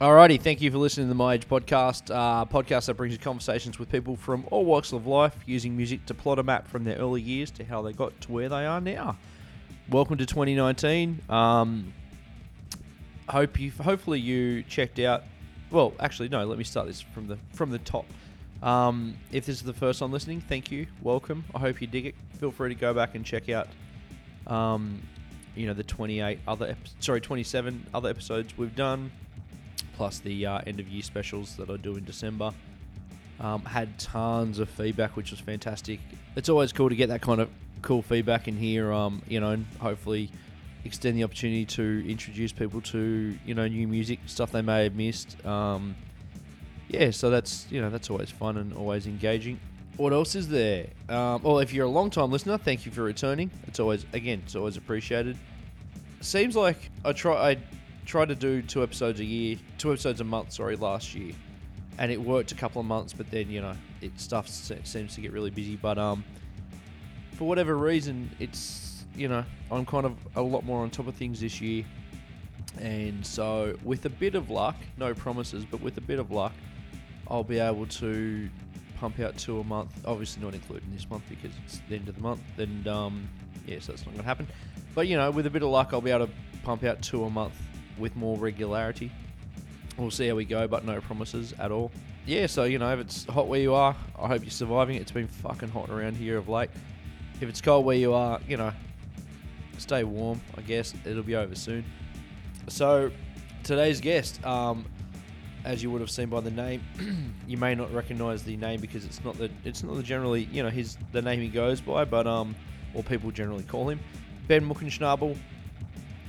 Alrighty, thank you for listening to the My Age podcast, uh, podcast that brings you conversations with people from all walks of life using music to plot a map from their early years to how they got to where they are now. Welcome to 2019. Um, hope you, hopefully you checked out. Well, actually, no. Let me start this from the from the top. Um, if this is the first time listening, thank you, welcome. I hope you dig it. Feel free to go back and check out um, you know the 28 other ep- sorry 27 other episodes we've done plus the uh, end of year specials that i do in december um, had tons of feedback which was fantastic it's always cool to get that kind of cool feedback in here um, you know and hopefully extend the opportunity to introduce people to you know new music stuff they may have missed um, yeah, so that's you know that's always fun and always engaging. What else is there? Um, well, if you're a long time listener, thank you for returning. It's always again, it's always appreciated. Seems like I try I tried to do two episodes a year, two episodes a month. Sorry, last year, and it worked a couple of months, but then you know it stuff se- seems to get really busy. But um, for whatever reason, it's you know I'm kind of a lot more on top of things this year, and so with a bit of luck, no promises, but with a bit of luck, I'll be able to pump out two a month. Obviously, not including this month because it's the end of the month, and um, yeah, so that's not going to happen. But you know, with a bit of luck, I'll be able to pump out two a month with more regularity. We'll see how we go, but no promises at all. Yeah, so you know, if it's hot where you are, I hope you're surviving. It's been fucking hot around here of late. If it's cold where you are, you know, stay warm. I guess it'll be over soon. So, today's guest, um, as you would have seen by the name, you may not recognise the name because it's not the it's not the generally you know his the name he goes by, but um, or people generally call him Ben Muckenschnabel.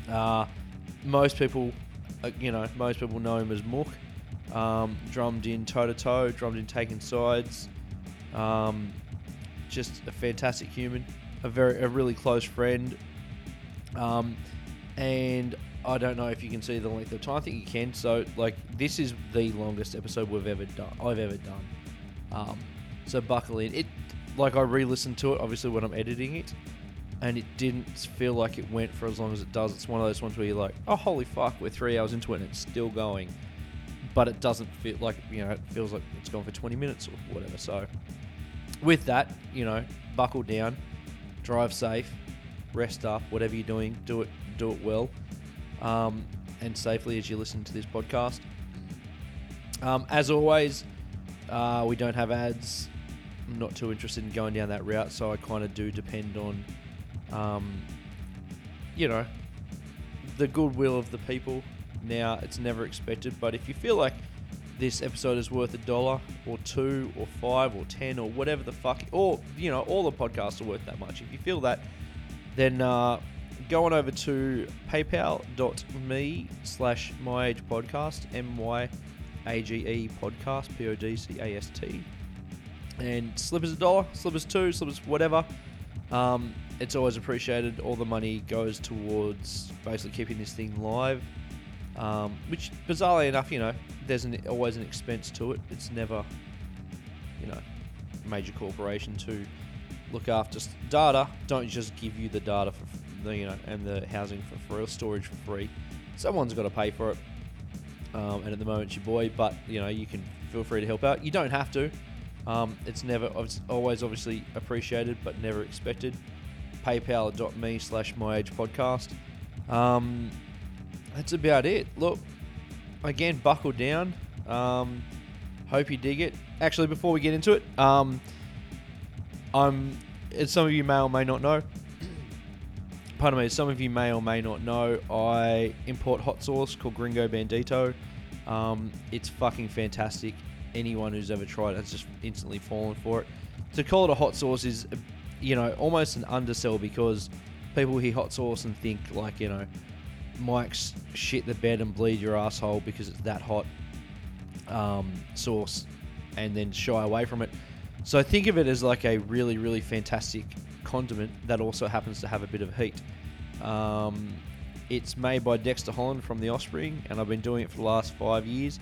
Uh, most people, uh, you know, most people know him as Mook. Um, drummed in toe to toe, drummed in taking sides. Um, just a fantastic human, a very a really close friend. Um, and I don't know if you can see the length of time. I think you can. So, like, this is the longest episode we've ever done. I've ever done. Um, so buckle in. It, like, I re-listened to it obviously when I'm editing it, and it didn't feel like it went for as long as it does. It's one of those ones where you're like, oh holy fuck, we're three hours into it and it's still going, but it doesn't feel like you know it feels like it's gone for 20 minutes or whatever. So, with that, you know, buckle down, drive safe, rest up, whatever you're doing, do it, do it well, um, and safely as you listen to this podcast. Um, as always, uh, we don't have ads. I'm not too interested in going down that route, so I kind of do depend on, um, you know, the goodwill of the people. Now, it's never expected, but if you feel like this episode is worth a dollar or two or five or ten or whatever the fuck, or, you know, all the podcasts are worth that much. If you feel that, then uh, go on over to paypal.me slash my age podcast, M Y A G E podcast, P O D C A S T. And slippers a dollar, slippers two, slippers whatever. Um, it's always appreciated. All the money goes towards basically keeping this thing live. Um, which, bizarrely enough, you know, there's an, always an expense to it. It's never, you know, major corporation to look after s- data. Don't just give you the data for f- the, you know and the housing for free, storage for free. Someone's got to pay for it. Um, and at the moment, it's your boy, but you know you can feel free to help out. You don't have to. Um, it's never, it's always obviously appreciated, but never expected. PayPal.me slash my age podcast. Um, that's about it. Look, again, buckle down. Um, hope you dig it. Actually, before we get into it, um, I'm, as some of you may or may not know, pardon me, as some of you may or may not know, I import hot sauce called Gringo Bandito. Um, it's fucking fantastic. Anyone who's ever tried it has just instantly fallen for it. To call it a hot sauce is, uh, you know, almost an undersell because people hear hot sauce and think like, you know, Mike's shit the bed and bleed your asshole because it's that hot um, sauce and then shy away from it. So think of it as like a really, really fantastic condiment that also happens to have a bit of heat. Um, it's made by Dexter Holland from The Offspring, and I've been doing it for the last five years.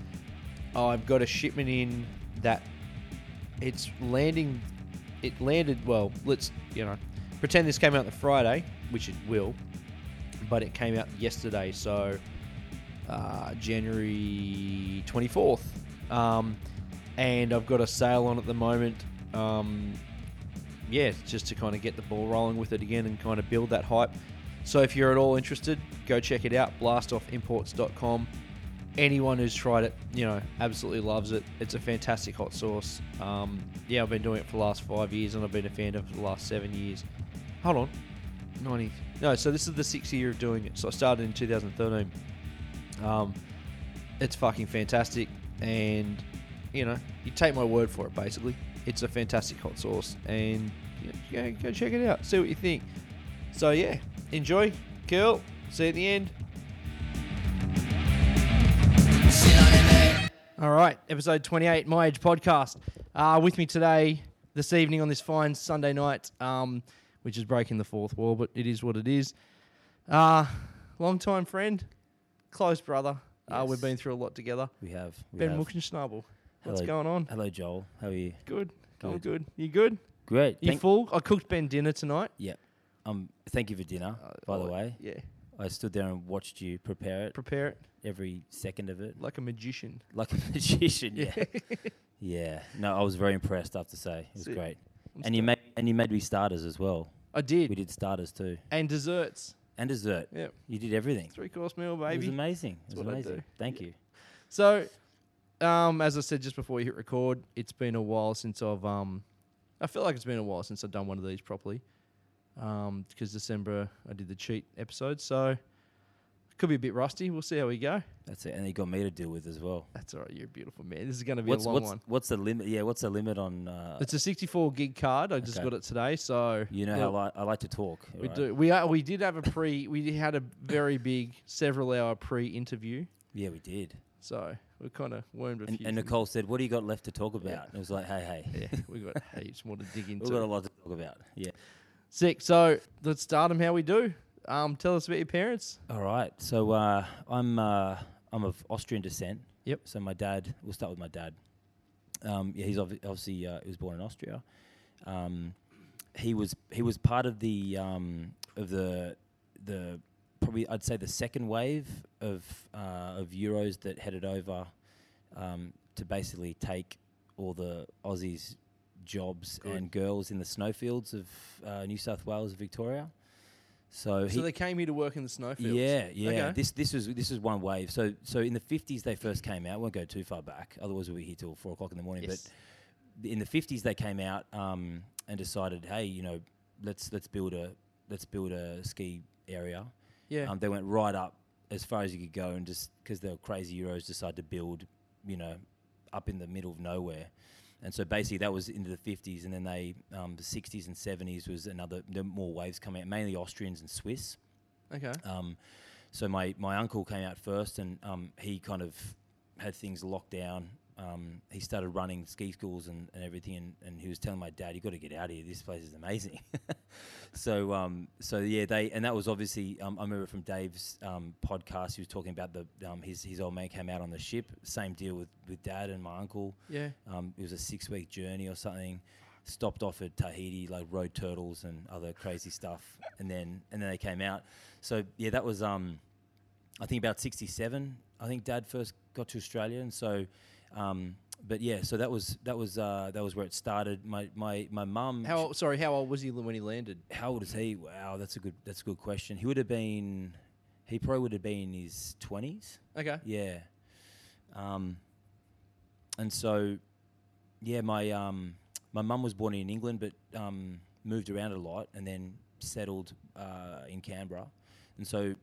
I've got a shipment in that it's landing. It landed, well, let's, you know, pretend this came out on the Friday, which it will, but it came out yesterday. So uh, January 24th. Um, and I've got a sale on at the moment. Um, yeah, just to kind of get the ball rolling with it again and kind of build that hype. So if you're at all interested, go check it out, blastoffimports.com. Anyone who's tried it, you know, absolutely loves it. It's a fantastic hot sauce. Um, yeah, I've been doing it for the last five years and I've been a fan of it for the last seven years. Hold on. 90. No, so this is the sixth year of doing it. So I started in 2013. Um, it's fucking fantastic, and you know, you take my word for it. Basically, it's a fantastic hot sauce, and you know, go, go check it out, see what you think. So yeah, enjoy, cool. See you at the end. All right, episode 28, My Age Podcast. Uh, with me today, this evening on this fine Sunday night, um, which is breaking the fourth wall, but it is what it is. Uh, long time friend, close brother. Uh, we've Yes. been through a lot together. We have. We Ben have. Muckenschnabel, what's Hello. going on? Hello, Joel. How are you? Good. All Good. good. You good? Great. You Thank, full? I cooked Ben dinner tonight. um, thank you for dinner, by the oh, way. Yeah. I stood there and watched you prepare it, Prepare it every second of it, like a magician. like a magician. Yeah. yeah. No, I was very impressed, I have to say. It was See, great. I'm And you, made, and you made me starters as well. I did. We did starters too. And desserts. And dessert. Yep. You did everything. Three course meal, It was baby. amazing. That's It was what I amazing. do. Thank Yeah. you. So, um, as I said just before you hit record, it's been a while since I've um, I feel like it's been a while since I've done one of these properly, um, because December I did the cheat episode, so could be a bit rusty. We'll see how we go. That's it. And you got me to deal with as well. That's all right. You're a beautiful man. This is going to be What's a long what's one. what's the limit? Yeah, what's the limit on? Uh, It's a 64 gig card. I just Okay. got it today, so you know Yeah. how li- I like to talk. We right? do. We are, we did have a pre. We had a very big, several hour pre interview. Yeah, we did. So we kind of wormed a And, few. and things. Nicole said, "What do you got left to talk about?" Yeah. And it was like, "Hey, hey, yeah, we got heaps more to dig we've got a into. lot to talk about." Yeah. Sick. So let's start them how we do. Um, tell us about your parents. All right. So uh, I'm uh, I'm of Austrian descent. Yep. So my dad. We'll start with my dad. Um, yeah, he's obvi- obviously uh, he was born in Austria. Um, he was he was part of the um, of the the probably I'd say the second wave of uh, of euros that headed over um, to basically take all the Aussies jobs Good. and girls in the snowfields of uh, New South Wales and Victoria. So, he, So they came here to work in the snowfields. yeah, yeah. Okay. This this was this is one wave. So so in the fifties they first came out. Won't go too far back, otherwise we'll be here till four o'clock in the morning. Yes. But in the fifties they came out um, and decided, hey, you know, let's let's build a let's build a ski area. yeah. Um, they went right up as far as you could go, and just because they were crazy Euros, decided to build, you know, up in the middle of nowhere. And so basically, that was into the 50s, and then they, um, the 60s and 70s was another, there were more waves coming out, mainly Austrians and Swiss. okay. Um, so my, my uncle came out first, and um, he kind of had things locked down. Um, he started running ski schools and, and everything, and, and he was telling my dad, "You got to get out of here. This place is amazing." so um, so yeah, they and that was obviously um, I remember from Dave's um, podcast. He was talking about the um, his his old man came out on the ship. Same deal with with dad and my uncle. Yeah. Um, it was a six week journey or something. Stopped off at Tahiti, like road turtles and other crazy stuff, and then and then they came out. So yeah, that was um, I think about sixty seven. I think Dad first got to Australia, and so, um, but yeah, so that was that was uh, that was where it started. My my my mum. How old, sorry? How old was he l- when he landed? how old is he? Wow, that's a good that's a good question. He would have been, he probably would have been in his twenties. Okay. Yeah. Um, and so, yeah, my um, my mum was born in England, but um, moved around a lot, and then settled uh, in Canberra. And so,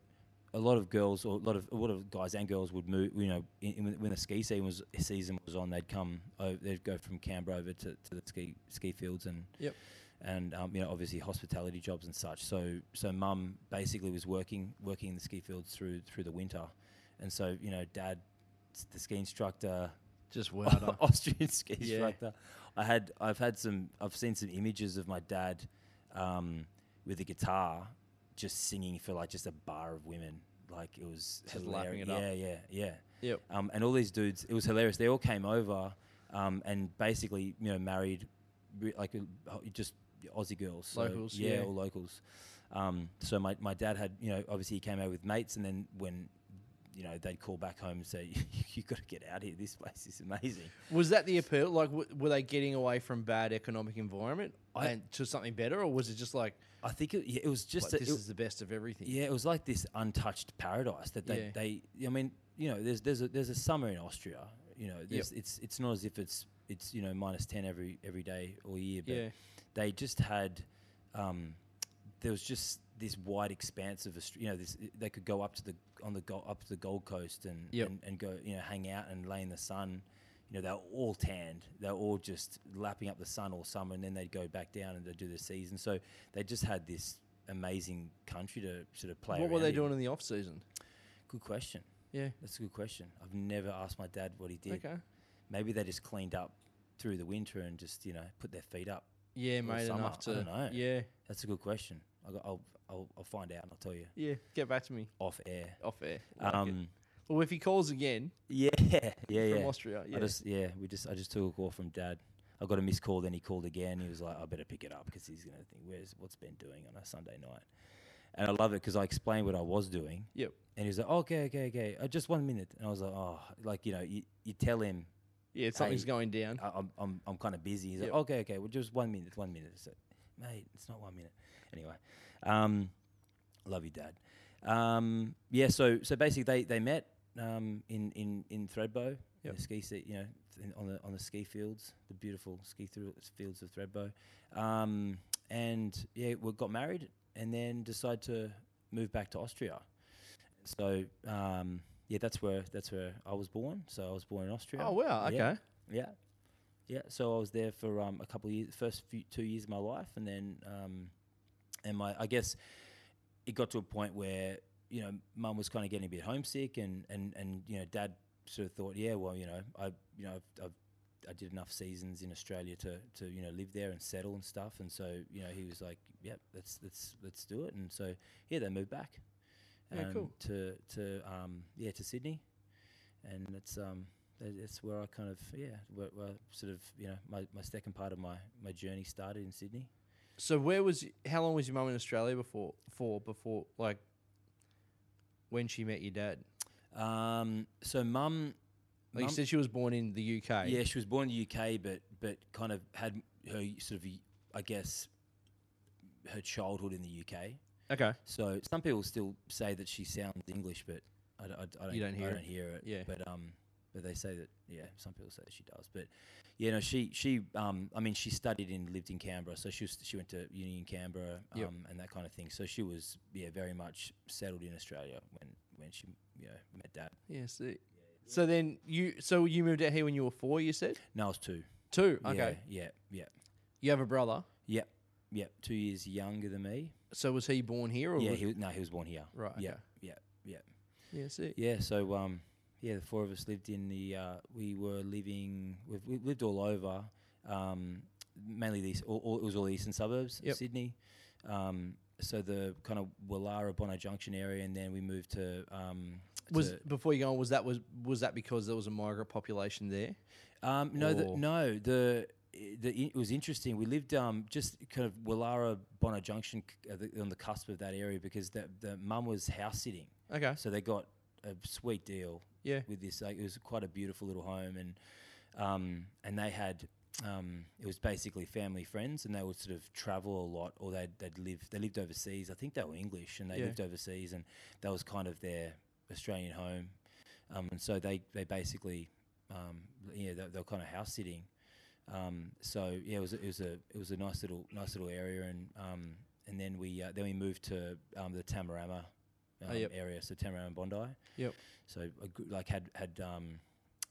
a lot of girls, or a lot of a lot of guys and girls would move. You know, in, in, when the ski season was season was on, they'd come, over, they'd go from Canberra over to, to the ski ski fields and Yep. and um, you know obviously hospitality jobs and such. So so mum basically was working working in the ski fields through through the winter, and so you know dad, s- the ski instructor, Just wow. Austrian ski Yeah. instructor. I had I've had some I've seen some images of my dad, um, with a guitar, just singing for like just a bar of women. Like it was Just lapping hilarious. it up. Yeah yeah yeah. yep. Um, and all these dudes, it was hilarious. They all came over um, and basically, you know, married re- like uh, ho- just Aussie girls. So, Locals, yeah. all locals. Um, so my, my dad had, you know, obviously he came over with mates, and then when you know, they'd call back home and say, "You've got to get out here. This place is amazing." Was that the appeal? Like, w- were they getting away from bad economic environment I- and to something better, or was it just like, I think it, yeah, it was just like, a, this it- is the best of everything? Yeah, it was like this untouched paradise that they, they I mean, you know, there's there's a there's a summer in Austria. You know, there's, it's it's not as if it's it's you know minus ten every every day all year, but Yeah. they just had um, there was just this wide expanse of Aust- you know this they could go up to the on the go- up to the Gold Coast and, Yep. and and go you know hang out and lay in the sun. You know, they were all tanned. They were all just lapping up the sun all summer, and then they'd go back down and they'd do the season. So they just had this amazing country to sort of play. What were around they in. doing in the off season? Good question. Yeah. That's a good question. I've never asked my dad what he did. Okay. Maybe they just cleaned up through the winter and just you know put their feet up. Yeah, Or made summer, enough I to. don't know. Yeah. That's a good question. I got, I'll, I'll I'll find out and I'll tell you Yeah. Get back to me off air. off air. Like it. Um, Well, if he calls again yeah, yeah, yeah. from Austria, yeah. I just yeah, we just I just took a call from dad. I got a missed call, then he called again. He was like, "I better pick it up because he's gonna think where's what's Ben doing on a Sunday night." And I love it because I explained what I was doing. Yep. And he was like, "Oh, "Okay, okay, okay, uh, just one minute." And I was like, "Oh, like you know, you, you tell him yeah, something's hey, going down. I, I'm, I'm, I'm kind of busy. He's Yep. like, okay, okay, well, just one minute, one minute. It's like, mate, it's not one minute. Anyway, um, love you, dad. Um, yeah, so so basically they they met um, in in in Threadbow, in Yep. the ski se- you know, in, on the on the ski fields, the beautiful ski thru- fields of Threadbow, um, and yeah, we got married and then decided to move back to Austria. So um, yeah, that's where that's where I was born. So I was born in Austria. Oh wow. Okay. Yeah. Yeah. Yeah. So I was there for um, a couple of years, first few, two years of my life, and then, um, and my, I guess, it got to a point where you know, mum was kind of getting a bit homesick, and and and you know, dad sort of thought, yeah, well, you know, I, you know, I've, I've I did enough seasons in Australia to, to you know live there and settle and stuff, and so you know he was like, yep, let's let's let's do it, and so yeah, they moved back, Yeah, um, cool. to to um yeah to Sydney, and that's um that- that's where I kind of yeah where, where I sort of you know my, my second part of my my journey started in Sydney. So where was? y- How long was your mum in Australia before? For before like when she met your dad? Um, so mum, Like Oh, you mum- said, she was born in the UK. Yeah, she was born in the UK, but but kind of had her sort of, I guess, her childhood in the UK. Okay. So some people still say that she sounds English, but I, d- I d- I don't, You don't hear I it. don't hear it. Yeah. but um, but they say that yeah, some people say that she does, but yeah, no, she she um, I mean, she studied and lived in Canberra, so she was, she went to uni in Canberra, um, Yep. and that kind of thing. So she was yeah, very much settled in Australia when when she you know met dad. Yeah. See. So then you. So you moved out here when you were four. You said No, I was two. two. Okay. Yeah, yeah, yeah. You have a brother. Yep, yep. Two years younger than me. So was he born here? Or Yeah, was- he was, no, he was born here. Right. Yeah, okay. yeah, yeah, Yeah. See. yeah. So um, yeah, the four of us lived in the. Uh, we were living. We've, we lived all over. Um, mainly these. All, all, it was all the eastern suburbs Yep. of Sydney. Um, so the kind of Willara Bono Junction area, and then we moved to. Um, Was to- before you go on? Was that was was that because there was a migrant population there? Um, no, the, Or- no. The the it was interesting. We lived um, just kind of Willara Bono Junction c- uh, the, on the cusp of that area because the the mum was house sitting, Okay. so they got a sweet deal Yeah. with this. Like, it was quite a beautiful little home, and um, and they had um, it was basically family friends, and they would sort of travel a lot, or they'd they'd live they lived overseas. I think they were English, and they Yeah. lived overseas, and that was kind of their Australian home, um, and so they they basically um, yeah they, they were kind of house sitting. Um, so yeah, it was a- it was a it was a nice little nice little area, and um, and then we uh, then we moved to um, the Tamarama um, Oh, yep. area, so Tamarama and Bondi. Yep. So I gr- like had had um,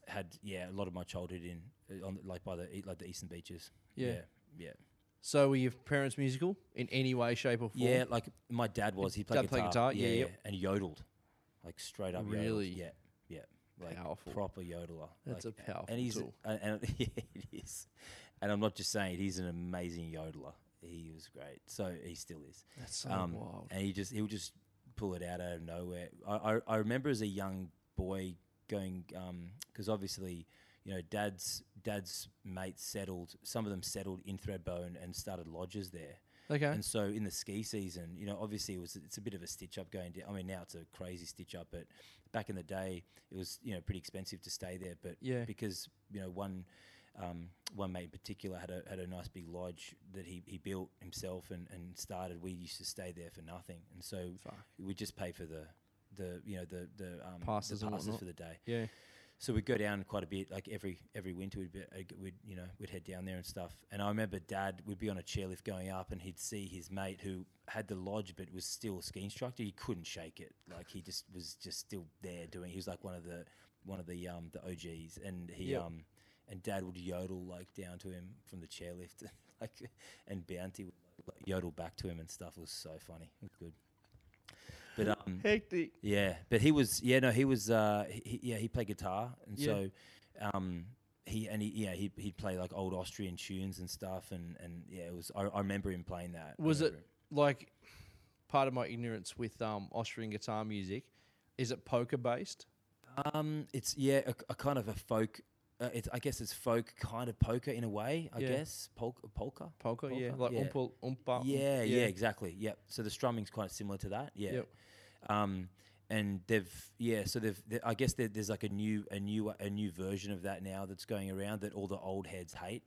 had yeah a lot of my childhood in uh, on the- like by the e- like the eastern beaches. Yeah. yeah, So were your parents musical in any way, shape, or form? yeah. Yeah, Like my dad was he played Dad guitar, played guitar, yeah, yep. and yodeled, like straight up. yodeled, Really? yeah, yeah. Like Powerful. proper yodeler. That's like, a powerful and he's tool. and, and yeah, it is. And I'm not just saying it, he's an amazing yodeler. He was great. So he still is. That's so Um, wild. And he just he'll just pull it out out of nowhere. I I, I remember as a young boy going because obviously you know dad's dad's mates settled. Some of them settled in Threadbow and, and started lodges there. Okay. And so in the ski season, you know, obviously it was it's a bit of a stitch up going down. I mean, now it's a crazy stitch up, but back in the day, it was you know pretty expensive to stay there. But Yeah. because you know one um, one mate in particular had a had a nice big lodge that he, he built himself and, and started. We used to stay there for nothing, and so Fuck. we just pay for the the you know the the um, Passes the and passes whatnot. for the day. Yeah. So we'd go down quite a bit, like every every winter we'd, be, I'd g- we'd you know we'd head down there and stuff. And I remember Dad would be on a chairlift going up, and he'd see his mate who had the lodge but was still a ski instructor. He couldn't shake it, like he just was just still there doing. He was like one of the one of the um the OGs, and he Yep. um and Dad would yodel like down to him from the chairlift, like and Bounty would like, yodel back to him and stuff. It was so funny, it was good. But um, Hectic. yeah, but he was yeah no he was uh he, he- yeah he played guitar and Yeah. so um he and he yeah he he'd play like old Austrian tunes and stuff and and yeah it was I, I remember him playing that. I Was it remember like part of my ignorance with um Austrian guitar music? Is it poker based? him. Um, it's yeah a, a kind of a folk. Uh, it's I guess it's folk kind of poker in a way. I Yeah. guess polka polka. Polka, yeah, Polka? like Yeah. umpa, umpa. um- yeah, yeah, exactly. Yep. So the strumming's quite similar to that. Yeah. Yep. Um, and they've yeah, so they've they, I guess there, there's like a new a new a new version of that now that's going around that all the old heads hate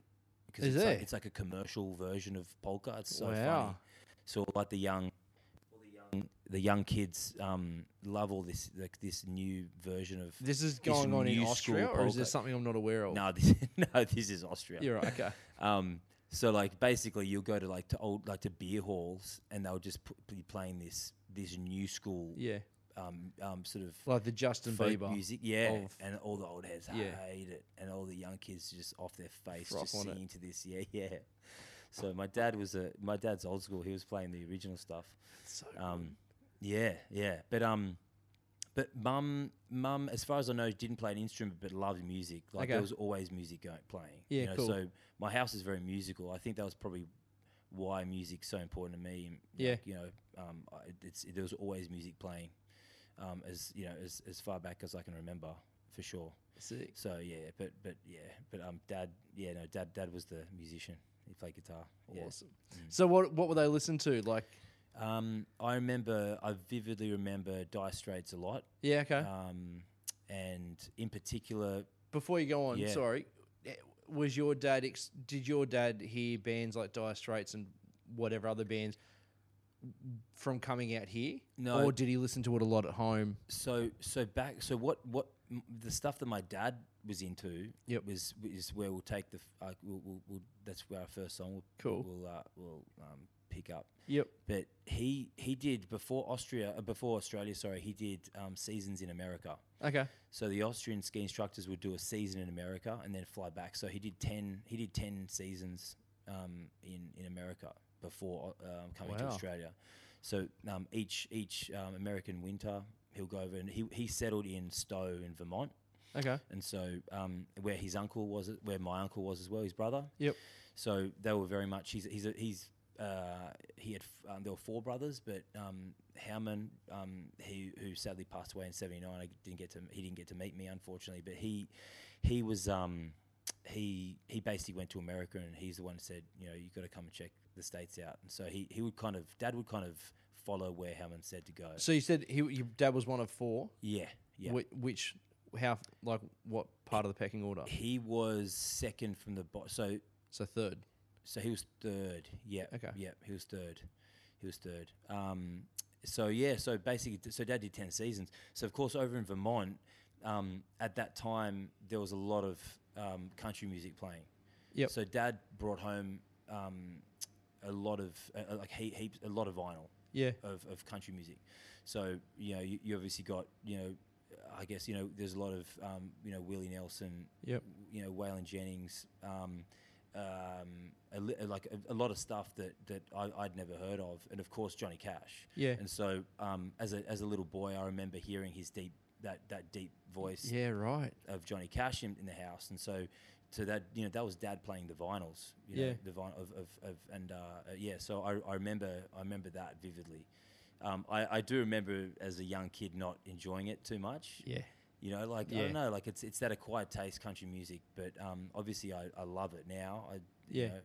because Is it's like, there? it's like a commercial version of polka. It's so funny. Wow. So like the young. all the young- The young kids um, love all this like this new version of This is going on in new Austria, school or is polka. this something I'm not aware of? no this no this is Austria You're right. Okay. um, so like basically, you'll go to like to old like to beer halls, and they'll just put, be playing this this new school Yeah. um, um, sort of Like the Justin folk Bieber. music, yeah. of- and all the old heads Yeah. hate it, and all the young kids just off their face Froth just on it. singing to this, yeah, yeah. So my dad was a my dad's old school. He was playing the original stuff. So Um, yeah, yeah. But um, but mum, mum, as far as I know, didn't play an instrument, but loved music. Like there Okay. was always music going playing. Yeah, cool. So my house is very musical. I think that was probably why music's so important to me. and, Yeah. like, you know, um, I- it's there was always music playing, um, as you know, as as far back as I can remember, for sure. sick. So yeah, but but yeah, but um, dad, yeah, no, dad, dad was the musician. He played guitar. Yeah. Awesome. Mm. So what what were they listen to? Like Um, I remember, I vividly remember Dire Straits a lot, yeah, okay. um, and in particular, Before you go on, yeah. sorry, eh, was your dad ex- did your dad hear bands like Dire Straits and whatever other bands from coming out here? No. Or did he listen to it a lot at home? so so back, so what what m- the stuff that my dad was into Yep. was is where we'll take the f- uh, we'll, we'll, we'll, that's where our first song will Cool. we'll uh, we'll um, pick up. Yep. But he he did before Austria uh, before Australia, sorry, he did um, seasons in America. Okay. So the Austrian ski instructors would do a season in America and then fly back. So he did ten. He did ten seasons um, in in America before um, coming to Wow. Australia. So um, each each um, American winter he'll go over and he he settled in Stowe in Vermont, Okay. and so um, where his uncle was, where my uncle was as well, his brother. Yep. So they were very much. He's he's a, he's uh, he had f- um, there were four brothers, but um, Howman, um, he who sadly passed away in '79, I didn't get to he didn't get to meet me unfortunately, but he he was um, he he basically went to America and he's the one who said you know you got to come and check the states out, and so he he would kind of dad would kind of follow where Howman said to go. So you said he, your dad was one of four. yeah, yeah. Which, which how like what part of the pecking order? He was second from the bottom. So So third. So he was third. Yeah. Okay. Yeah, he was third. He was third. Um, so yeah, so basically, so Dad did ten seasons. So of course, over in Vermont, um, at that time there was a lot of um, country music playing. Yep. So Dad brought home um, a lot of uh, uh, like he, heaps a lot of vinyl Yeah. of, of country music. So you know, you, you obviously got you know, I guess you know, there's a lot of um, you know Willie Nelson, Yep. you know Waylon Jennings, um, um, a li- like a, a lot of stuff that that I, I'd never heard of, and of course Johnny Cash. Yeah. And so um, as a as a little boy, I remember hearing his deep that that deep voice Yeah. Right. of Johnny Cash in, in the house, and so so that you know that was Dad playing the vinyls, you Yeah. know, the vinyl of, of, of and uh, uh, yeah. So I, I remember I remember that vividly. Um, I, I do remember as a young kid not enjoying it too much. Yeah. You know, like I Yeah. don't know, like it's it's that acquired taste country music, but um, obviously I, I love it now. I you Yeah. know,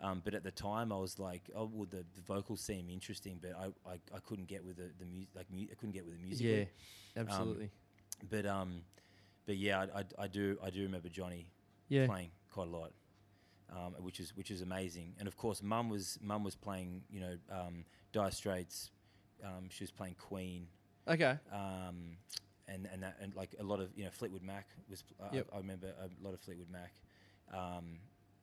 Um, but at the time, I was like, oh, well, the, the vocals seem interesting, but I, I, I couldn't get with the, the music, like mu- I couldn't get with the music. Yeah, absolutely. But um, but yeah, I, I, I do I do remember Johnny Yeah. playing quite a lot, um, which is which is amazing. And of course, Mum was Mum was playing you know um, Dire Straits, um, she was playing Queen, okay. um, and and that and like a lot of you know Fleetwood Mac was uh, Yep. I, I remember a lot of Fleetwood Mac, um,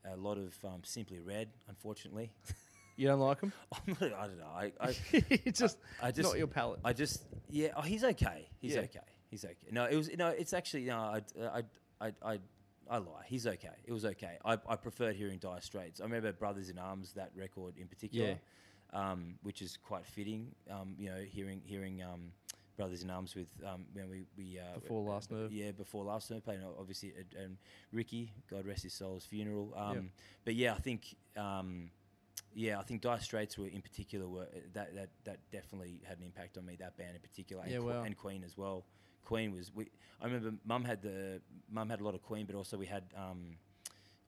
a lot of um, Simply Red. Unfortunately, You don't like him? I'm not, I don't know. I, I it's just I just not your palate. I just yeah. Oh, he's okay. He's Yeah. okay. He's okay. No, it was no. It's actually no. uh, I I I I, I lie. He's okay. It was okay. I, I preferred hearing Dire Straits. I remember Brothers in Arms that record in particular, um, which is quite fitting. Um, you know, hearing hearing um, Brothers in Arms with um, when we we uh, Before Last b- Nerve. Yeah, before last nerve playing uh, obviously at um, Ricky, God rest his soul's funeral. Um, Yep. But yeah, I think. Um, yeah, I think Dire Straits were in particular were uh, that that that definitely had an impact on me. That band in particular, and, Yeah, Que- wow. and Queen as well. Queen was we. I remember Mum had the Mum had a lot of Queen, but also we had. Um,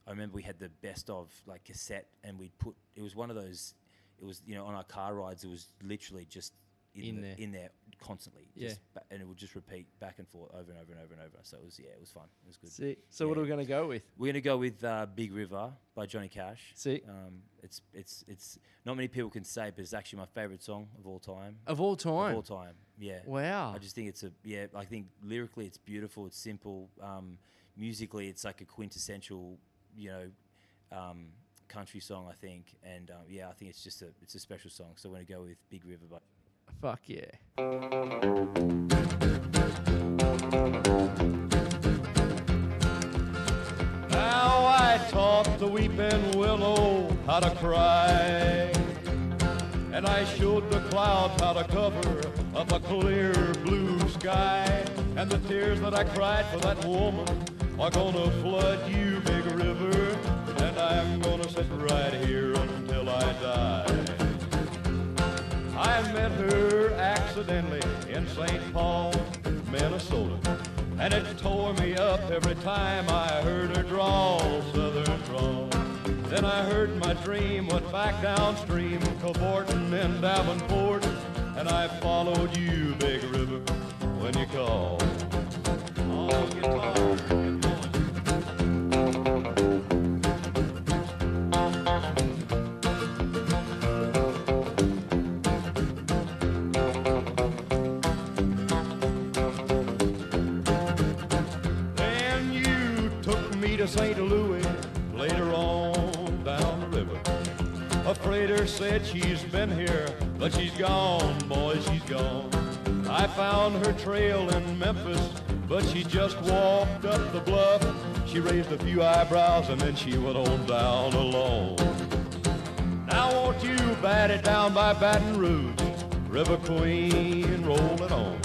I remember we had the best of like cassette, and we'd put. It was one of those. It was you know on our car rides. It was literally just in, In the- there. in there constantly. Yeah. just ba- and it would just repeat back and forth over and over and over and over. So it was yeah, it was fun. It was good. See, so what Yeah. are we going to go with? We're gonna go with uh, Big River by Johnny Cash. See, Um, it's it's it's not many people can say, but it's actually my favorite song of all time. of all Of time. all time, yeah. Wow. I just think it's a yeah. I think lyrically it's beautiful. It's simple. Um, musically, it's like a quintessential, you know, um, country song. I think, and um, yeah, I think it's just a it's a special song. So I'm gonna go with Big River by Fuck yeah. Now I taught the weeping willow how to cry. And I showed the clouds how to cover up a clear blue sky. And the tears that I cried for that woman are gonna flood you, big river. And I'm gonna sit right here until I die. I met her accidentally in St. Paul, Minnesota. And it tore me up every time I heard her drawl, southern drawl. Then I heard my dream went back downstream, cavorting in Davenport. And I followed you, Big River, when you called. Oh, guitar, good morning. Then you took me to St. Louis later on down the river. A freighter said she's been here, but she's gone, boy, she's gone. I found her trail in Memphis, but she just walked up the bluff. She raised a few eyebrows and then she went on down alone. Now won't you bat it down by Baton Rouge, River Queen, roll it on.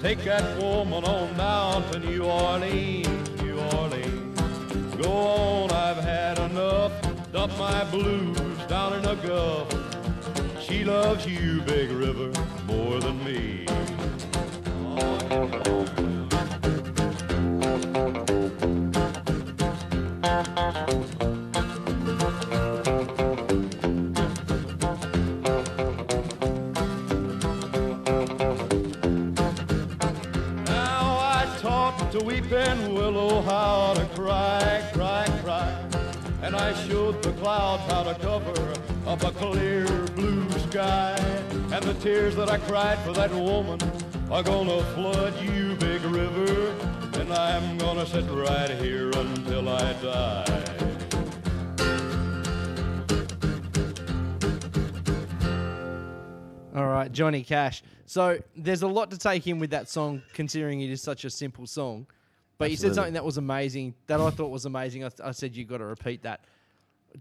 Take that woman on down to New Orleans, New Orleans. Go on, I've had enough. Dump my blues down in the Gulf. She loves you, Big River, more than me. Now I taught the weeping willow how to cry, cry, cry. And I showed the clouds how to cover up a clear blue sky. And the tears that I cried for that woman are gonna flood you, big river. And I'm gonna sit right here until I die. All right, Johnny Cash. So there's a lot to take in with that song, considering it is such a simple song. But you said Absolutely. something that was amazing, that I thought was amazing. I, th- I said you got to repeat that.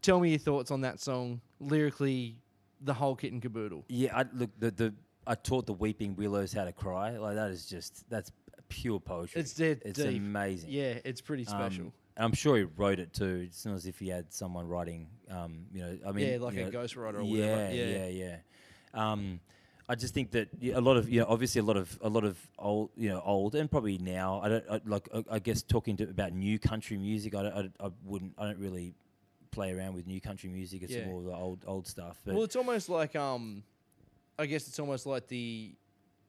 Tell me your thoughts on that song, lyrically, the whole kit and caboodle. Yeah, I, look, the, the I taught the weeping willows how to cry. Like that is just that's pure poetry. It's dead It's deep. amazing. Yeah, it's pretty Um, special. and I'm sure he wrote it too. It's not as if he had someone writing. Um, you know, I mean, Yeah, like you a know, ghostwriter or yeah, whatever. yeah, Yeah. yeah, Um, I just think that yeah, a lot of you know, obviously a lot of a lot of old, you know, old and probably now. I don't I, like. I, I guess talking to, about new country music, I, don't, I, I wouldn't. I don't really play around with new country music. It's Yeah. more of the old old stuff. But Well, it's almost like um, I guess it's almost like the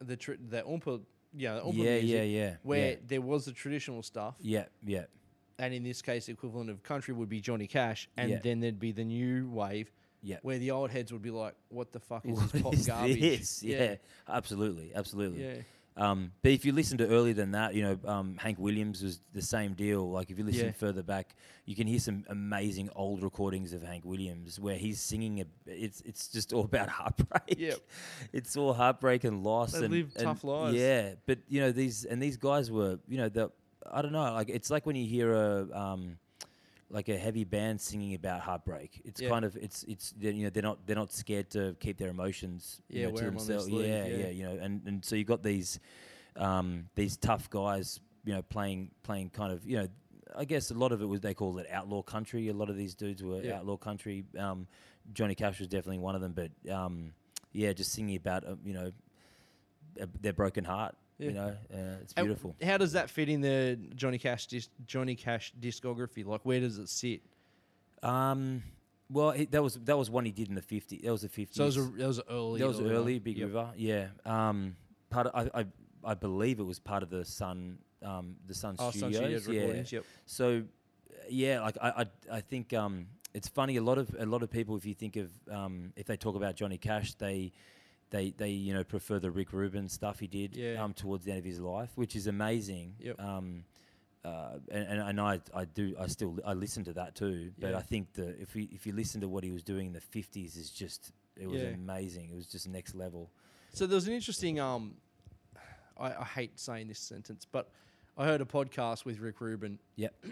the tr- the oompa yeah the oompa yeah, music yeah, yeah, where yeah, there was the traditional stuff yeah, yeah, and in this case the equivalent of country would be Johnny Cash and Yeah. then there'd be the new wave yeah. where the old heads would be like what the fuck is What this pop is garbage this? Yeah. yeah absolutely, absolutely. yeah Um, but if you listen to earlier than that, you know um, Hank Williams was the same deal. Like if you listen Yeah. further back, you can hear some amazing old recordings of Hank Williams where he's singing. A, it's it's just all about heartbreak. Yep. it's all heartbreak and loss. They and, lived and- tough lives. Yeah, but you know these and these guys were you know the I don't know like it's like when you hear a. Um, like a heavy band singing about heartbreak. It's Yeah. kind of it's it's they're, you know they're not they're not scared to keep their emotions you Yeah, know, to wear 'em on their themselves. sleeve, yeah, yeah. yeah, you know, and, and so you got these um, these tough guys, you know, playing playing kind of you know, I guess a lot of it was they called it outlaw country. A lot of these dudes were Yeah. outlaw country. Um, Johnny Cash was definitely one of them, but um, yeah, just singing about uh, you know uh, their broken heart. Yeah. You know, uh, it's And beautiful. how does that fit in the Johnny Cash dis- Johnny Cash discography like where does it sit Um, well, he, that was that was one he did in the fifty. That was the fifties. so it was, a, it was a early That was early one. early Big Yep. River. Yeah. Um, part of, I, I I believe it was part of the Sun um, the Sun oh, Sun Studios. Studios yeah. recordings yep So uh, yeah, like I I, I think um, it's funny a lot of a lot of people if you think of um, if they talk about Johnny Cash they. They, they you know prefer the Rick Rubin stuff he did Yeah. um, towards the end of his life, which is amazing. Yep. Um, uh, and, and and I I do I still I listen to that too. But Yeah. I think the if we if you listen to what he was doing in the fifties is just it was Yeah. amazing. It was just next level. So there was an interesting. Um, I, I hate saying this sentence, but I heard a podcast with Rick Rubin. Yep.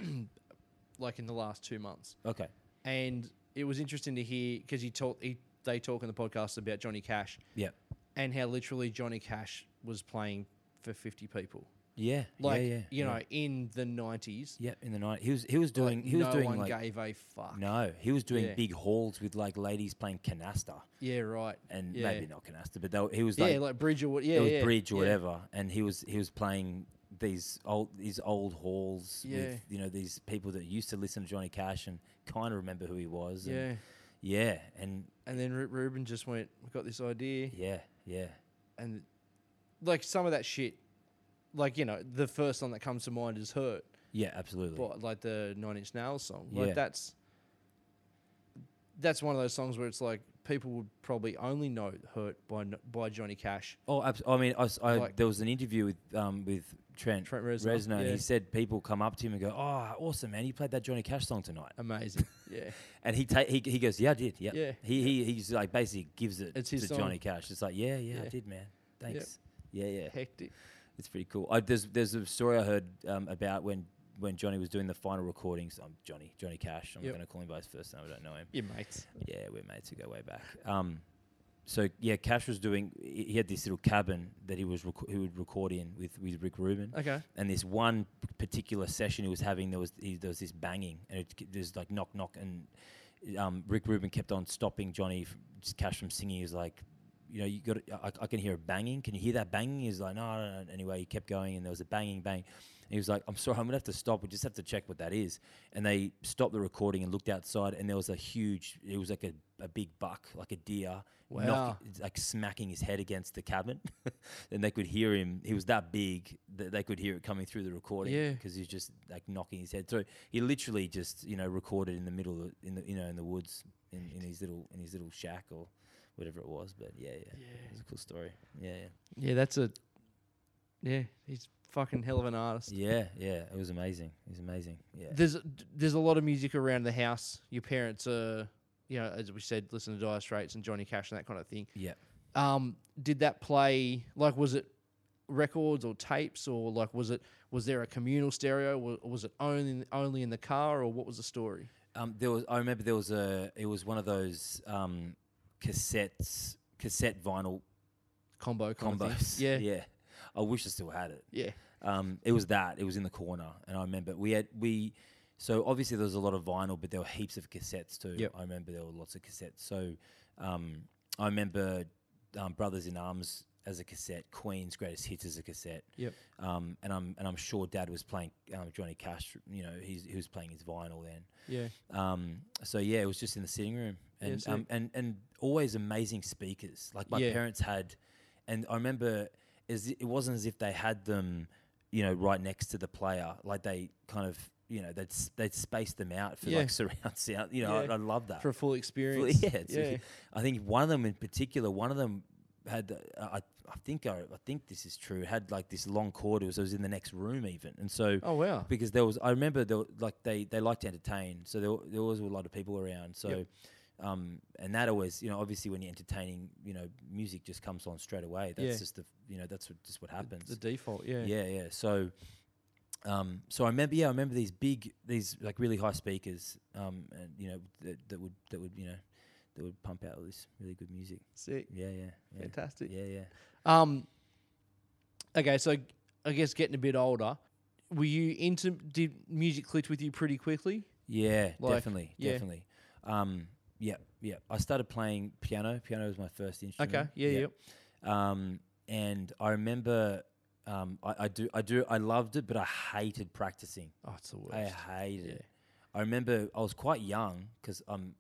like in the last two months, Okay. and it was interesting to hear because he talk he, they talk in the podcast about Johnny Cash Yeah. and how literally Johnny Cash was playing for fifty people, Yeah. like yeah, yeah, yeah. you know, in the nineties. Yeah, in the night he was he was doing he was no doing one like gave a fuck. no he was doing Yeah. big hauls with like ladies playing canasta Yeah, right. and yeah. maybe not canasta but they, were- he was Yeah, like, like, Bridge or what? Yeah, it was yeah, bridge or yeah. whatever and he was he was playing these old these old halls Yeah. with you know these people that used to listen to Johnny Cash and kind of remember who he was and Yeah, yeah and and then Rick Rubin just went, "We got this idea." yeah yeah and like some of that shit, like you know, the first one that comes to mind is "Hurt," yeah absolutely but like the Nine Inch Nails song, like Yeah. that's that's one of those songs where it's like people would probably only know "Hurt" by no- by Johnny Cash. Oh, abs- I mean, I, s- I- Like- there was an interview with um, with Trent, Trent Reznor, and yeah. he said people come up to him and go, "Oh, awesome, man! You played that Johnny Cash song tonight." Amazing, yeah, And he ta- he, he goes, "Yeah, I did. Yeah, Yeah. He, he he's like basically gives it It's to his Johnny Cash. It's like, "Yeah, yeah, I Yeah. did, man. Thanks. Yeah, yeah. hectic. It's pretty cool. I, there's there's a story I heard um, about when when Johnny was doing the final recordings. I'm Johnny Johnny Cash. I'm Yep. going to call him by his first name. I don't know him. Yeah, mates. Yeah, we're mates who go way back. Um, so yeah, Cash was doing. He he had this little cabin that he was rec- he would record in with with Rick Rubin, Okay, and this one p- particular session he was having, there was he, there was this banging, and it, k- there's like knock knock, and um, Rick Rubin kept on stopping Johnny f- just Cash from singing. He was like, you know, you got I, I can hear a banging. Can you hear that banging? He's like, no, no, no. Anyway, he kept going, and there was a banging bang. And he was like, I'm sorry, I'm gonna have to stop. We just have to check what that is. And they stopped the recording and looked outside, and there was a huge. It was like a, a big buck, like a deer, Wow. knocking, like smacking his head against the cabin, and they could hear him. He was that big that they could hear it coming through the recording. Yeah. because he's just like knocking his head through. He literally just you know recorded in the middle of, in the you know in the woods in, in his little in his little shack or whatever it was. But yeah, yeah, it was a cool story. Yeah, yeah, that's a yeah. He's fucking hell of an artist. yeah, yeah, yeah. It was amazing. It was amazing. Yeah, there's there's a lot of music around the house. Your parents are, you know, as we said, listen to Dire Straits and Johnny Cash and that kind of thing. yeah. Um, did that play like was it records or tapes or like was it was there a communal stereo? Was, was it only only in the car or what was the story? Um, there was. I remember there was a. It was one of those um, cassettes, cassette vinyl Combo kind of thing. combos. Yeah, yeah, yeah. I wish I still had it. yeah, Um, it was that. It was in the corner, and I remember we had we. So obviously there was a lot of vinyl, but there were heaps of cassettes too. Yep. I remember there were lots of cassettes. So um, I remember um, Brothers in Arms as a cassette, Queen's greatest hits as a cassette. Yep. Um, and I'm and I'm sure Dad was playing um, Johnny Cash. You know, he's, he was playing his vinyl then. Yeah. Um, so yeah, it was just in the sitting room, Yeah, and sick. um, and and always amazing speakers. Like my Yeah. parents had, and I remember as it it wasn't as if they had them, you know, right next to the player. Like they kind of, you know, they'd s- they'd spaced them out for Yeah. like surround sound. You know, Yeah. I, I love that. For a full Well, experience. yeah, it's yeah. I think one of them in particular, one of them had uh, I, I think I, I think this is true. Had like this long cord. It was, it was in the next room even, and so Oh wow. because there was I remember there, were- like they they liked to entertain, so there, were- there was a lot of people around. So, um, and that always you know obviously when you're entertaining, you know music just comes on straight away. That's Yeah. just the you know that's what, just what happens. The default. Yeah. yeah, yeah. So, um, so I remember yeah I remember these big these like really high speakers, um, and you know that, that would that would you know that would pump out all this really good music. Sick. Yeah, yeah, yeah, Fantastic. yeah, yeah. Um. Okay, so I guess getting a bit older, were you into? Did music click with you pretty quickly? Yeah, Like, definitely, yeah. definitely. Um, yeah, yeah. I started playing piano. Piano was my first instrument. Okay. Yeah. Yep. Um, and I remember, um, I, I do, I do, I loved it, but I hated practicing. Oh, it's the worst. I hated Yeah. it. I remember I was quite young because I'm,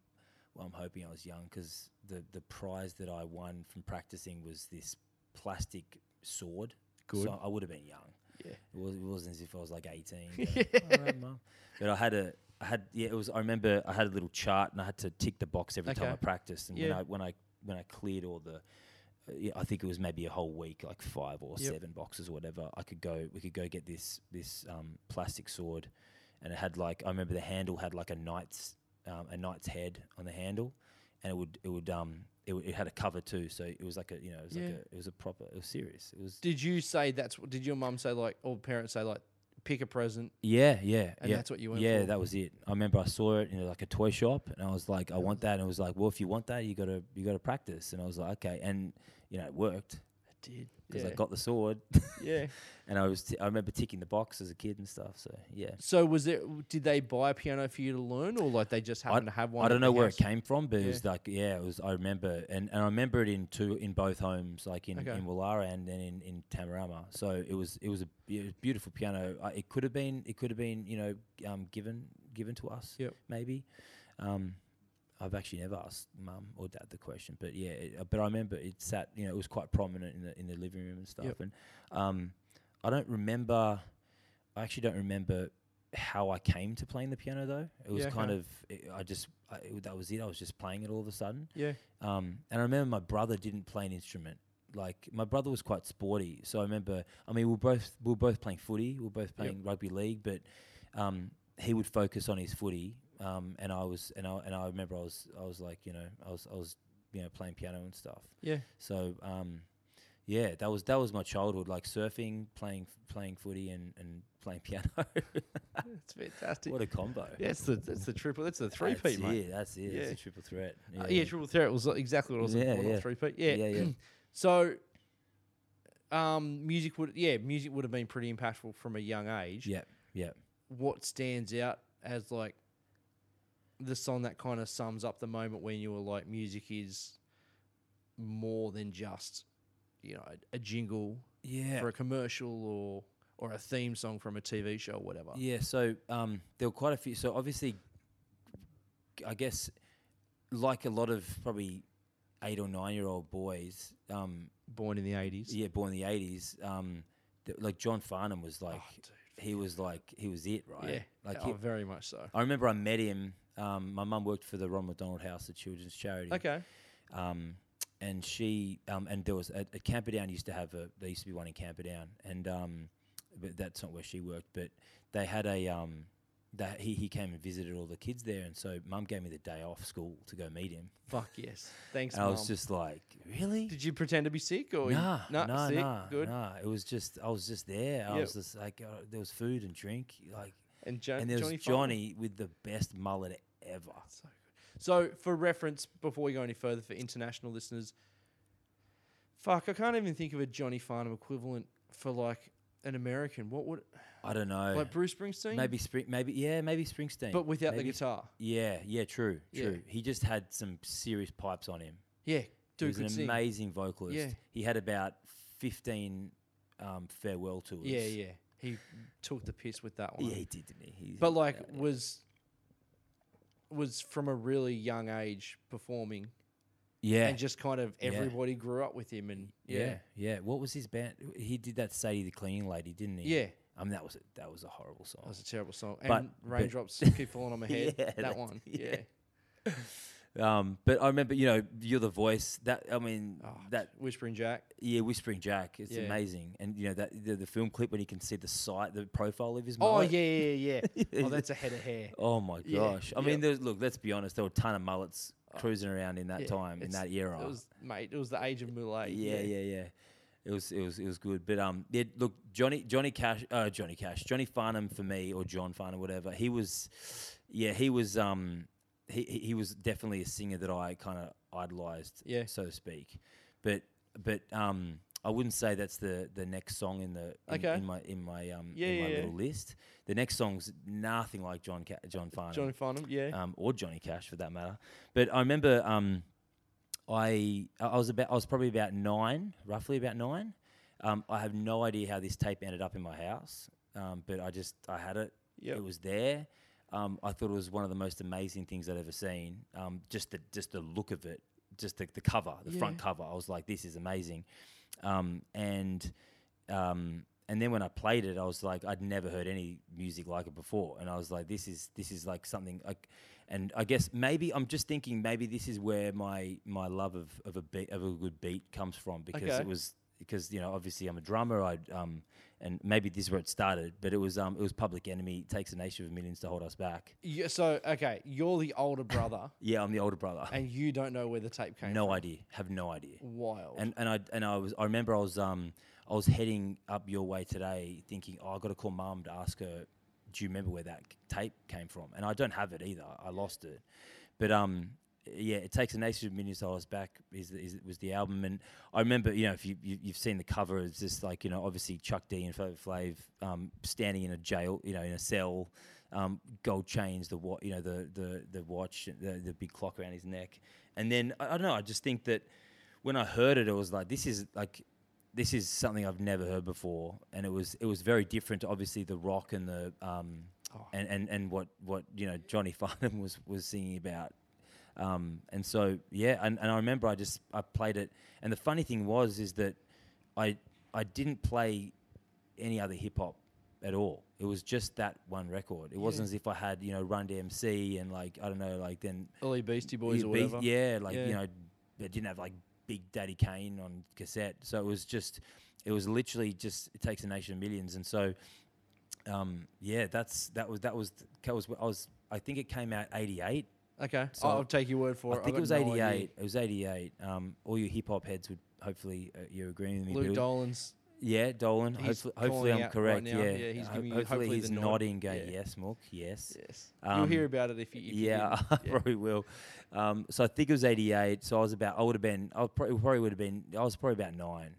well, I'm hoping I was young because the the prize that I won from practicing was this plastic sword. Good. So I would have been young. Yeah. It, was, it wasn't as if I was like 18. But, "All right, Mum." but I had a, I had, yeah, it was, I remember I had a little chart and I had to tick the box every time Okay. I practiced. And when Yeah. I, when I, when I cleared all the, uh, yeah, I think it was maybe a whole week, like five or Yep. seven boxes or whatever. I could go, we could go get this, this, um, plastic sword. And it had like, I remember the handle had like a knight's, um, a knight's head on the handle and it would, it would, um, it, w- it had a cover too, so it was like a, you know, it was like Yeah. a, it was a proper, it was serious. It was Did you say that's? what Did your mum say like, or parents say like, pick a present? Yeah, yeah, And yeah. that's what you went Yeah, for. that was it. I remember I saw it in like a toy shop, and I was like, I want that. And it was like, well, if you want that, you gotta you gotta practice. And I was like, okay, and you know, it worked I did. because yeah. I got the sword, yeah. and I was t- I remember ticking the box as a kid and stuff. So yeah, So was it? Did they buy a piano for you to learn, or like they just happened to have one? I at don't the know where house? it came from, but Yeah. it was like yeah, it was. I remember, and, and I remember it in two in both homes, like in, Okay. in Willara and then in, in Tamarama. So it was it was a beau- beautiful piano. I, it could have been it could have been you know um, given given to us. Yep. maybe. Um, I've actually never asked mum or dad the question, but yeah, it, uh, but I remember it sat. You know, it was quite prominent in the in the living room and stuff. Yep. And um, I don't remember. I actually don't remember how I came to playing the piano though. It was Yeah, kind okay. of it, I just I, it, that was it. I was just playing it all of a sudden. Yeah. Um, and I remember my brother didn't play an instrument. Like my brother was quite sporty, so I remember. I mean, we were both we were both playing footy. We were both playing rugby league, but um, he would focus on his footy, um, and I was and I and I remember I was I was like you know I was I was you know playing piano and stuff. Yeah. So um, yeah, that was that was my childhood, like surfing, playing playing footy, and and playing piano. It's fantastic. what a combo! That's the that's the triple. That's the three that's peat, mate. it, that's it. That's Yeah. a triple threat. Uh, yeah, triple threat was exactly what I was Yeah, looking for. yeah. Not three peat. yeah, Yeah. yeah. So, um, music would yeah, music would have been pretty impactful from a young age. yeah, yeah. What stands out as like the song that kind of sums up the moment when you were like, music is more than just you know a, a jingle Yeah. for a commercial or or a theme song from a TV show or whatever. Yeah, so um, there were quite a few. So obviously, I guess, like a lot of probably eight or nine year old boys, um, Born in the eighties. yeah, born in the eighties, um, th- like John Farnham was like, Oh, dude, he was like, he was it, right? Yeah. Like, oh, he, very much so. I remember I met him. Um, my mum worked for the Ron McDonald House, the children's charity Okay. um, and she um, and there was at, at Camperdown used to have a there used to be one in Camperdown and um, but that's not where she worked but they had a um, that he, he came and visited all the kids there and so mum gave me the day off school to go meet him Fuck yes. Thanks, and I mom. was just like really Did you pretend to be sick or you- nah, nah, nah, sick? nah, Good. nah. It was just, I was just there. I Yep. was just like, uh, there was food and drink, like, And, jo- and there was Johnny. Johnny, Farnham? with the best mullet ever. So good. So for reference, before we go any further, for international listeners, fuck, I can't even think of a Johnny Farnham equivalent for like an American. What would I don't know, like Bruce Springsteen? maybe spring, maybe yeah, maybe Springsteen, but without Maybe the guitar. Yeah, yeah, true, Yeah. true. He just had some serious pipes on him. Yeah, Dude he was could an sing. amazing vocalist. Yeah. He had about 15 um, farewell tours. Yeah, yeah. He took the piss with that one. Yeah, he did, didn't he? He's- But like yeah, yeah. was was from a really young age performing yeah. and just kind of Yeah. everybody grew up with him and yeah, yeah. yeah, What was his band? He did that Sadie the Cleaning Lady, didn't he? Yeah. I mean, that was a, that was a horrible song. That was a terrible song. And But- but- raindrops keep falling on my head. Yeah, that that's- one. Yeah. yeah. Um, but I remember, you know, you're the voice. That I mean, Oh, that Whispering Jack. yeah, Whispering Jack. It's Yeah. amazing, and you know that the, the film clip when you can see the site, the profile of his. Oh mullet. yeah, yeah, yeah. yeah. oh, that's a head of hair. Oh my Yeah, gosh! I yeah. Oh. mean, there's look. Let's be honest. There were a ton of mullets cruising around in that Yeah, time, in it's- that era. It was mate, it was the age of Moulay. yeah, yeah, yeah. It was it was it was good. But um, yeah, look, Johnny Johnny Cash, uh, Johnny Cash, Johnny Farnham for me, or John Farnham, whatever. He was, yeah, he was um, he he he was definitely a singer that I kind of idolized, Yeah. so to speak. But but um, I wouldn't say that's the the next song in the in, Okay. in my in my um Yeah, in my yeah, yeah. little list. The next song's nothing like John Ca- John Farnham Johnny Farnham, yeah. um, or Johnny Cash for that matter. But I remember um, I I was about I was probably about nine, roughly about nine. Um, I have no idea how this tape ended up in my house, um, but I just I had it. Yep. It was there. Um, I thought it was one of the most amazing things I'd ever seen. Um, just the just the look of it, just the, the cover, the front cover. I was like, this is amazing. Um, and um, and then when I played it, I was like, I'd never heard any music like it before, and I was like, this is this is like something. I, and I guess maybe I'm just thinking maybe this is where my my love of, of a beat of a good beat comes from because Okay. it was because you know obviously I'm a drummer I um and maybe this is where it started but it was um it was Public Enemy It takes a nation of millions to hold us back yeah. So okay, you're the older brother yeah I'm the older brother and you don't know where the tape came no idea have no idea from. Wild. And and I and I was I remember I was um I was heading up your way today thinking oh I got to call mum to ask her do you remember where that tape came from and I don't have it either I lost it but um yeah it takes a nation of millions dollars back is, the- is was the album and I remember you know if you, you you've seen the cover it's just like you know obviously Chuck D and Flavor Flav um standing in a jail you know in a cell. Um, gold chains, the wa- you know the the the watch, the, the big clock around his neck, and then I, I don't know. I just think that when I heard it, it was like this is like this is something I've never heard before, and it was it was very different to obviously the rock and the um Oh. and, and and what what you know Johnny Farnham was was singing about. Um, and so yeah, and, and I remember I just I played it, and the funny thing was is that I I didn't play any other hip hop at all. It was just that one record. It wasn't as if I had you know Run DMC and like I don't know like then Early Beastie Boys yeah, or Beast- whatever. Yeah, like Yeah. you know, they didn't have like Big Daddy Kane on um, cassette, so it was just, it was literally just it takes a nation of millions, and so, um, yeah, that's that was that was that was I was I think it came out eighty eight. Okay, So I'll take your word for I it. I've think got it was no eighty idea. eight. It was eighty eight. Um, all you hip hop heads would hopefully uh, you're agreeing with me. but it Luke was- Dolan's. yeah, Dolan. He's Hopefully, calling hopefully out I'm right correct. now. yeah, Yeah, he's Ho- giving you- hopefully, hopefully he's the nod. nodding, going Yeah. yes, Mook, yes. Yes, you'll Um, hear about it if you. If you yeah, didn't. I probably will. Um, so I think it was '88. So I was about. I would have been. I would probably, probably would have been. I was probably about nine,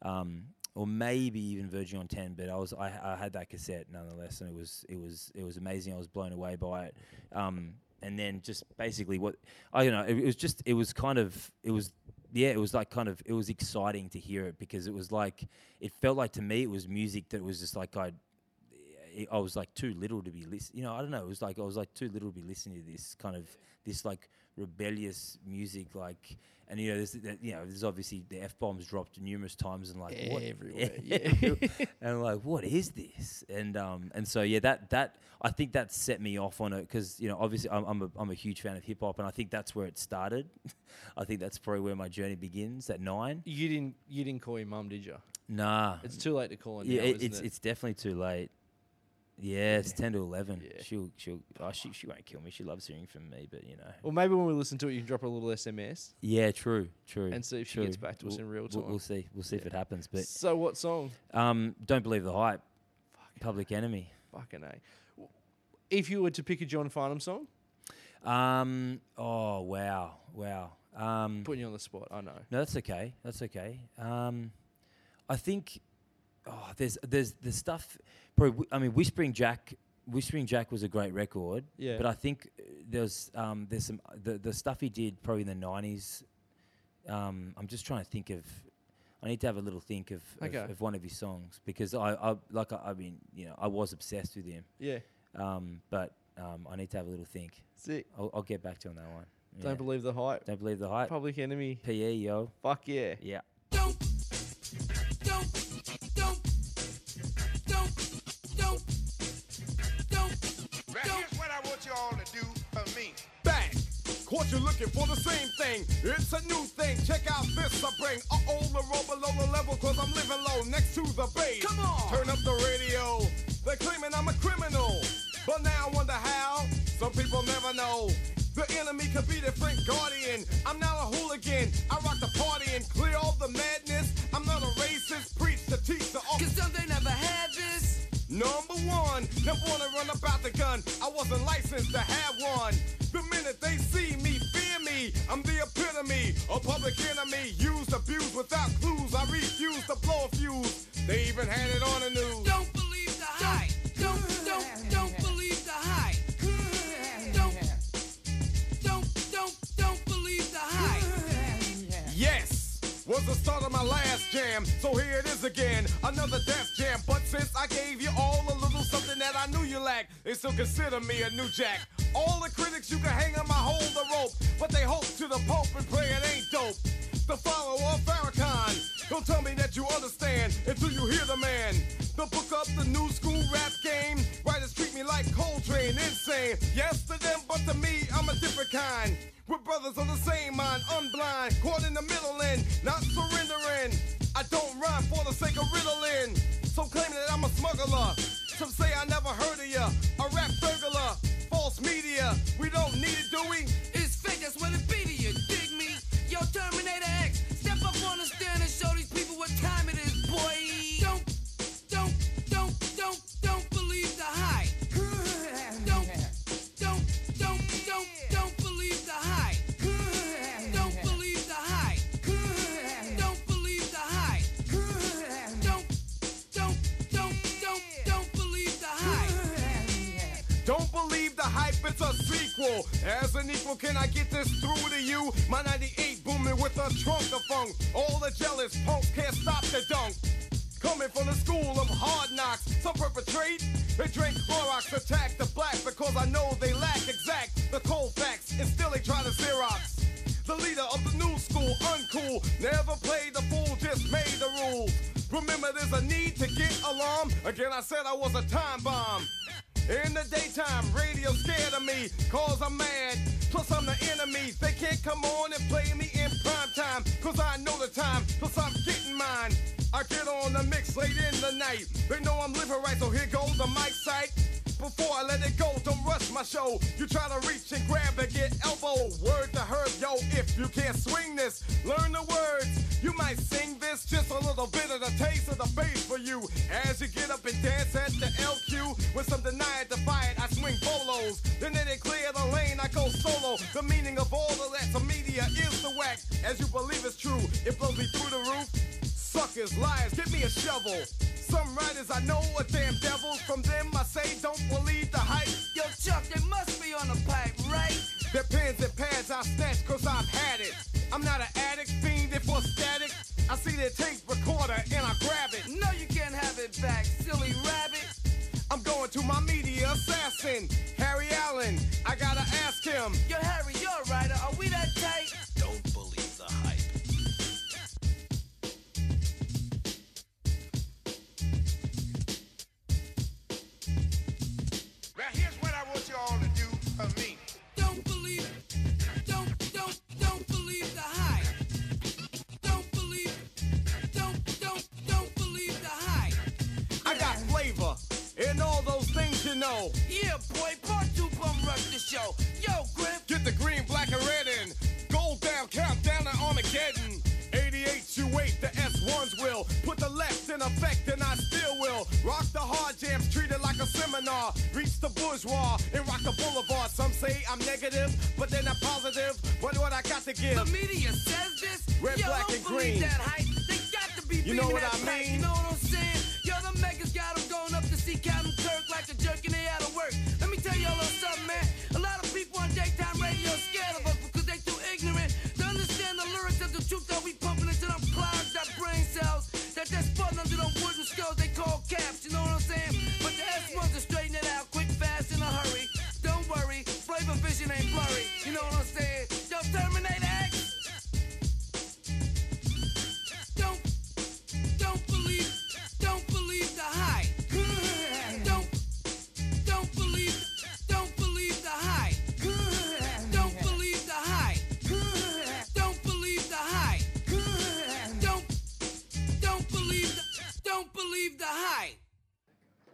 um, or maybe even verging on ten. But I was. I, I had that cassette nonetheless, and it was. It was. It was amazing. I was blown away by it. Um, and then just basically what I don't know. It, it was just. It was kind of. It was. Yeah, it was like kind of. It was exciting to hear it because it was like. It felt like to me it was music that was just like I it- I was like too little to be listen. You know, I don't know. It was like I was like too little to be listening to this kind of this like rebellious music, like and you know, there's that- you know, there's obviously the f bombs dropped numerous times and like what Everywhere, and like what is this? And um and so yeah, that that I think that set me off on it because you know obviously I'm I'm a, I'm a huge fan of hip hop and I think that's where it started. I think that's probably where my journey begins at nine. You didn't. You didn't call your mum, did you? Nah, It's too late to call her now, yeah, it- isn't it's it? it's definitely too late. Yeah, it's ten to eleven. Yeah. She'll she'll oh, she she won't kill me. She loves hearing from me, but you know. Well, maybe when we listen to it, you can drop her a little SMS. Yeah, true, true. And see if she gets back to us We'll- in real we'll- time. We'll see. We'll see if it happens. But so what song? um, don't believe the hype. Public Enemy. Fucking a. If you were to pick a John Farnham song, Um. Oh wow, wow. Um. putting you on the spot. I know. No, that's okay. That's okay. Um, I think oh, there's there's the stuff. Probably, I mean, Whispering Jack. Whispering Jack was a great record. Yeah. But I think uh, there's um, there's some the the stuff he did probably in the '90s Um, I'm just trying to think of. I need to have a little think of of, Okay. of one of his songs because I, I like I, I mean you know I was obsessed with him, Yeah. um, but um, I need to have a little think. Sick. I'll, I'll get back to you on that one. Yeah. Don't believe the hype. Don't believe the hype. Public Enemy. PE yo. Fuck yeah. Yeah. Don't, don't, don't, don't, don't, don't. Right, here's what I want you all to do for me. Bang! Caught you looking for the same thing. It's a new thing. Check out this I bring. Uh oh, the roll below the level, cause I'm living low next to the base. Come on! Turn up the radio. They're claiming I'm a criminal. But now I wonder how. Some people never know. The enemy could be their friend guardian. I'm now a hooligan. I rock the party and clear all the madness. I'm not a racist. Preach the teach the Cause some they never had this. Number one, them wanna run about the gun. I wasn't licensed to have one. The minute they see me, fear me. I'm the epitome, a public enemy. Used, abused without clues. I refuse to blow a fuse. They even had it on the news. Don't believe the hype. Don't, don't, don't believe the hype. Don't, don't, don't, don't believe the hype. Yes, was the start of my last jam. So here it is again, another death jam. But since I gave you all a little something that I knew you lacked, they still consider me a new jack. All the critics you can hang on my hold the rope, but they hope to the pope and pray it ain't dope. The follower of Farrakhan, don't tell me that you understand until you hear the man. The book up the new school rap game. Writers treat me like Coltrane, insane. Yes to them, but to me, I'm a different kind. We're brothers on the same mind, unblind, caught in the middle and not surrendering. I don't rhyme for the sake of riddling. So claiming that I'm a smuggler. Some say I never heard of ya. A rap burglar, false media. We don't need it, do we? It's fake, that's what it be to you. Dig me. Yo, Terminator X, step up on the stand and show these people what time it is, boy. Don't, don't, don't, don't, don't believe the hype. Don't, don't, don't, don't, don't believe the hype. Don't believe the hype. Don't believe the hype. Don't, don't, don't, don't, don't believe the hype. Don't believe the hype, it's a sequel. As an equal, can I get this through to you? My 98 booming with a trunk of funk. All the jealous punks can't stop the dunk. Coming from the school of hard knocks, some perpetrate. They drink Clorox, attack the black because I know they lack exact the cold facts, and still they try to Xerox. The leader of the new school, uncool, never played the fool, just made the rules. Remember, there's a need to get alarm. Again, I said I was a time bomb. In the daytime, radio scared of me, cause I'm mad. Plus, I'm the enemy. They can't come on and play me in prime time, cause I know the time. Plus, I'm getting mine. I get on the mix late in the night. They know I'm living right, so here goes the mic sight. Before I let it go, don't rush my show. You try to reach and grab and get elbow. Word to herb, yo, if you can't swing this, learn the words. You might sing this, just a little bit of the taste of the bass for you. As you get up and dance at the LQ, with some denied, defiant, I swing bolos. Then they clear the lane, I go solo. The meaning of all of that to media is the whack. As you believe it's true, it blows me through the roof. Suckers, liars, give me a shovel. Some writers I know are damn devils. From them I say, don't believe the hype. Yo, Chuck, they must be on the pipe, right? Their pens and pads I snatch cause I've had it. I'm not an addict, fiending for static. I see their tape recorder and I grab it. No, you can't have it back, silly rabbit. I'm going to my media assassin, Harry Allen. I gotta ask him. Yo, Harry, you're a writer. Are we that tight? Right, here's what I want you all to do for me. Don't believe, don't, don't, don't believe the hype. Don't believe, don't, don't, don't believe the hype. I got flavor and all those things you know. Yeah, boy, part two bum rush the show. Yo, Griff, Get the green, black, and red in. Gold down, countdown to Armageddon. 88, you wait, the S1s will. Put the left in effect, and I still will. Rock the hard jams, treat it like a seminar. Reach the bourgeois and rock the boulevard. Some say I'm negative, but then I'm positive. What what I got the to give? media says this. Red, Yo, black, don't and believe green. that hype. They got to be You know beating what that I pipe, You mean? know what I'm saying? Yo, the Megas got 'em going up to see Captain Kirk like a jerk and they out of work. Let me tell you all something, man. A lot of people on daytime radio scared of us because they too ignorant to understand the lyrics of the true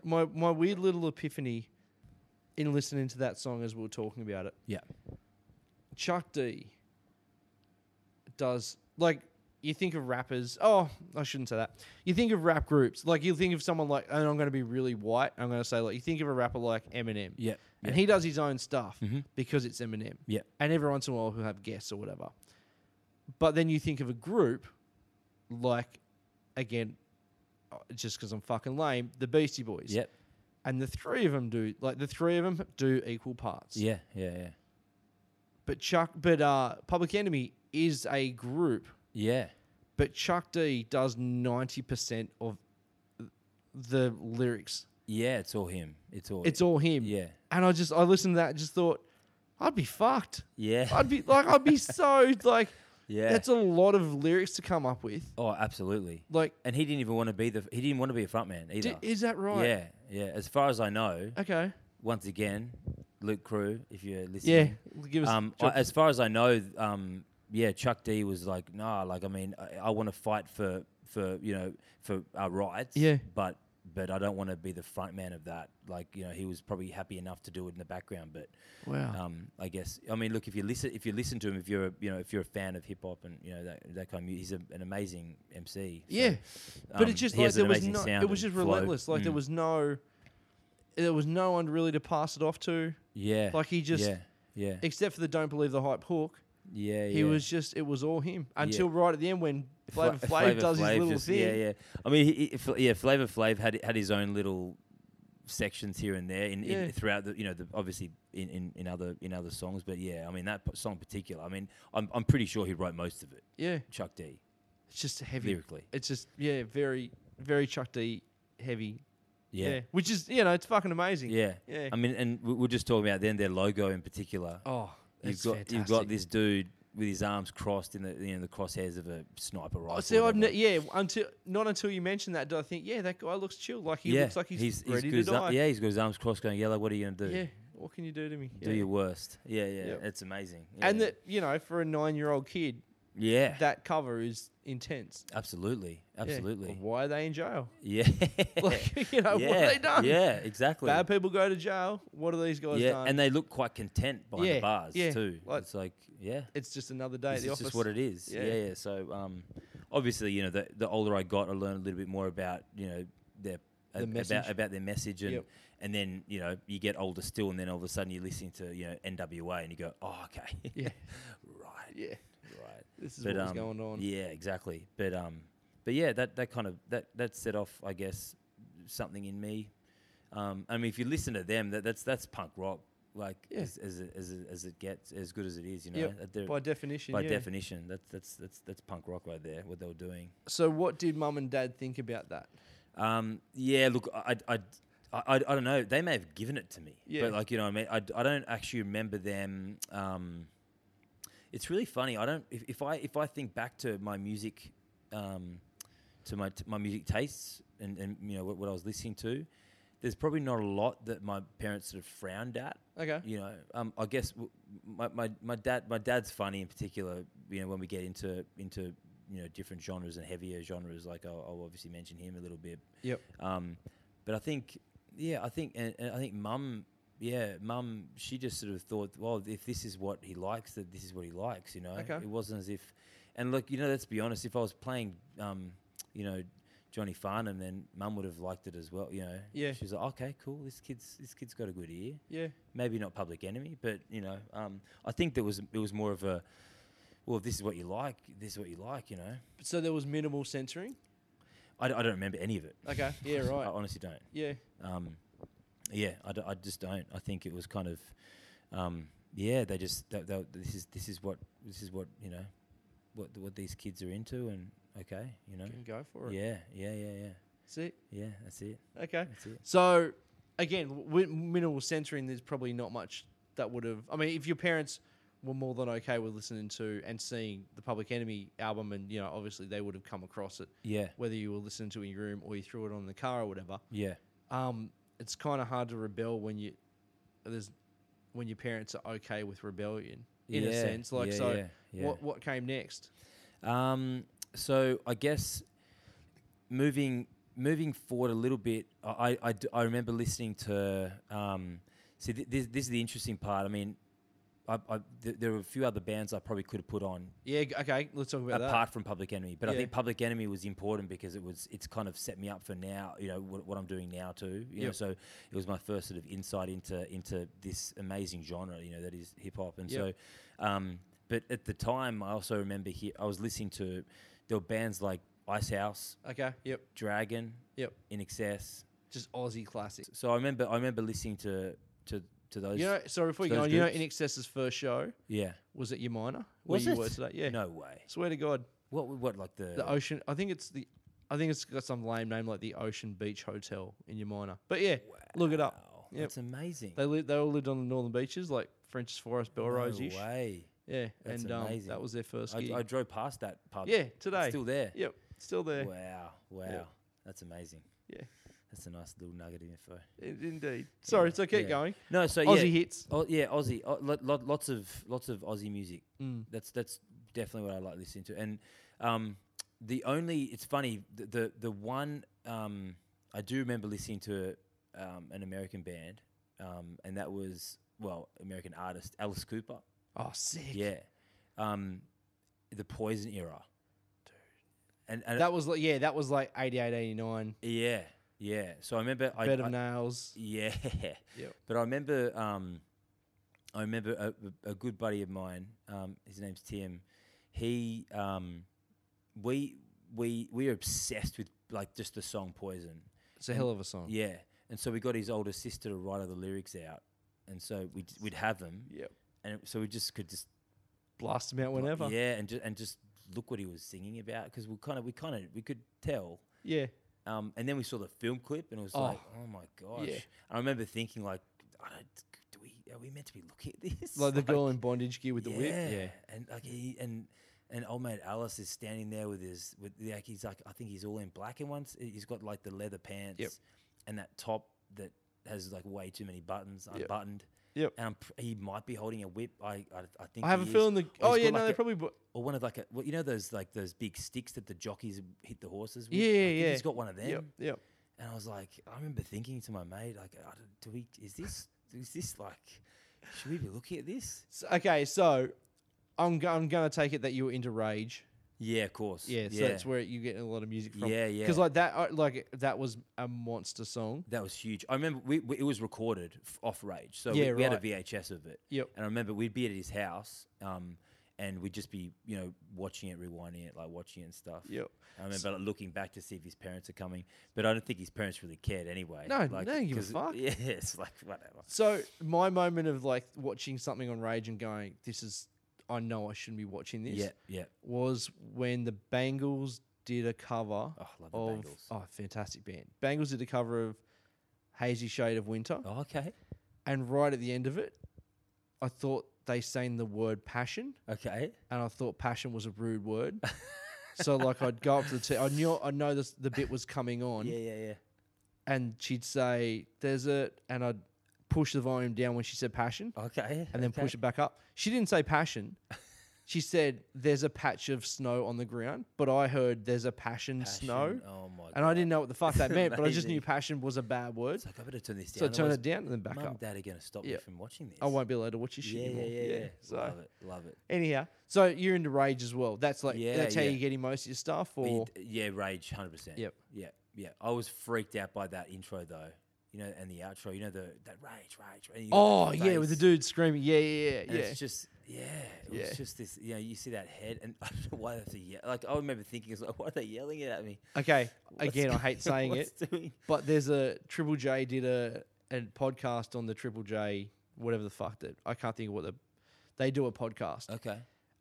my my weird little epiphany in listening to that song as we were talking about it. Yeah. Chuck D does like you think of rappers. Oh, I shouldn't say that. You think of rap groups. Like you think of someone like, and I'm going to be really white. I'm going to say like you think of a rapper like Eminem. Yeah, Mm-hmm. And he does his own stuff because it's Eminem. Yeah. And every once in a while he'll have guests or whatever. But then you think of a group like, again, uh, just because I'm fucking lame, the Beastie Boys. Yep. And the three of them do like the three of them do equal parts. Yeah. Yeah. Yeah. But Chuck, but uh, Public Enemy is a group, Yeah. but Chuck D does ninety percent of the lyrics. Yeah. It's all him. It's all. It's all him. Yeah. And I just I listened to that and just thought, I'd be fucked. Yeah. I'd be like I'd be so like Yeah. That's a lot of lyrics to come up with. oh, absolutely. Like And he didn't even want to be the. He didn't want to be a frontman d- either. is that right? Yeah. Yeah. As far as I know, Okay. once again, Luke Crew, if you're Yeah. listening. Give us Um, I, Chuck- as far as I know, um, yeah, Chuck D was like, nah, like I mean, I, I want to fight for for you know for our rights. Yeah. But but I don't want to be the front man of that. Like you know, he was probably happy enough to do it in the background. But Wow. um, I guess I mean, look, if you listen, if you listen to him, if you're a, you know if you're a fan of hip hop and you know that that kind of music, he's a, an amazing MC. so, Yeah. but um, it's just he like has an there was amazing no, sound it was and just flow. relentless. Like there Mm. was no there was no one really to pass it off to. yeah, like, he just- yeah, yeah, Except for the don't believe the hype hook. yeah. He yeah. was just it was all him. Until right at the end when Flavor Fla- Flav Flavor does his Flav little just- thing. Yeah, yeah. I mean, he, he- Fl- yeah, Flavor Flav had had his own little sections here and there in, Yeah. in throughout the you know the, obviously in, in, in other in other songs, but yeah, I mean that p- song in particular. I mean, I'm I'm pretty sure he wrote most of it. Yeah. Chuck D. It's just heavy. Lyrically. It's just yeah, very very Chuck D heavy. Yeah. yeah. Which is you know, it's fucking amazing. Yeah. Yeah. I mean, and we we we're just talking about then their logo in particular. Oh, it's you've got fantastic. you've got this dude with his arms crossed in the you know the crosshairs of a sniper rifle. Oh, see, I've ne- whatever. yeah, until not until you mentioned that did I think yeah, that guy looks chill. Like he looks like he's, he's ready got to his ar- die. yeah, he's got his arms crossed, going, "Yellow, what are you gonna do? Yeah, What can you do to me? Do Yeah. your worst." Yeah, yeah, Yep. it's amazing. And Yeah. that you know, for a nine-year-old kid, Yeah. that cover is intense. absolutely. Yeah. Absolutely. Why are they in jail? Yeah. Like you know, yeah. what have they done? Yeah, exactly. Bad people go to jail. What are these guys yeah, done? and they look quite content behind Yeah, the bars yeah, too. like- it's like, yeah. it's just another day This at the is office. just what it is. Yeah, Yeah. yeah. So um, obviously, you know, the, the older I got, I learned a little bit more about, you know, their The a- message. about about their message and Yep. and then, you know, you get older still and then all of a sudden you're listening to, you know, NWA and you go, Oh, okay. Yeah. right. Yeah. Right. This is But, what's um, going on. Yeah, exactly. But um, but yeah, that that kind of that that set off, I guess, something in me. Um, I mean, if you listen to them, that that's that's punk rock, like Yeah. as as it, as it, as it gets, as good as it is, you know. Yep, that they're- by definition, by yeah. definition, that's that's that's that's punk rock right there. What they were doing. So, what did mum and dad think about that? Um, yeah, look, I, I, I, I, I don't know. They may have given it to me, Yeah. but like you know, what I mean, I, I don't actually remember them. Um, it's really funny. I don't. If, if I if I think back to my music, um, to my t- my music tastes and and you know what, what I was listening to, there's probably not a lot that my parents sort of frowned at. Okay. You know, um, I guess w- my, my, my dad my dad's funny in particular. You know, when we get into into you know different genres and heavier genres, like I'll, I'll obviously mention him a little bit. Yep. Um, but I think, yeah, I think, and, and I think mum, yeah, mum, she just sort of thought, well, if this is what he likes, that this is what he likes, you know. Okay. It wasn't as if, and look, you know, let's be honest, if I was playing, um, you know, Johnny Farnham, then mum would have liked it as well, you know. Yeah. She was like, okay, cool, this kid's this kid's got a good ear Yeah. maybe not public enemy, but you know, um, I think there was it was more of a well, if this is what you like, this is what you like, you know. So there was minimal censoring. I, d- I don't remember any of it. Okay. Yeah. I Right. honestly don't. Yeah. Um, yeah, I, d- I just don't. I think it was kind of um, yeah, they just they, they, this is this is what this is what you know what what these kids are into, and okay, you know, Can go for it. yeah, yeah, yeah, yeah, That's it. yeah. That's it. Okay. That's it. So, again, wi- minimal censoring. There's probably not much that would have. I mean, if your parents were more than okay with listening to and seeing the Public Enemy album, and you know, obviously they would have come across it, Yeah, whether you were listening to it in your room or you threw it on the car or whatever. yeah, Um, it's kind of hard to rebel when you there's when your parents are okay with rebellion in a Yeah, sense. Like yeah, so, yeah, yeah. what what came next? Um, so I guess moving moving forward a little bit, I, I- I d- I remember listening to. Um, see, th- this, this is the interesting part. I mean, I, I, th- there were a few other bands I probably could have put on Yeah. g- Okay. Let's talk about apart from Public Enemy, but I Yeah. think Public Enemy was important because it was it's kind of set me up for now. You know what, what I'm doing now too. You know, Yep. so it was my first sort of insight into into this amazing genre. You know, that is hip hop, and Yep. so. Um, but at the time, I also remember here I was listening to there were bands like Ice House, that. Okay. Yep. Dragon, Yep. In Excess. Just Aussie classics. So I remember I remember listening to to to those. You know. So before you those go on, you know, groups. In Excess's first show yeah. was at your minor. Where Was you it? were today? Yeah. No way. Swear to God, What what like the, the ocean. I think it's the. I think it's got some lame name like the Ocean Beach Hotel in your minor. But yeah, look it Wow, up. Yep. That's amazing. They li- they all lived on the northern beaches, like French's Forest, Belrose ish. no way. Yeah, That's and um, amazing. that was their first I, gig. I drove past that pub. yeah, It's today. still there. Yep, still there. Wow. Wow. That's amazing. Yeah, That's a nice little nugget of info. in- indeed. Sorry, so keep Yeah. going. No, so yeah, Aussie hits. Oh, yeah, Aussie. Oh, lo- lo- lots of lots of Aussie music. Mm. That's that's definitely what I like listening to. And um, the only it's funny the the, the one um, I do remember listening to um, an American band, um, and that was well American artist Alice Cooper. Oh, sick. Yeah, um, the Poison era. And, and That was like yeah, that was like 88, 89, Yeah, yeah. So I remember I, Bed of I- Nails. yeah. Yep. But I remember um, I remember a, a good buddy of mine. Um, his name's Tim. He um, we we we are obsessed with like just the song Poison. It's a hell of a song. Yeah. And so we got his older sister to write all the lyrics out, and so we'd we'd have them. Yep. And it, so we just could just Blast them out whenever. Yeah. yeah, and just and just look what he was singing about because we kind of we kind of we could tell um, and then we saw the film clip, and it was like, oh my gosh! yeah. And I remember thinking, like, I don't, do we are we meant to be looking at this? Like the girl in bondage gear with the yeah. whip. Yeah. and like he and and old mate Alice is standing there with his with like he's like I think he's all in black and once he's got like the leather pants and that top that has like way too many buttons unbuttoned. Yep. And I'm, pr- he might be holding a whip. I I, I think I have he a is. feeling the Or oh he's yeah got, no like, they a- probably bu- or one of like a well, you know those like those big sticks that the jockeys hit the horses with. Yeah, I yeah, think yeah. He's got one of them. yep yep And I was like, I remember thinking to my mate, like, I don't- do we? Is this? Is this like? Should we be looking at this? So- okay so I'm go- I'm gonna take it that you were into Rage Yeah, of course. yeah so that's where you get a lot of music from Yeah, because yeah. like that uh, like that was a monster song That was huge. I remember we, we, it was recorded f- off rage, so we- Yeah, we, had a right. VHS of it. Yep. And I remember we'd be at his house, um, and we'd just be you know watching it, rewinding it, like watching it and stuff. Yep. I remember like, looking back to see if his parents are coming, but I don't think his parents really cared anyway. No, like, they didn't give a 'cause- fuck. Yeah, it's like whatever. So my moment of like watching something on Rage and going, "This is, I know I shouldn't be watching this." Yeah, yeah. Was when the Bangles did a cover Oh, love the of Bangles. oh, fantastic band. Bangles did a cover of "Hazy Shade of Winter," Oh, okay. and right at the end of it, I thought they sang the word passion, Okay. and I thought passion was a rude word. so like I'd go up to the, t- I knew I know this the bit was coming on, Yeah, yeah, yeah. and she'd say desert, and I'd push the volume down when she said passion. Okay. and then push it back up. She didn't say passion. She said there's a patch of snow on the ground, but I heard there's a passion, snow. Oh my and I didn't know what the fuck that meant, but I just knew Amazing. passion was a bad word. It's like I better turn this So I down. turned otherwise it down and then back Mum up. and dad are going to stop Yeah. me from watching this. I won't be allowed to watch your shit Yeah, yeah, anymore. yeah, yeah. So love it, love it. anyhow, so you're into rage as well. That's like Yeah, that's how yeah. you're getting most of your stuff, But or you- yeah, rage, hundred percent. Yep. Yeah, yeah. I was freaked out by that intro though, you know, and the outro. You know, the that rage, rage. rage you know, oh yeah, with the bass. dude screaming, yeah, yeah, yeah, And yeah. It's just yeah, it Yeah. was just this. You know, you see that head, and I don't know why they have to yell. Like I remember thinking, it's like, why are they yelling it at me? okay, What's again, I go- hate saying it, what's doing- But there's a Triple J did a a podcast on the Triple J whatever the fuck that I can't think of what the they do a podcast Okay.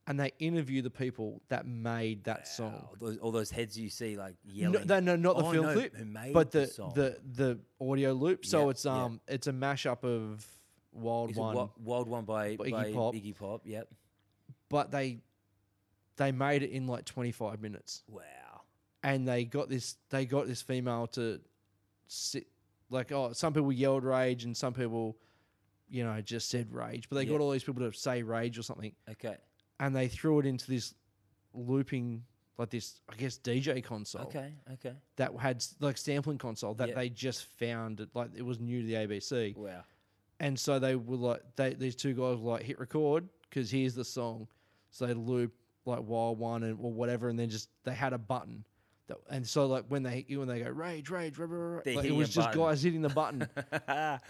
and they interview the people that made that song. All those, all those heads you see, like No, yelling. no, no, not the Oh, film no, clip, who made but the song. the, the audio loop. So Yeah, it's yeah. um it's a mashup of Wild Is it One, Wi- Wild One by, by Iggy by Pop. Iggy Pop. Yep. but they they made it in like 25 minutes. Wow. and they got this they got this female to sit like oh some people yelled rage and some people you know just said rage but they Yeah. got all these people to say rage or something Okay. and they threw it into this looping like this, I guess, DJ console Okay, okay. that had s- like sampling console that Yeah. they just found. it- Like it was new to the ABC. Wow. And so they were like, they, these two guys were like, hit record because here's the song. So they loop like Wild One and or whatever, and then just they had a button. That, and so like when they when they go rage rage, rah, rah, rah, They're like, it hitting a was just button. guys hitting the button,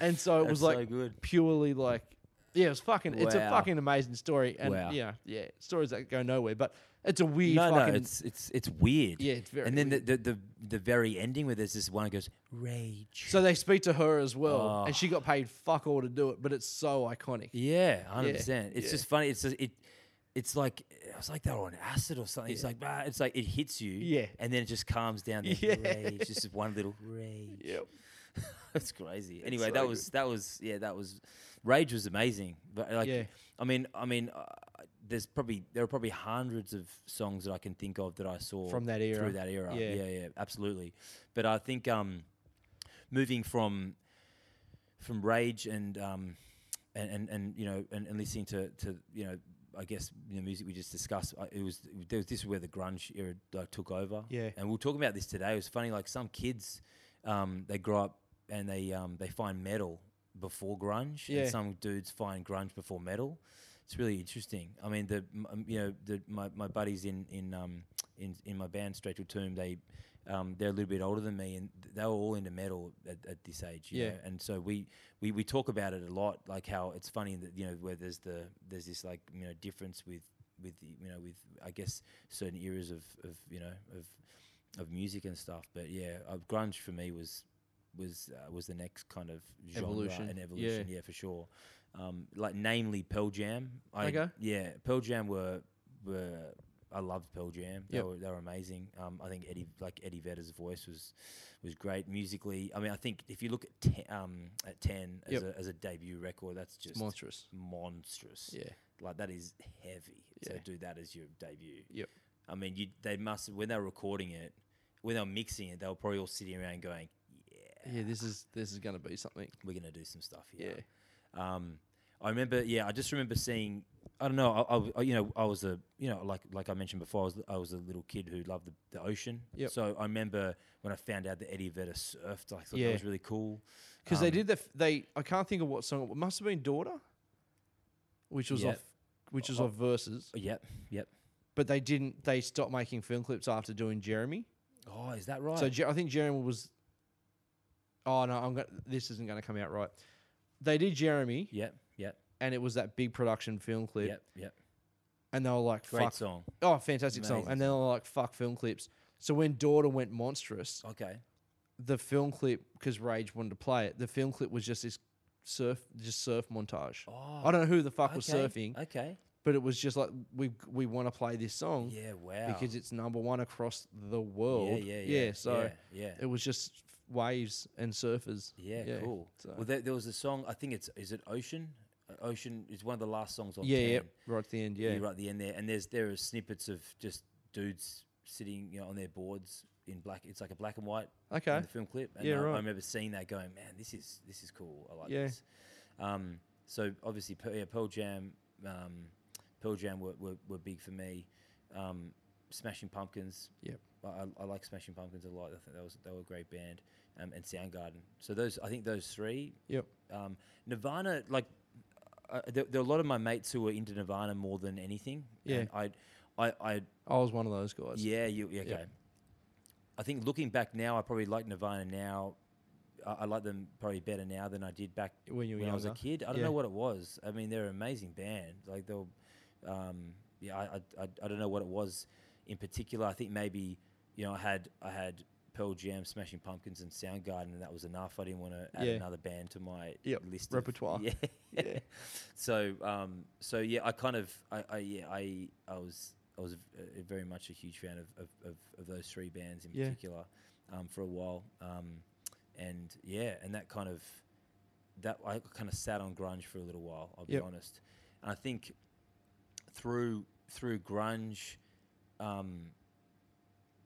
and so it That's was so like good. purely like yeah, it was fucking. It's a Wow. fucking amazing story, and Wow. yeah, yeah, stories that go nowhere, but it's a weird No, no, fucking. it's it's it's weird. Yeah, it's very And then the, the the the very ending where there's this one that goes rage. so they speak to her as well, Oh. and she got paid fuck all to do it, but it's so iconic. Yeah, hundred Yeah, percent. It's yeah. just funny. It's just, it. It's like I was like that on acid or something. It's like ah, it's like it hits you. Yeah. and then it just calms down. Then Yeah. rage. Just this one little rage. Yep. That's crazy. Anyway, so that good. was that was yeah, that was rage was amazing. But like, Yeah. I mean, I mean, uh, there's probably there are probably hundreds of songs that I can think of that I saw From that era. through that era. Yeah. Yeah, yeah, absolutely. But I think um, moving from from rage and um, and, and, and you know and, and listening to, to you know I guess you know, music we just discussed I- it was there was this is where the grunge era like took over Yeah. and we were talking about this today it was funny like some kids um, they grow up and they um, they find metal before grunge Yeah. and some dudes find grunge before metal it's really interesting I mean the m- um, you know the my, my buddies in in um, in in my band Straight to Tomb they um, they're a little bit older than me and th- they were all into metal at, at this age you Yeah. know, and so we, we we talk about it a lot like how it's funny that you know where there's the there's this like you know difference with with the, you know with i guess certain eras of of you know of of music and stuff but yeah uh, grunge for me was was uh, was the next kind of genre Evolution, and yeah. evolution yeah, for sure um like namely pearl jam I, Okay. yeah pearl jam were were I loved Pearl Jam. They Yep. were they were amazing. Um, I think Eddie like Eddie Vedder's voice was was great musically. I mean, I think if you look at ten, um, at ten as, Yep. a, as a debut record, that's just monstrous. monstrous. Yeah. like that is heavy. Yeah. So do that as your debut. Yep. I mean, you they must when they were recording it, when they were mixing it, they were probably all sitting around going, Yeah, this is this is gonna be something. "We're gonna do some stuff here." Um, I remember, yeah, I just remember seeing. I don't know. I, I w- I- you know, I was a, you know, like like I mentioned before, I was I was a little kid who loved the, the ocean. Yep. So I remember when I found out that Eddie Vedder surfed. I thought Yeah. that was really cool. because they Um, did the f- they. I can't think of what song it was. must have been Daughter, which was Yeah. off, which was Oh. off Verses. Yep. Yep. But they didn't. They stopped making film clips after doing Jeremy. Oh, is that right? So Jer- I think Jeremy was. Oh no, I'm gonna, this isn't going to come out right. They did Jeremy, yep. Yep. and it was that big production film clip, Yep. Yep. and they were like, Great "Fuck, song. oh, fantastic song!" Amazing And then they were like, "Fuck film clips." So when Daughter went monstrous, Okay. the film clip because Rage wanted to play it. The film clip was just this surf, just surf montage. Oh, I don't know who the fuck was okay, surfing, Okay. but it was just like we we want to play this song Yeah. Wow. because it's number one across the world. yeah, yeah, so yeah, yeah. it was just waves and surfers. Yeah, cool. Well, there, there was a song. I think it's is it Ocean. Uh, Ocean is one of the last songs on. yeah, yeah, 10. right at the end. yeah. Yeah, right at the end there. And there's there are snippets of just dudes sitting you know, on their boards in black. It's like a black and white Okay. in the film clip. And Yeah, I, right. I remember seeing that, going, man, this is this is cool. I like Yeah. this. Um, so obviously, Pearl, yeah, Pearl Jam, um, Pearl Jam were, were, were big for me. Um, Smashing Pumpkins, Yep. I, I, I like Smashing Pumpkins a lot. I think that was they were a great band, um, and Soundgarden. So those, I think those three yep, um, Nirvana, like uh, there, there are a lot of my mates who were into Nirvana more than anything. Yeah. and I, I, I, I was one of those guys. yeah, you yeah, okay. I think looking back now, I probably like Nirvana now. I, I like them probably better now than I did back When you were I was a younger. kid. I don't Yeah. know what it was. I mean, they're an amazing band. Like they'll, um, yeah, I, I, I, I don't know what it was in particular. I think maybe you know I had I had Pearl Jam, Smashing Pumpkins, and Soundgarden, and that was enough. I didn't want to add Yeah. another band to my Yep, list repertoire. Of, yeah. yeah. So um, so yeah, I kind of I, I yeah I I was I was uh, very much a huge fan of of, of, of those three bands in Yeah. particular um, for a while. Um, and yeah, and that kind of that I kind of sat on grunge for a little while. I'll Yep. be honest, and I think through through grunge, um,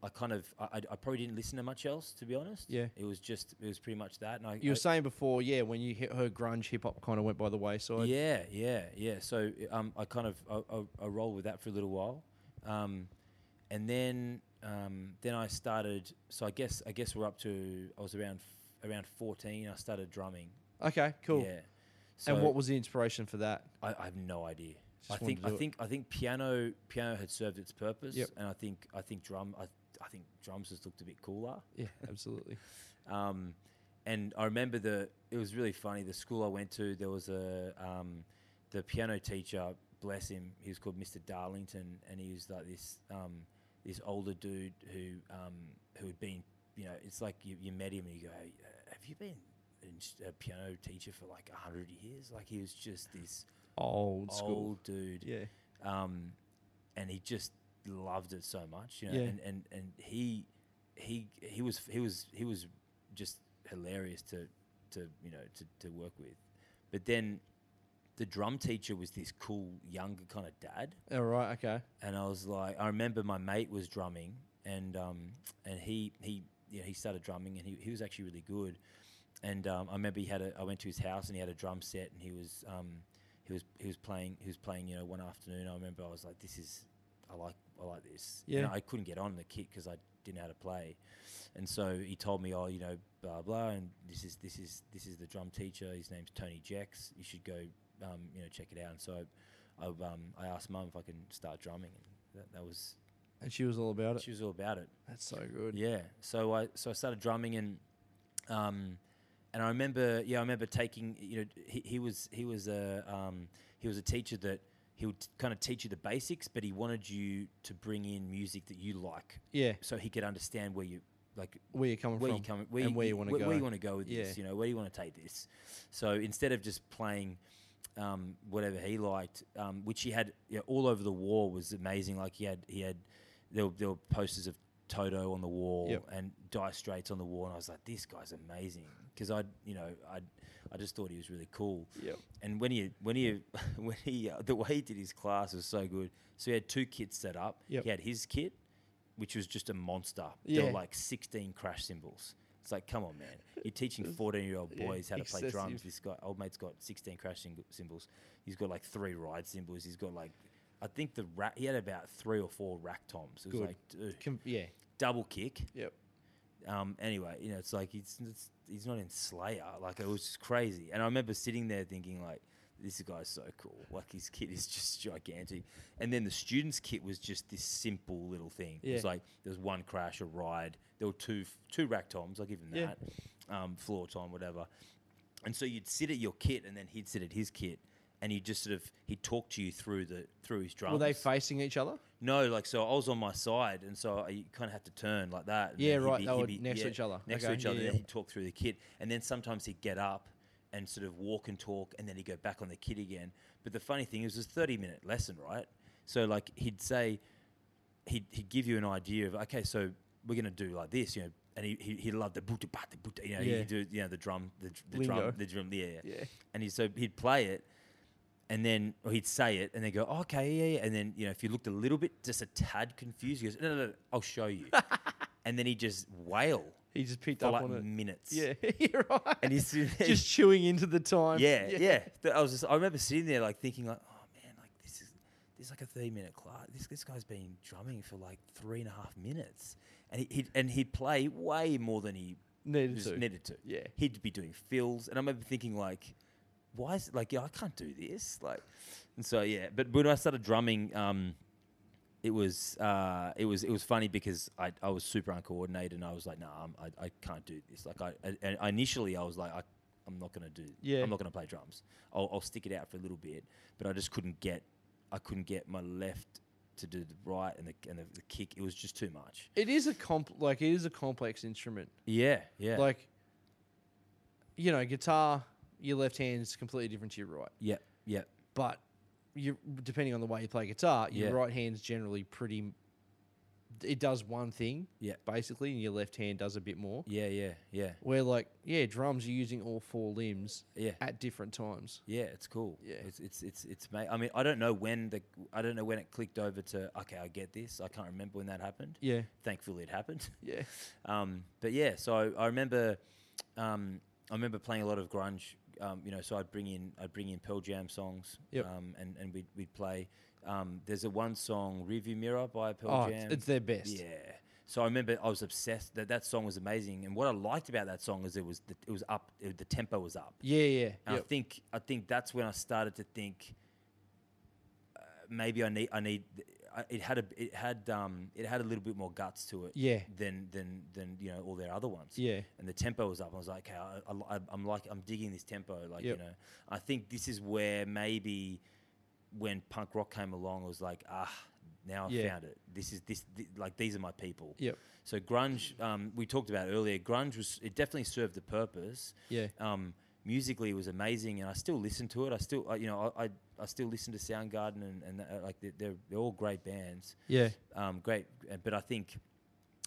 I kind of I, I I probably didn't listen to much else to be honest. Yeah. it was just it was pretty much that. And I, You were I- saying before, yeah, when you hit her grunge, hip hop kind of went by the wayside. yeah, yeah, yeah. So um, I kind of I, I, I rolled with that for a little while, um, and then um, then I started. So I guess I guess we're up to I was around f- around fourteen. I started drumming. Okay, cool. Yeah. So and what was the inspiration for that? I, I have no idea. Just I wanted think to I do it. think I think piano piano had served its purpose, Yep. and I think I think drum I, I think drums just looked a bit cooler. Yeah, absolutely. Um, and I remember the it was really funny. The school I went to, there was a um, the piano teacher. Bless him. He was called Mr. Darlington, and he was like this um, this older dude who um, who had been you know it's like you, you met him and you go, uh, have you been an ins- a piano teacher for like hundred years? Like he was just this Old school. old dude Yeah. um, and he just loved it so much, you know. Yeah. And, and and he he he was he was he was just hilarious to to you know to, to work with, but then the drum teacher was this cool younger kind of dad, All Oh, right. Okay. and I was like, I remember my mate was drumming, and um, and he he yeah he started drumming, and he, he was actually really good, and um, I remember he had a I went to his house and he had a drum set, and he was um, he was he was playing he was playing you know one afternoon. I remember I was like, this is I like I like this, Yeah. And I couldn't get on the kit because I didn't know how to play, and so he told me, oh you know blah blah, and this is this is this is the drum teacher. His name's Tony Jex. You should go um, you know check it out. And so. I, I um I asked mum if I can start drumming, and that, that was And she was all about it. she was all about it. That's so good. Yeah, so I so I started drumming and um and I remember yeah I remember taking you know he, he was he was a um he was a teacher that he would kind of teach you the basics, but he wanted you to bring in music that you like, Yeah. so he could understand where you like Where you're coming where from? you coming, where and you, where you want to go? where you want to go with this, Yeah. you know, where do you want to take this? So instead of just playing um, whatever he liked, um, which he had you know, all over the wall was amazing. Like he had, he had there were, there were posters of Toto on the wall Yep. and Dire Straits on the wall, and I was like, this guy's amazing because I, you know, I, I just thought he was really cool. Yep. And when he, when he, when he, uh, the way he did his class was so good. So he had two kits set up. Yep. He had his kit, which was just a monster. There Yeah. were like 16 crash cymbals. It's like, come on, man. You're teaching 14 year old yeah, boys how to play drums. excessive. This guy, old mate's got 16 crash cymbal- cymbals. He's got like three ride cymbals. He's got like, I think the rack, he had about three or four rack toms. It was Good. like, dude, Com- yeah. double kick. Yep. Um, anyway, you know, it's like he's it's, he's not in Slayer. Like it was just crazy. And I remember sitting there thinking like, this guy's so cool. Like his kit is just gigantic. And then the students' kit was just this simple little thing. It was Yeah. like there was one crash, a ride. There were two two rack toms. I'll give him Yeah. that. Um, floor tom, whatever. And so you'd sit at your kit, and then he'd sit at his kit, and you just sort of he'd talk to you through the through his drums. Were they facing each other? No, like so, I was on my side, and so I, you kind of have to turn like that. and Yeah, then he'd right, be- they he'd were be- next to each other. next Okay, to each other. yeah, Then yeah. he'd talk through the kit, and then sometimes he'd get up and sort of walk and talk, and then he'd go back on the kit again. But the funny thing is, it was a thirty-minute lesson, right? So like he'd say, he'd, he'd give you an idea of okay, so we're gonna do like this, you know. And he he, he loved the boot bat the boot, you know, Yeah. he'd do you know the drum, the, dr- the Lingo. drum, the drum, yeah, Yeah. And he so he'd play it, and then or he'd say it, and they go, oh, okay, yeah, yeah. And then you know, if you looked a little bit, just a tad confused, he goes, no, no, no, I'll show you. and then he just wail He just picked for up like on it. minutes. Yeah. You're right. And he's sitting there- just chewing into the time. yeah, yeah. Th- I was just, I remember sitting there like thinking like, oh man, like this is this is like a thirty minute class. This this guy's been drumming for like three and a half minutes, and he he'd, and he'd play way more than he Needed just to. needed to. Yeah. he'd be doing fills, and I remember thinking like, why is like yeah, I can't do this like, and so yeah. But when I started drumming, um. It was uh, it was it was funny because I, I was super uncoordinated and I was like no nah, I'm- I, I can't do this like I, I and initially I was like I, I'm not gonna do Yeah. I'm not going to play drums. I'll, I'll stick it out for a little bit, but I just couldn't get I couldn't get my left to do the right and the and the, the kick. It was just too much. It is a comp like it is a complex instrument. Yeah, yeah, Like you know, guitar, your left hand is completely different to your right. yeah, yeah, But you depending on the way you play guitar, your Yeah. right hand's generally pretty it does one thing, Yeah. basically, and your left hand does a bit more. yeah, yeah, yeah, Where like, yeah, drums are using all four limbs Yeah. at different times. yeah. It's cool. Yeah. it's it's it's it's. Ma- I mean, I don't know when the I don't know when it clicked over to okay, I get this. I can't remember when that happened. Yeah. thankfully it happened. Yeah. Um, but yeah, so I, I remember, um, I remember playing a lot of grunge. Um, you know, so I'd bring in I'd bring in Pearl Jam songs, Yep. um, and and we'd we'd play. Um, there's a one song "Review Mirror" by Pearl Oh, Jam. it's- it's their best. Yeah. So I remember I was obsessed that that song was amazing, and what I liked about that song is it was the, it was up, it, the tempo was up. Yeah, yeah. And I yep. think I think that's when I started to think uh, maybe I need I need I- it had a it had um it had a little bit more guts to it Yeah. than than than you know all their other ones Yeah. and the tempo was up I was like okay I, I, I- I'm like I'm digging this tempo like Yep. you know I think this is where maybe when punk rock came along I was like ah now I Yeah. found it this is this thi- like these are my people Yep. so grunge um, we talked about earlier grunge was it definitely served the purpose Yeah. um, musically it was amazing, and I still listen to it. I still, I, you know, I, I, I still listen to Soundgarden, and, and uh, like they're, they're they're all great bands. Yeah. Um, great, uh, but I think,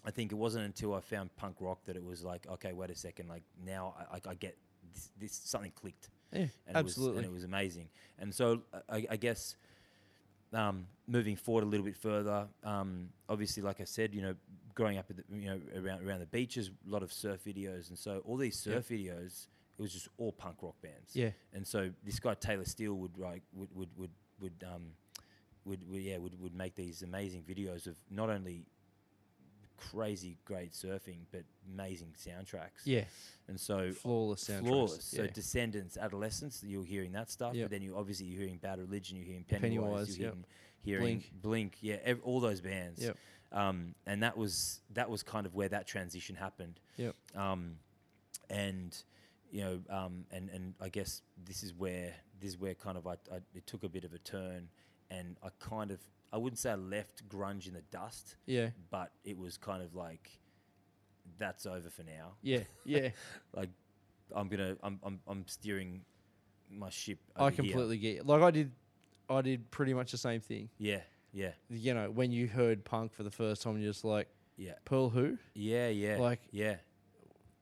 I think it wasn't until I found punk rock that it was like, okay, wait a second, like now I, I, I get this, this something clicked. Yeah, and absolutely. It was, and it was amazing, and so I, I- I guess. Um, moving forward a little bit further, um, obviously, like I said, you know, growing up, at the, you know, around around the beaches, a lot of surf videos, and so all these surf videos, it was just all punk rock bands. Yeah. And so this guy Taylor Steele would like would would would would um would, would yeah would, would make these amazing videos of not only crazy great surfing but amazing soundtracks. Yeah. And so Flawless soundtracks. Flawless. So Yeah. Descendants, Adolescence, you're hearing that stuff, Yep. but then you obviously you're hearing Bad Religion, you're hearing Pennywise, Pennywise, you're yep. hearing, hearing Blink. Blink, yeah, ev- all those bands. Yep. Um, and that was that was kind of where that transition happened Yep. um, and you know, um, and and I guess this is where this is where kind of I, I it took a bit of a turn, and I kind of I wouldn't say I left grunge in the dust, Yeah. but it was kind of like that's over for now. Yeah. Yeah. Like I'm gonna I'm I'm, I'm steering my ship. I over here. completely get it. Like I did I did pretty much the same thing. Yeah, You know, when you heard punk for the first time, you're just like, yeah, Pearl who? yeah, yeah, yeah, Like- yeah,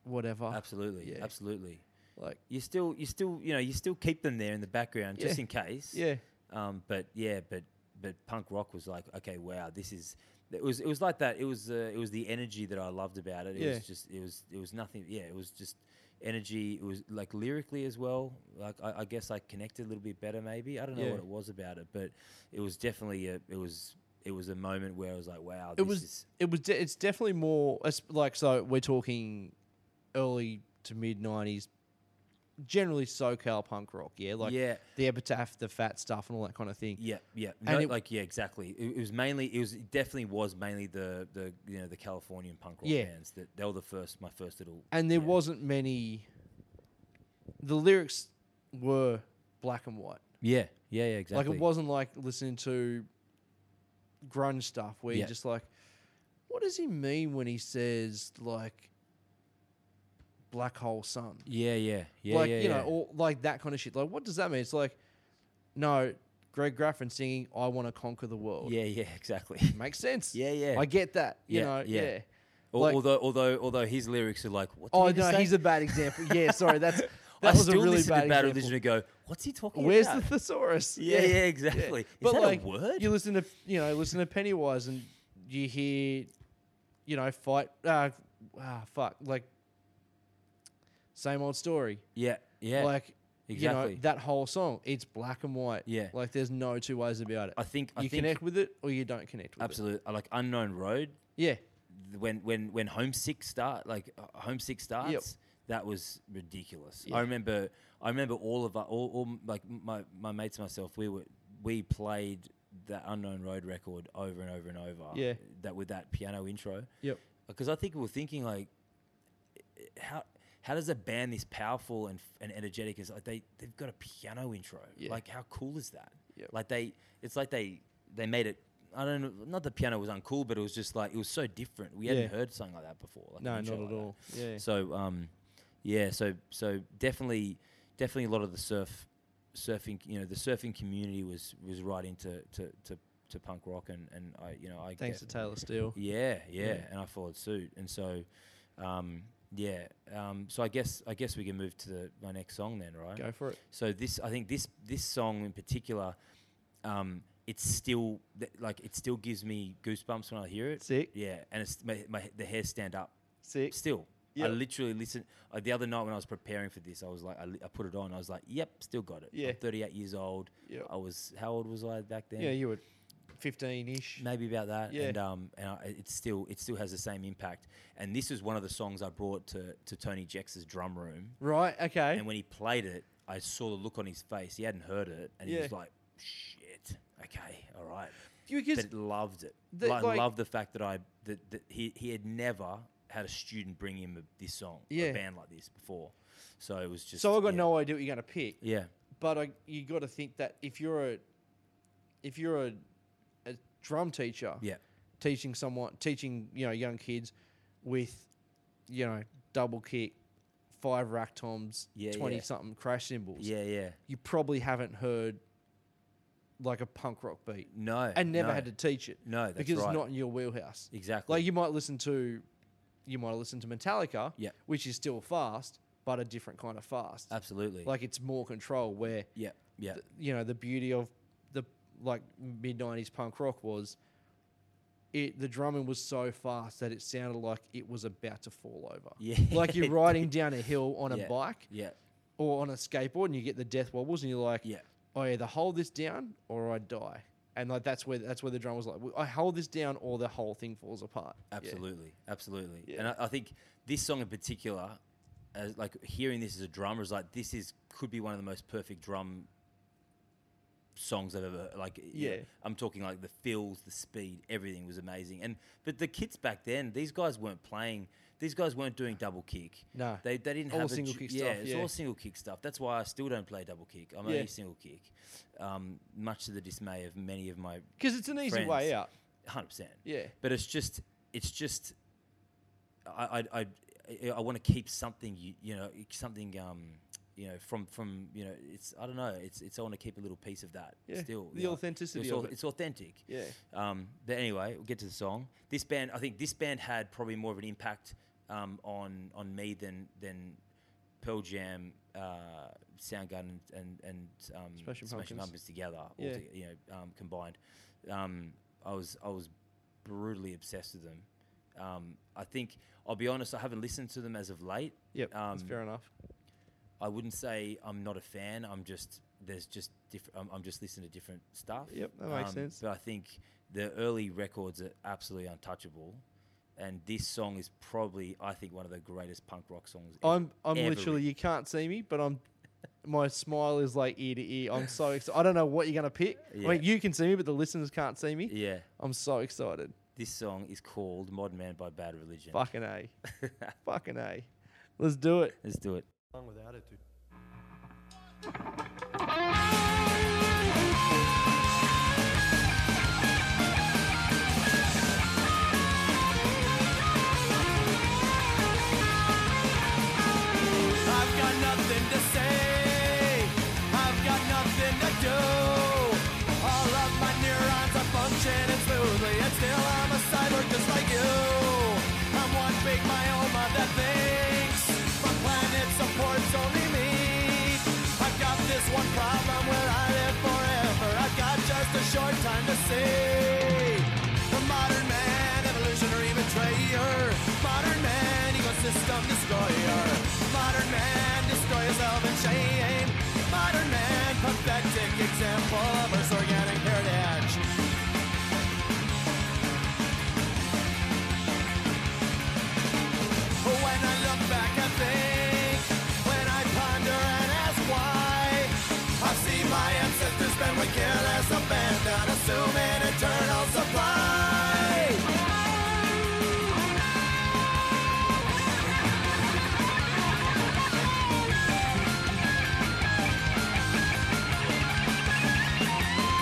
Whatever. absolutely, yeah. absolutely. Like You still, you still, you know, you still keep them there in the background just Yeah. in case. Yeah. Um, but yeah, but but punk rock was like, okay, wow, this is. It was it was like that. It was uh, it was the energy that I loved about it. It Yeah. was just it was it was nothing. Yeah, it was just energy. It was like lyrically as well. Like I, I guess I connected a little bit better. Maybe I don't know Yeah. what it was about it, but it was definitely a, it was it was a moment where I was like, wow, It this was is it was de- it's definitely more it's like so we're talking early to mid nineties. Generally SoCal punk rock, yeah. Like Yeah. the epitaph, the fat stuff and all that kind of thing. Yeah, yeah, And no, it- like yeah, exactly. It, it was mainly it was it definitely was mainly the the you know the Californian punk rock Yeah. bands that they were the first my first little and there yeah. wasn't many. The lyrics were black and white. yeah yeah yeah exactly Like it wasn't like listening to grunge stuff where Yeah. you're just like, what does he mean when he says like black hole sun? yeah yeah yeah like yeah, you know, yeah. all like that kind of shit. Like what does that mean? It's like, no, Greg Graffin singing "I Want to Conquer the World." yeah yeah exactly makes sense. Yeah, yeah. I get that. Uh, You Yeah, know, yeah. yeah. Al- like- although although although his lyrics are like what did Oh he just no, say? he's a bad example. Yeah, sorry, that's that I was still a really listen to bad Bad example. Religion and go where's he talking Where's about the thesaurus? Yeah, yeah, exactly. Is that a word? You listen to you know listen to Pennywise and you hear you know fight uh, ah fuck like same old story yeah yeah like you exactly. know that whole song it's black and white Yeah. like there's no two ways about it I think I you think connect with it or you don't connect with absolutely uh, like unknown road it yeah th- when when when homesick start like uh, homesick starts that was ridiculous i remember i remember all of our, all, all m- like my my mates and myself we were we played that unknown road record over and over and over Yeah. that with that piano intro Yep. because i think we were thinking like i- i- how how does a band this powerful and, f- and energetic is like they they've got a piano intro Yeah. like how cool is that Yep. like they it's like they they made it I don't know. Not that piano was uncool, but it was just like it was so different. We hadn't Yeah. heard something like that before. Like an no intro not like at that. all yeah So um, yeah. So so definitely definitely a lot of the surf surfing you know the surfing community was was right into to to, to punk rock and and I you know I thanks get- to Taylor Steele yeah, yeah, Yeah. and I followed suit, and so, um, yeah, um, so I guess I guess we can move to the, my next song then, right? Go for it. So this, I think this this song in particular, um, it's still th- like it still gives me goosebumps when I hear it. Sick. yeah, and it's my, my the hair stand up sick still I Yep. literally listened. Like the other night when I was preparing for this, I was like, I, li- I put it on. I was like, yep, still got it. Yeah. I'm 38 years old. Yep. I was, how old was I back then? Yeah, you were 15 ish. maybe about that. Yeah. And um, and I, it still it still has the same impact. And this is one of the songs I brought to to Tony Jex's drum room. Right, okay. And when he played it, I saw the look on his face. He hadn't heard it, and he was Yeah. like, "Shit, okay, all right." Because- but loved it. The- Like, like- loved the fact that I that, that he he had never had a student bring him a, this song, Yeah. a band like this before. So it was just. so I got yeah. no idea what you're going to pick. Yeah, But I, you got to think that if you're a if you're a, a drum teacher, yeah, teaching someone teaching you know young kids with you know double kick, five rack toms, Yeah, twenty yeah. something crash cymbals, yeah, yeah. you probably haven't heard like a punk rock beat. No, and never no. had to teach it. No, that's because right. it's not in your wheelhouse. Exactly. Like you might listen to, you might listen to Metallica, Yeah. which is still fast, but a different kind of fast. Absolutely. Like it's more control. Where yeah, yeah, th- you know the beauty of the like mid '90s punk rock was, it the drumming was so fast that it sounded like it was about to fall over. Yeah, Like you're it riding down a hill on yeah, a bike Yeah, or on a skateboard and you get the death wobbles and you're like, Yeah. I either hold this down or I die. And like that's where that's where the drum was like, I hold this down or the whole thing falls apart. Yeah. Absolutely, absolutely. And I, I think this song in particular, as like hearing this as a drummer is like this is could be one of the most perfect drum songs I've ever like. you know, Yeah. I'm talking like the fills, the speed, everything was amazing. And but the kids back then, these guys weren't playing. These guys weren't doing double kick. No. they, they didn't All have a single ju- kick yeah, stuff, it's yeah. all single kick stuff. That's why I still don't play double kick. I'm Yeah. only single kick, um, much to the dismay of many of my Because it's an easy Friends. way out. hundred percent. Yeah. But it's just, it's just, I, I, I, I want to keep something, you, you know, something, um, you know, from from you know, it's I don't know, it's it's I want to keep a little piece of that Yeah, still. the you know. authenticity It's, of au- it. it's authentic. Yeah. Um, but anyway, we'll get to the song. This band, I think this band had probably more of an impact um, on on me than than Pearl Jam, uh, Soundgarden, and and um, Smashing Pumpkins. Pumpkins together, all Yeah. to- you know, um, combined. Um, I was I was brutally obsessed with them. Um, I think I'll be honest, I haven't listened to them as of late. Yep, Um, that's fair enough. I wouldn't say I'm not a fan. I'm just there's just different. I'm, I'm just listening to different stuff. Um, Yep, that makes sense. But I think the early records are absolutely untouchable, and this song is probably I think one of the greatest punk rock songs. ev- I'm I'm ever literally written. you can't see me, but I'm my smile is like ear to ear. I'm so excited. I don't know what you're gonna pick. Yeah. I mean, you can see me, but the listeners can't see me. Yeah, I'm so excited. this song is called "Modern Man" by Bad Religion. Fucking a, fucking a. Let's do it. Let's do it. I've got nothing to say. I've got nothing to do. All of my neurons are functioning smoothly, and still I'm a cyborg just like you. I'm one big myoma that thinks my planet supports only me. I've got this one problem where I live forever. I've got just a short time to see. The modern man, evolutionary betrayer. Modern man, ecosystem destroyer. Modern man, destroy yourself in shame. Modern man, pathetic example of Earth's organic heritage. When I look back, I think. When I ponder and ask why, I see my ancestors spend with careless abandon, assuming eternal supply.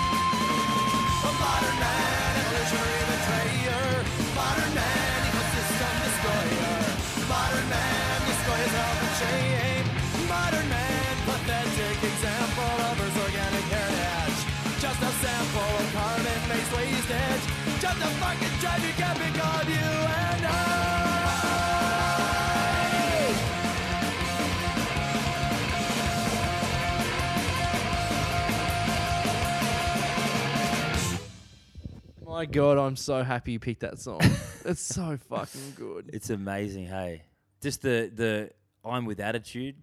A modern man, evolutionary betrayer. Modern man, ecosystem destroyer. Modern man, destroys health and shame. Modern man, pathetic example of Earth's organic heritage. Just a sample of carbon based wastage. Just a fucking tragic epic of you and I. My God, I'm so happy you picked that song. it's so fucking good. It's amazing. Hey, just the the I'm with attitude.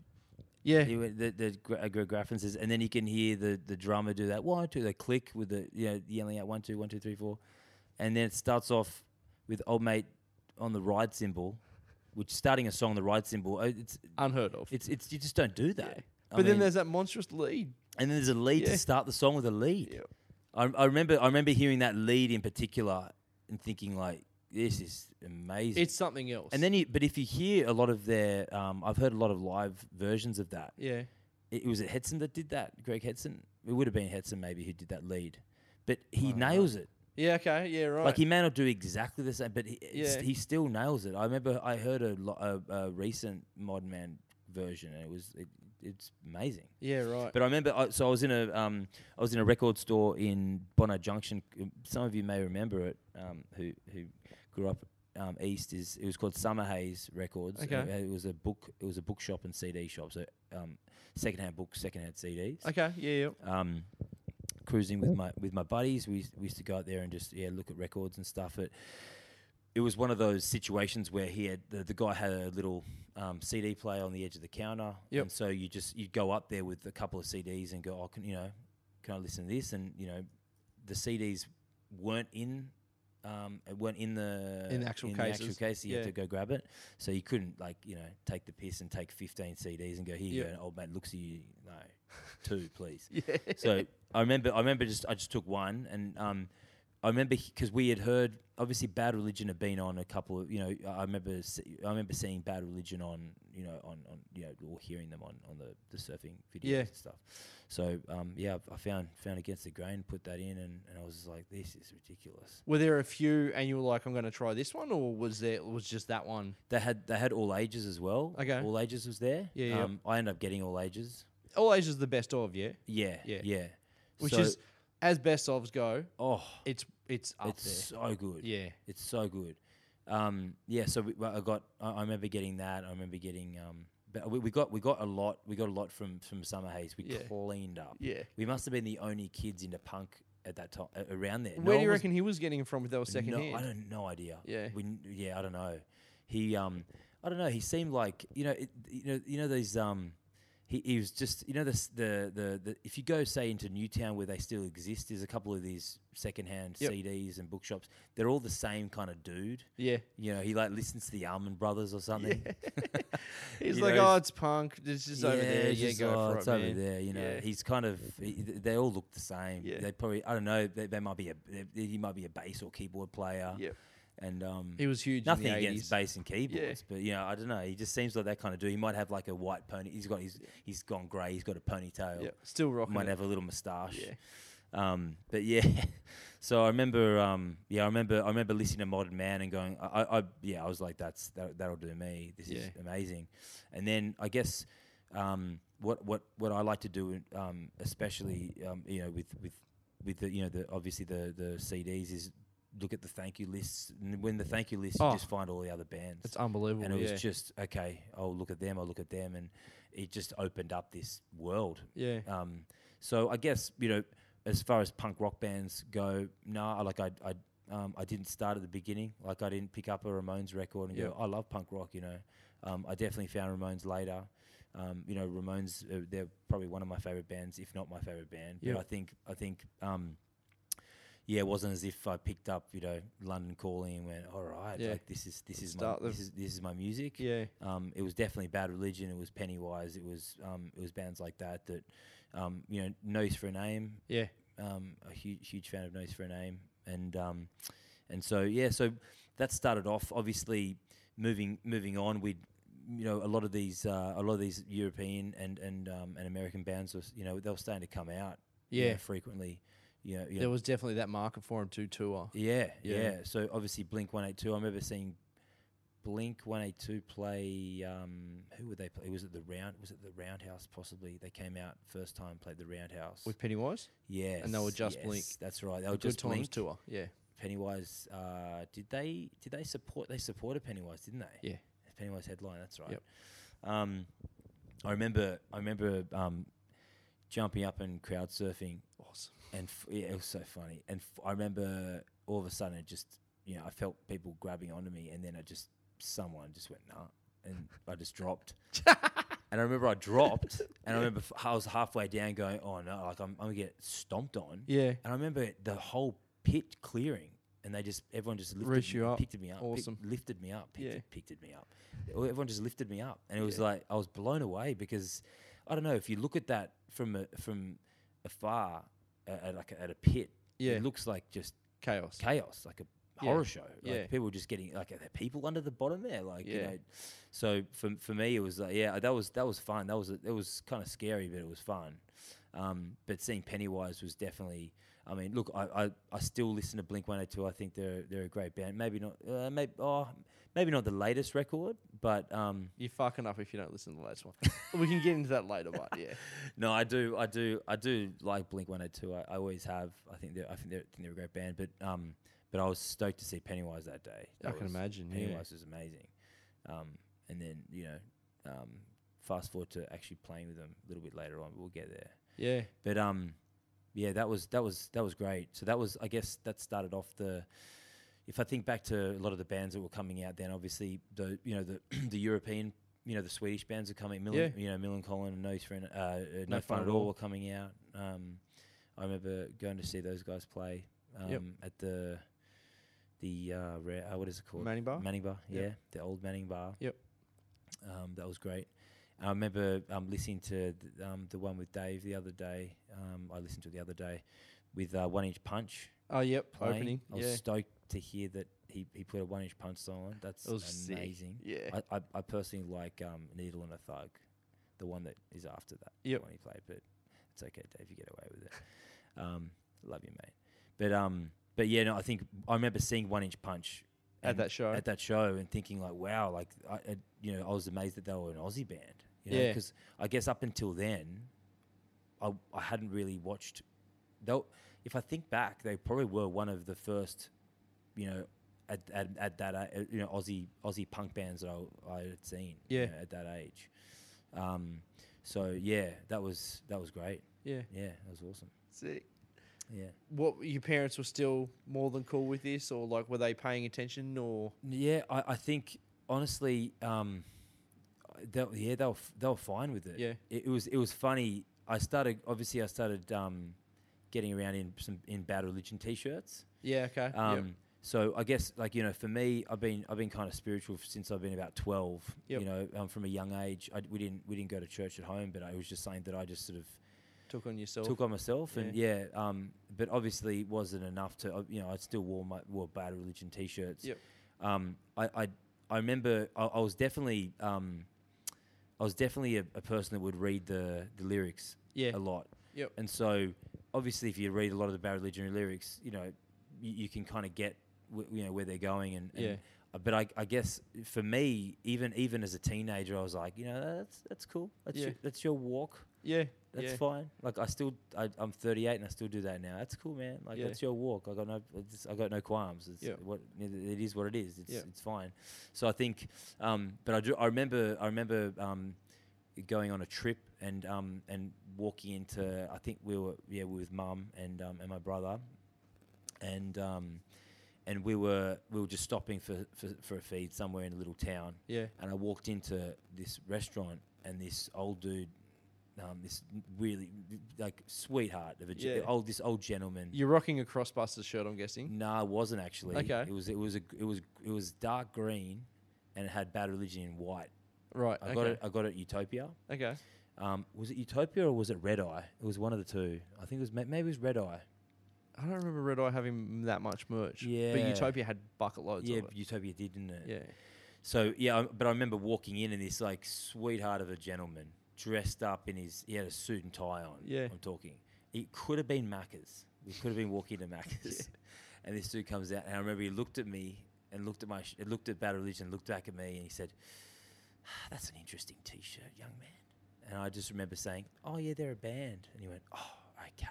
Yeah. He went, the the Gre- uh, Greg Graffin says, and then you can hear the the drummer do that one two the click with the you know yelling out one two one two three four, and then it starts off with old mate on the ride cymbal, which starting a song on the ride cymbal uh, it's Unheard of. it's it's you just don't do that. I but then mean- there's that monstrous lead. and then there's a lead Yeah. to start the song with a lead. Yep. I, I remember I remember hearing that lead in particular and thinking like this is amazing. It's something else. and then you, but if you hear a lot of their um, I've heard a lot of live versions of that. yeah, It, was it Hetson that did that? Greg Hetson? It would have been Hetson maybe who did that lead. But he nails it. yeah, okay, yeah, right. Like he may not do exactly the same, but he, it's- Yeah. he still nails it. I remember I heard a, lo- a, a recent Modern Man version, and it was it, it's amazing. yeah, right. But I remember, I, so I was in a, um, I was in a record store in Bono Junction. Um, Some of you may remember it, um, who who grew up um, east. Is it was called Summer Haze Records. and Okay. It, was a book. It was a bookshop and CD shop. So um, secondhand books, secondhand CDs. okay, yeah, yeah. Um, cruising with my with my buddies, we used, we used to go out there and just yeah look at records and stuff. It it was one of those situations where he had the, the guy had a little um, CD player on the edge of the counter, Yep. and so you just you'd go up there with a couple of CDs and go, oh, can you know, can I listen to this? And you know, the CDs weren't in. Um, uh, weren't in the In the actual actual cases, case, you had yeah. to go grab it. So you couldn't like you know take the piss and take fifteen CDs and go here. you Yep. go." And old mate looks at you, no, two please. So I remember, I remember just I just took one, and um, I remember because we had heard obviously Bad Religion had been on a couple of you know I I remember se- I remember seeing Bad Religion on you know on, on you know or hearing them on on the, the surfing videos Yeah. and stuff. So um, yeah, I found found Against the Grain, put that in, and, and I was just like, this is ridiculous. Were there a few, and you were like, "I'm going to try this one," or was there was just that one? They had they had all ages as well. Okay. all ages was there. Yeah, yeah. Um, I ended up getting all ages. All Asia's the best of, yeah. Yeah, Yeah. yeah. Which So- is as best ofs go, oh, it's it's up it's there. so good. Yeah. it's so good. Um, yeah, so we, well, I got. I, I remember getting that. I remember getting. Um, but we, we got we got a lot. We got a lot from from Summer Haze. We Yeah. cleaned up. Yeah. we must have been the only kids into punk at that time around there. No Where do one you was- reckon he was getting it from if that was second no, hand? I don't no idea. Yeah. we kn- yeah I don't know. He um I don't know. He seemed like you know it, you know you know these um. He, he was just, you know, this, the, the the if you go say into Newtown where they still exist, there's a couple of these secondhand Yep. CDs and bookshops. They're all the same kind of dude. Yeah. You know, he like listens to the Almond Brothers or something. He's you like, know, "Oh, he's- it's punk. It's just over there. it's Yeah, just, go "Oh, for it's it, over man." there. You know, Yeah. he's kind of. He, th- they all look the same. Yeah. They probably. I don't know. They, they might be a. they- He might be a bass or keyboard player. Yep. And um, He was huge. nothing in the against 80s. bass and keyboards, but you know, I don't know. He just seems like that kind of dude. He might have like a white pony. He's got. He's he's gone grey. He's got a ponytail. Yeah, still rocking. Might it. have a little moustache. Yeah. Um, but yeah, so I remember, um, yeah, I remember, I remember listening to Modern Man and going, I, I, I yeah, I was like, that's that, that'll do me. This is Yeah. amazing. And then I guess um, what what what I like to do, um, especially um, you know with with with the you know the obviously the the CDs is look at the thank you lists and when the thank you list Oh. you just find all the other bands It's unbelievable. and it yeah. was just okay i'll look at them i'll look at them and it just opened up this world Yeah. um, so I guess you know, as far as punk rock bands go, no, nah, like I, I, um, I didn't start at the beginning. Like I didn't pick up a Ramones record and Yeah. go, I love punk rock. You know, um, I definitely found Ramones later. Um, you know, Ramones, uh, they're probably one of my favorite bands, if not my favorite band. Yeah. But I think, I think. Um, yeah, it wasn't as if I picked up, you know, London Calling and went, all right, Yeah. like this is this is my Start the- this is this is my music. yeah. Um, it was definitely Bad Religion. It was Pennywise. It was um, it was bands like that that um, you know Nose for a Name. Yeah. Um, a huge huge fan of Nose for a Name, and um, and so yeah, so that started off. Obviously, moving moving on, we'd you know a lot of these uh, a lot of these European and and um, and American bands was you know they were starting to come out you know, Yeah. frequently. You know, you know, There was definitely that market for him to tour. yeah, Yeah. yeah, So obviously Blink One Eight Two. I remember seeing Blink One Eight Two play. Um, who were they play? Was it the Round? Was it the Roundhouse? Possibly. They came out first time, played the Roundhouse. With Pennywise, yes, and they were just Blink. yes, That's right. They were a good just times Blink. tour. Yeah, Pennywise. Uh, did they? Did they support? They supported Pennywise, didn't they? Yeah. Pennywise headline. That's right. Yep. Um, I remember. I remember um, jumping up and crowd surfing awesome. and f- yeah, it was so funny. And f- I remember all of a sudden, it just you know, I felt people grabbing onto me, and then I just someone just went, "Nah, and I just dropped. and I remember I dropped, and I remember f- I was halfway down going, "Oh no, like I'm, I'm gonna get stomped on." Yeah. And I remember the whole pit clearing, and they just everyone just lifted Raised me, you up. picked me up, pick- Awesome. lifted me up, picked, Yeah. picked me up. Everyone just lifted me up, and it was like I was blown away because I don't know if you look at that from a, from afar, uh, at like a, at a pit, Yeah. it looks like just Chaos. chaos, like a Yeah. horror show. Like Yeah. people just getting like are there people under the bottom there? Like you Yeah. know, so for for me it was like yeah that was that was fun. That was it was kind of scary, but it was fun. Um, but seeing Pennywise was definitely. I mean, look, I, I, I still listen to Blink One Eight Two. I think they're they're a great band. Maybe not, uh, maybe oh, maybe not the latest record, but um, You're fucking up if you don't listen to the latest one. we can get into that later, but yeah. No, I do, I do, I do like Blink One Eight Two. I, I always have. I think they're, I think they're, I think they're a great band. But um, but I was stoked to see Pennywise that day. I That can was- imagine, yeah. Pennywise was amazing. Um, and then you know, um, fast forward to actually playing with them a little bit later on. We'll get there. Yeah. But um, yeah, that was that was that was great. So that was, I guess, that started off the. If I think back to a lot of the bands that were coming out, then obviously the you know the the European you know the Swedish bands are coming. Mill, Yeah. You know, Mill and Colin and No Friend, uh, uh, no, fun, at all. were coming out. Um, I remember going to see those guys play um, Yep. at the the uh, rare, uh, what is it called? Manning Bar? Manning Bar, Yep. yeah, the old Manning Bar. Yep. Um, that was great. I remember um, listening to th- um, the one with Dave the other day. Um, I listened to it the other day with uh, One Inch Punch Oh, yep. playing. Opening. I was Yeah. stoked to hear that he, he put a One Inch Punch song on. That's It was sick. amazing. Yeah. I, I, I personally like um, Needle and a Thug, the one that is after that Yep. one he played. But it's okay, Dave. You get away with it. Um, love you, mate. But um, but yeah, no, I think I remember seeing One Inch Punch At and- that show. at that show, and thinking like, wow, like I, I you know, I was amazed that they were an Aussie band. You know, Yeah. because I guess up until then, I I hadn't really watched. Though, if I think back, they probably were one of the first, you know. At, at, at that uh, you know Aussie Aussie punk bands that I, I had seen you Yeah. know, at that age, um, so yeah that was that was great Yeah. yeah, that was awesome. Sick. Yeah. What your parents were still more than cool with this, or like were they paying attention, or Yeah, I, I think honestly, um, they, yeah, they were f- they were fine with it. Yeah. it, it was it was funny. I started obviously I started um, getting around in some in bad religion t-shirts. yeah, okay, Um, yep. So I guess like you know, for me, I've been I've been kind of spiritual f- since I've been about twelve. Yep. You know, um, from a young age, I, we didn't we didn't go to church at home, but I was just saying that I just sort of took on yourself. took on myself, and yeah, um, but obviously it wasn't enough to uh, you know I still wore my wore bad religion t-shirts. Yep. Um, I I, I remember I, I was definitely um, I was definitely a, a person that would read the the lyrics Yeah. a lot. Yep. And so obviously if you read a lot of the bad religion lyrics, you know, you, you can kind of get wh- you know where they're going and, and Yeah. uh, But I, I guess for me, even even as a teenager, I was like, you know, that's that's cool. That's Yeah. your, that's your walk yeah, that's yeah. fine. Like I still, I, I'm 38 and I still do that now. That's cool, man. Like Yeah. that's your walk. I got no, I just- I got no qualms. It's Yeah. what it is. What it is. It's Yeah. it's fine. So I think, um, but I do. I remember. I remember um, going on a trip and um and walking into. I think we were yeah we were with mum and um and my brother, and um. And we were we were just stopping for, for, for a feed somewhere in a little town. Yeah. And I walked into this restaurant and this old dude um, this really like sweetheart of a ge- Yeah. old this old gentleman. You're rocking a Crossbusters shirt, I'm guessing. No, nah, it wasn't actually. Okay. It was it was a, it was it was dark green, and it had Bad Religion in white. Right. I okay. got it. I got it. at Utopia. Okay. Um, was it Utopia or was it Red Eye? It was one of the two. I think it was ma- maybe it was Red Eye. I don't remember Red Eye having that much merch. But Yeah. Utopia had bucket loads Yeah, of it. Utopia did, didn't it? Yeah. So yeah, I, but I remember walking in and this like sweetheart of a gentleman dressed up in his he had a suit and tie on. Yeah. I'm talking. It could have been Macca's. We could have been walking to Macca's, and this dude comes out and I remember he looked at me and looked at my sh- looked at Bad Religion, looked back at me and he said, "Ah, "That's an interesting T-shirt, young man." And I just remember saying, "Oh yeah, they're a band," and he went, "Oh okay."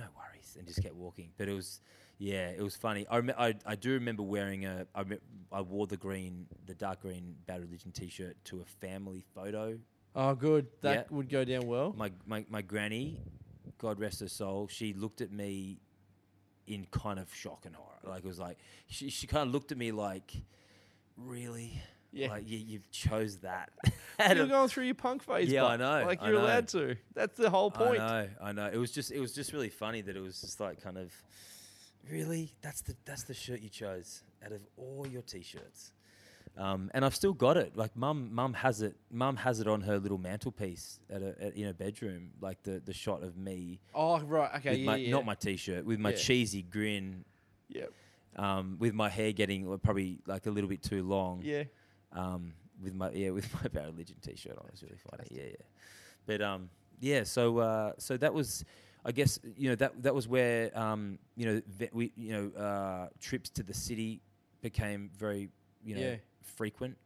no worries, and just kept walking. But it was, yeah, it was funny. I rem- I, I do remember wearing a I, rem- I wore the green, the dark green Bad Religion T-shirt to a family photo. Oh, good. That Yeah. would go down well. My my my granny, God rest her soul, she looked at me in kind of shock and horror. Like it was like she she kind of looked at me like, really. Yeah. Like you, you chose that. You're going through your punk phase. Yeah, I bud. know, Like I you're know. allowed to. That's the whole point. I know, I know. It was just, it was just really funny that it was just like kind of, really, that's the that's the shirt you chose out of all your t-shirts, um, and I've still got it. Like mum, mum has it. Mum has it on her little mantelpiece at, a, at in her bedroom. Like the the shot of me, Oh right. Okay. with yeah, my, yeah. not my t-shirt, with my Yeah. cheesy grin, Yeah. um, with my hair getting like, probably like a little bit too long. Yeah. um, with my yeah with my bad religion t-shirt on. It was really funny. Yeah, yeah. But um, yeah. So uh, so that was, I guess you know that that was where um, you know ve- we you know uh, trips to the city became very you know Yeah. frequent.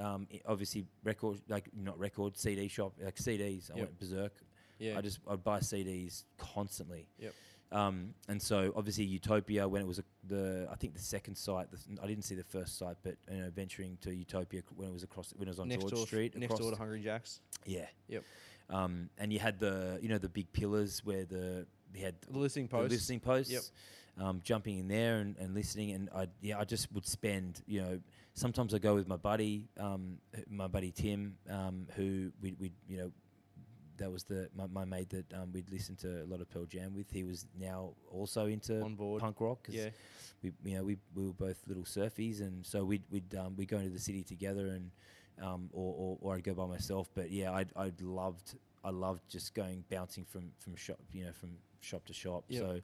Um, i- obviously record like not record CD shop like CDs. I Yep. went berserk. Yeah. I just I'd buy CDs constantly. Yep. Um, and so obviously Utopia, when it was a, the I think the second site, the, s- I didn't see the first site, but you know venturing to Utopia c- when it was across when it was on next George door, Street, Next across, door to Hungry Jacks. yeah, Yep. Um, and you had the you know the big pillars where the you had The listening the post. listening posts, um, jumping in there and, and listening, and I yeah I just would spend you know sometimes I go with my buddy, um, h- my buddy Tim, um, who we we you know that was the my, my mate that um, we'd listened to a lot of Pearl Jam with. He was now also into On board. punk rock 'cause Yeah. we you know we, we were both little surfies, and so we'd we'd um, we'd go into the city together, and um, or, or or I'd go by myself. But yeah, I I loved I loved just going bouncing from from shop you know from shop to shop. Yep. So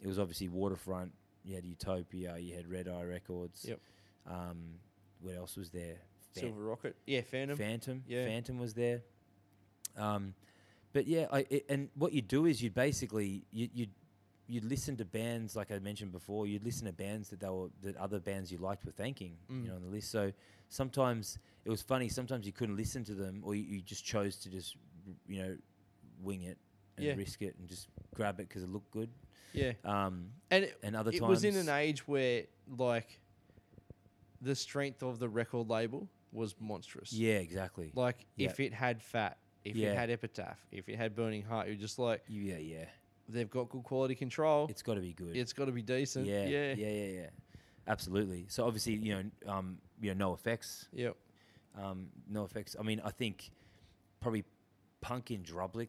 it was obviously waterfront. You had Utopia, you had Red Eye Records. Yep. Um, what else was there? Fan- Silver Rocket. Yeah. Phantom. Phantom. Yeah. Phantom was there. Um, but yeah, I, i and what you do is you basically you you you listen to bands like I mentioned before. You'd listen to bands that they were that other bands you liked were thanking Mm. you know on the list. So sometimes it was funny. Sometimes you couldn't listen to them, or you, you just chose to just you know wing it and Yeah. risk it and just grab it because it looked good. yeah. Um, And it, and other it times was in an age where like the strength of the record label was monstrous. yeah, exactly. Like Yeah. if it had fat, if Yeah. it had epitaph, if it had burning heart, you're just like yeah, yeah. they've got good quality control. It's got to be good. it's got to be decent. Yeah, Yeah. yeah, yeah, yeah, Absolutely. So obviously, you know, um, you know, no effects, Yep. um, no effects. I mean, I think probably punk in Drublic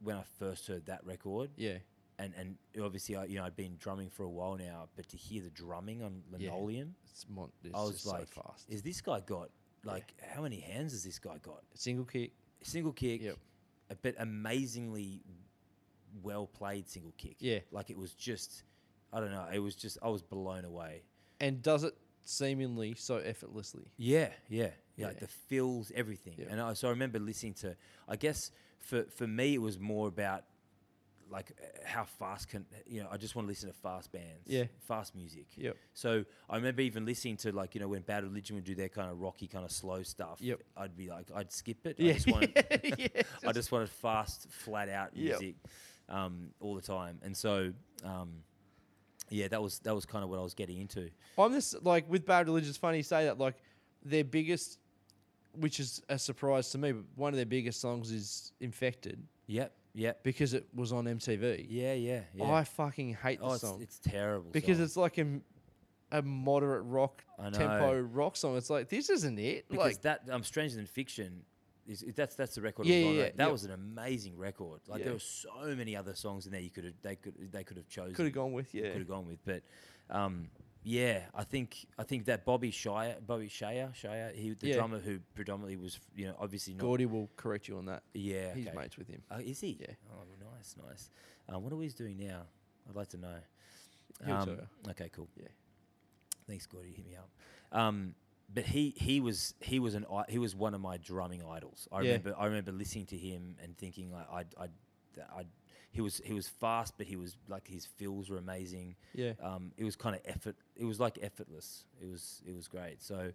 when I first heard that record, Yeah. and and obviously, I, you know, I'd been drumming for a while now, but to hear the drumming on Yeah. linoleum, It's, mon- it's I was just like, so fast. "Is this guy got like how many hands has this guy got? Single kick. Single kick, Yep. a- but amazingly well played single kick. Yeah. like it was just." I don't know. It was just I was blown away. And does it seemingly so effortlessly? Yeah, yeah, yeah. Like Yeah. the fills, everything. Yeah. And I, so I remember listening to. I guess for for me, it was more about like uh, how fast can you know? I just want to listen to fast bands. Yeah. fast music. Yep. So I remember even listening to like you know when Bad Religion would do their kind of rocky, kind of slow stuff. Yep. I'd be like, I'd skip it. I Yeah. just wanted, yeah. I just wanted fast, flat out Yep. music um, all the time. And so. Um, yeah, that was that was kind of what I was getting into. I'm this like with Bad Religion. It's funny you say that. Like their biggest, which is a surprise to me, but one of their biggest songs is "Infected" Yep, yep. because it was on MTV. Yeah, yeah, yeah. I fucking hate the Oh, it's, song it's terrible. because song. it's like a, m- a moderate rock I know. tempo rock song. It's like this isn't it. because like that um, Stranger Than Fiction is is- that's that's the record. Yeah, Yeah, yeah, yeah, yeah, That yep. was an amazing record. Like Yeah. there were so many other songs in there you could have they could they could have chosen. could have gone with yeah. Could have gone with, but. Um, yeah, I think I think that Bobby Shire, Bobby Shire, Shire, he the Yeah. drummer who predominantly was, you know, obviously not. Gordy will correct you on that. Yeah, He's okay. mates with him. Oh, is he? Yeah. Oh, well, nice, nice. Um, what are we doing now? I'd like to know. He'll Um, tell you. okay, cool. Yeah. Thanks, Gordy. Hit me up. Um, but he he was he was an i- he was one of my drumming idols. I Yeah. remember I remember listening to him and thinking like I I I he was he was fast, but he was like his fills were amazing. Yeah. Um, it was kind of effort. It was like effortless. It was it was great. So,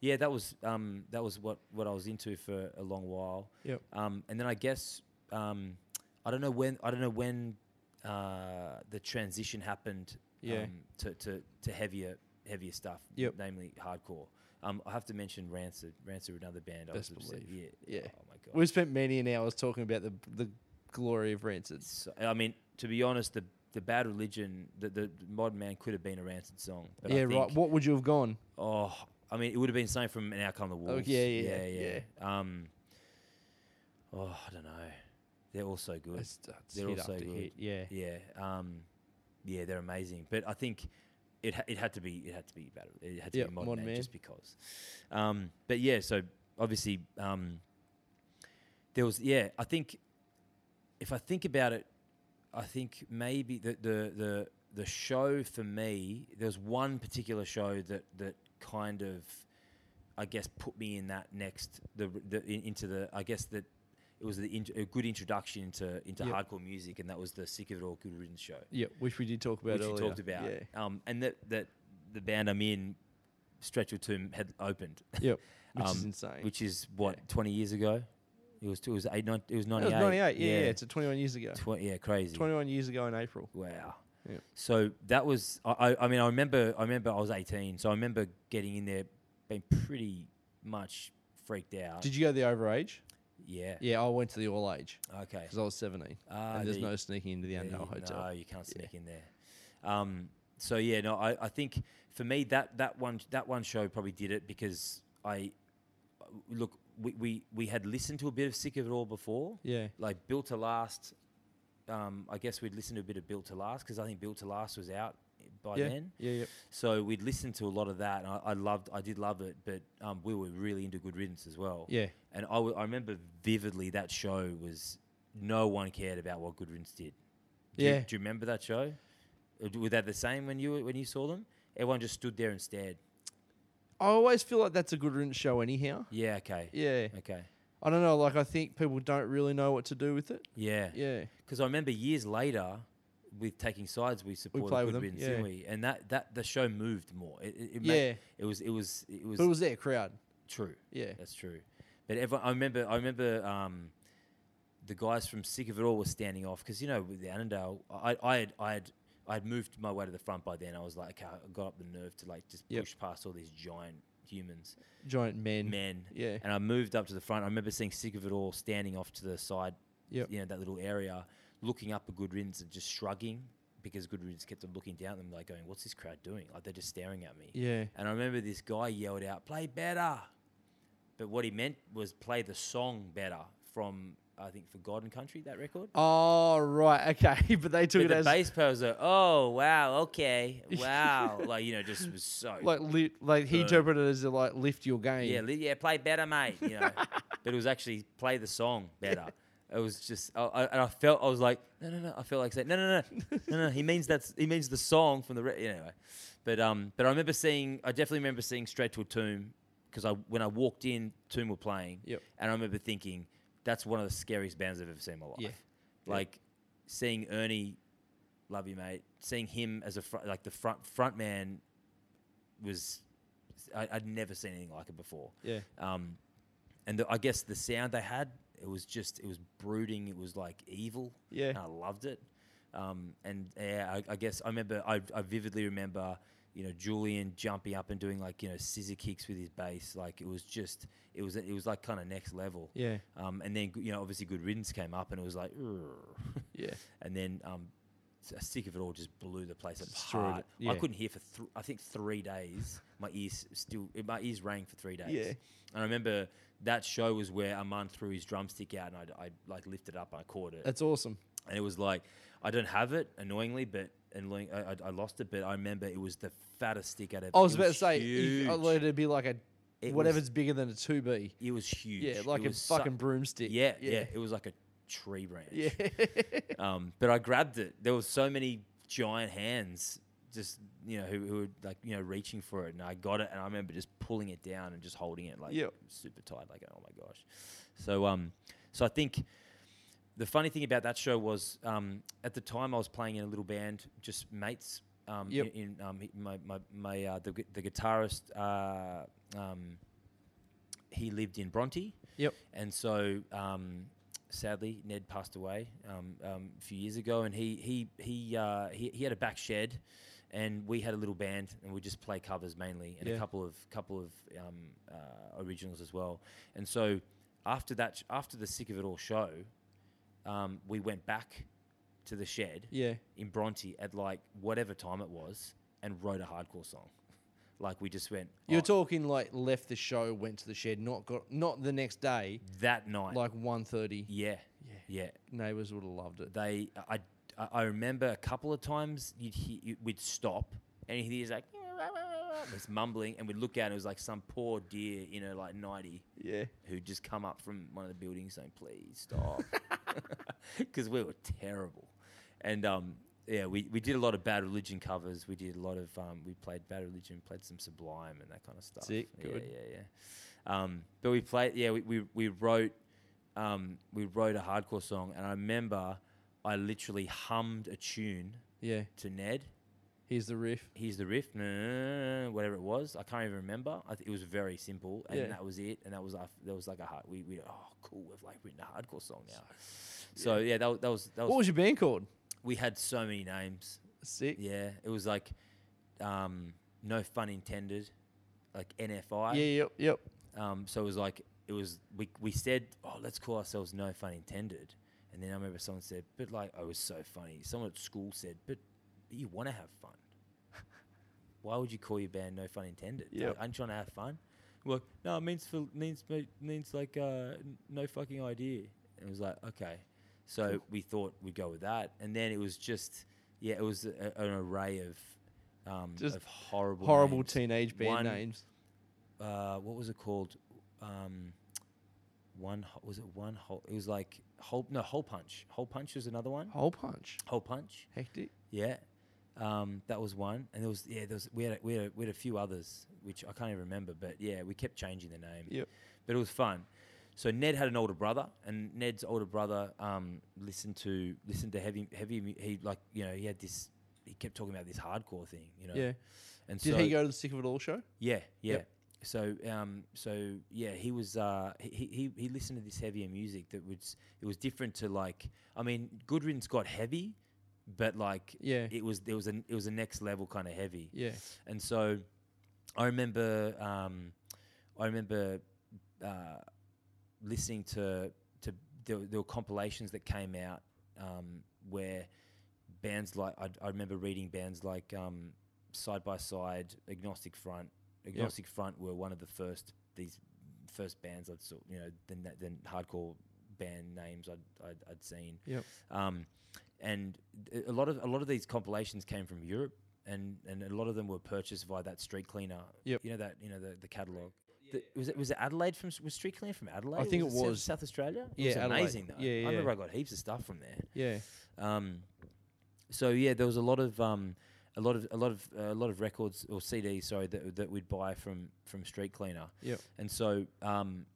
yeah, that was um that was what what I was into for a long while. Yep. Um, and then I guess um, I don't know when I don't know when uh, the transition happened. Yeah. Um, to, to, to heavier heavier stuff. Yep. Namely hardcore. Um, I have to mention Rancid. Rancid, were another band. I was Best obsessed. Yeah. believe. Yeah. Oh my god. We've spent many an hours talking about the the glory of Rancid. So- I mean, to be honest, the the Bad Religion, the the Modern Man could have been a Rancid song. But I Yeah, think, right. What would you have gone? Oh, I mean, it would have been something from an outcome of the Wolves. Oh, yeah, yeah, Um, oh, I don't know. They're all so good. It's- it's they're hit all so after good. hit, yeah. yeah, um, yeah. They're amazing. But I think it ha- it had to be it had to be better. It had to Yep, be modern, modern day man. just because. Um, but yeah, so obviously um, there was yeah. I think if I think about it, I think maybe the the the the show for me, there was one particular show that that kind of, I guess, put me in that next the, the in, into the I guess that it was the in, a good introduction into into Yep. hardcore music, and that was the Sick of It All Good Riddance show, Yeah, which we did talk about which earlier. you talked about, Yeah. um, and that that the band I'm in, Stretch Your Tomb, had opened, Yep. Which is um, insane. which is what twenty years ago. It was it was eight nine, it was That ninety eight. was 98. Yeah, yeah. It's a 21 years ago. Tw- yeah, crazy. 21 years ago in April. Wow. Yeah. So that was I, I- I mean I remember I remember I was 18 so I remember getting in there being pretty much freaked out. Did you go the overage? yeah. Yeah, I went to the all age Okay. because I was 17. Ah, and there's there you- no sneaking into the Yeah, Andal you- Hotel. No, you can't sneak in there. Um, so yeah, no, I, I think for me that that one that one show probably did it because I look we, we, we had listened to a bit of Sick of It All before. Yeah. Like Built to Last. Um, I guess we'd listened to a bit of Built to Last because I think Built to Last was out by yeah. then. Yeah, yeah. So we'd listened to a lot of that, and I, I loved, I did love it, but um, we were really into Good Riddance as well. Yeah. and I, w- I remember vividly that show was no one cared about what Good Riddance did. Do you, Yeah. do you remember that show? Or d- Were that the same when you were- when you saw them? Everyone just stood there and stared. I always feel like that's a good riddance show, anyhow. Yeah, okay, Yeah. okay, I don't know. Like, I think people don't really know what to do with it. yeah, Yeah. Because I remember years later, with taking sides, we supported play Good with them, Riddance, yeah. didn't we? And that that the show moved more. It, it, it ma- Yeah. it was it was it was But it was their crowd. True. Yeah. that's true. But everyone, I remember, I remember um, the guys from Sick of It All were standing off because you know with the Annandale, I, I had, I had, I had moved my way to the front by then. I was like, okay, I got up the nerve to like just Yep. push past all these giant humans, Giant men. men. Yeah. And I moved up to the front. I remember seeing Sick of It All standing off to the side, Yep. you know, that little area, looking up at Good Riddance and just shrugging because Good Riddance kept on looking down at them, like going, "What's this crowd doing?" Like they're just staring at me. Yeah. And I remember this guy yelled out, play better. But what he meant was play the song better from, I think, For God and Country, that record. Oh, right. Okay. but they took But it the as bass player was like, oh, wow, okay, wow. like, you know, just was so. like, li- like he Uh, interpreted it as like lift your game. yeah, li- yeah, play better, mate. You know, but it was actually play the song better. It was just, I, I, and I felt, I was like, no, no, no. I felt like saying, no, no, no, no, no. He means that's, he means the song from the re-. anyway. But um, but I remember seeing, I definitely remember seeing Straight to a Tomb because I when I walked in, Tomb were playing, Yep. and I remember thinking that's one of the scariest bands I've ever seen in my life. Yeah. Like seeing Ernie, love you, mate. Seeing him as a fr- like the front front man was I, I'd never seen anything like it before. Yeah. Um, and the, I guess the sound they had, it was just, it was brooding. It was like evil. Yeah. And I loved it. Um, and yeah, I, I guess I remember, I, I vividly remember, you know, Julian jumping up and doing like, you know, scissor kicks with his bass. Like it was just, it was, it was like kind of next level. Yeah. Um, and then, you know, obviously Good Riddance came up and it was like, "Urgh." Yeah. and then, um, s- sick of it all just blew the place Destroyed apart. it, yeah. I couldn't hear for th- I think three days. My ears still my ears rang for three days. Yeah. And I remember that show was where Armand threw his drumstick out, and I, I like lifted up and I caught it. That's awesome. and it was like I don't have it annoyingly, but and I, I, I lost it. But I remember it was the fattest stick I'd ever. I was it about to say, huge. if- I'd like it'd be like a It whatever's was- bigger than a two B. it was huge. Yeah, like It a was su- fucking broomstick. Yeah, yeah, yeah, It was like a tree branch. yeah. Um, but I grabbed it. There was so many giant hands, just you know, who, who were like you know reaching for it, and I got it, and I remember just pulling it down and just holding it like Yep. super tight, like oh my gosh. So um, so I think the funny thing about that show was um, at the time I was playing in a little band, just mates. Um, Yep. in, in um, my my my uh, the gu- the guitarist uh, um, he lived in Bronte. Yep. And so, um, sadly, Ned passed away um, um, a few years ago, and he he he, uh, he he had a back shed, and we had a little band, and we just play covers mainly, and Yeah. a couple of couple of um, uh, originals as well. And so, after that, sh- after the sick of it all show, um, we went back to the shed Yeah. in Bronte at like whatever time it was, and wrote a hardcore song. Like we just went You're oh, talking like left the show, went to the shed, not got not the next day, that night. like 1.30. yeah, yeah, yeah. Neighbours would have loved it. They, I, I- I remember a couple of times you'd hear, you, we'd stop and he'd hear like this mumbling, and we'd look out and it was like some poor deer, you know, like ninety. Yeah. who'd just come up from one of the buildings saying, "Please stop," because we were terrible. And um, yeah, we, we did a lot of Bad Religion covers. We did a lot of um, we played Bad Religion, played some Sublime and that kind of stuff. Sick, yeah, good. yeah, yeah. Um, but we played. Yeah, we we, we wrote um, we wrote a hardcore song, and I remember I literally hummed a tune Yeah. to Ned Here's the riff. here's the riff, whatever it was. I can't even remember. I th- it was very simple, and Yeah. that was it. And that was our, that was like a hard. We, we oh cool, we've like written a hardcore song now. So yeah, that, wa- that was that was, What was your band called? We had so many names. Sick. Yeah, it was like, um, no fun intended, like NFI. Yeah, yep, yep. Um, so it was like it was we we said, oh, let's call ourselves No Fun Intended, and then I remember someone said, but like I was so funny. Someone at school said, but you want to have fun. Why would you call your band No Fun Intended? It's Yep. like, aren't you trying to have fun? Well, no, it means for means me- means like uh, n- no fucking idea. And it was like okay, so we thought we'd go with that, and then it was just yeah, it was a, an array of. Um, Just of horrible, Horrible names. teenage band One- names. uh, what was it called? Um, one ho- was it one hole? It was like hole. No, hole punch. Hole punch was another one. Hole punch. Hole punch. Hectic. Yeah, um, that was one. And there was yeah, there was we had a, we had a, we had a few others which I can't even remember. But yeah, we kept changing the name. Yep. But it was fun. So Ned had an older brother, and Ned's older brother um, listened to listened to heavy heavy. mu- He like you know he had this. He kept talking about this hardcore thing. You know. Yeah. And Did so, he go to the Sick of It All show? yeah, yeah. Yep. So, um, so yeah, he was. Uh, he, he he listened to this heavier music that was. It was different to like. I mean, Good Riddance got heavy, but like, Yeah. it was there was an it was a next level kind of heavy. Yeah. And so, I remember, um, I remember uh, listening to to there, were- there were compilations that came out um, where bands like I, I remember reading bands like um, Side by Side, Agnostic Front. Agnostic Front were one of the first these first bands I'd saw, you know, then then hardcore band names I'd I'd, I'd seen. Yep. Um, and th- a lot of a lot of these compilations came from Europe, and, and a lot of them were purchased via that street cleaner. Yep. You know that you know the, the catalog. The- was it was it Adelaide from was street cleaner from Adelaide? think it South- was. South Australia. It Yeah, was Adelaide. amazing though. Yeah, yeah, I remember yeah. I got heaps of stuff from there. Yeah. Um, so yeah, there was a lot of um, a lot of a lot of a lot of records or CDs, sorry, that, that we'd buy from from Street Cleaner. Yep. And so um,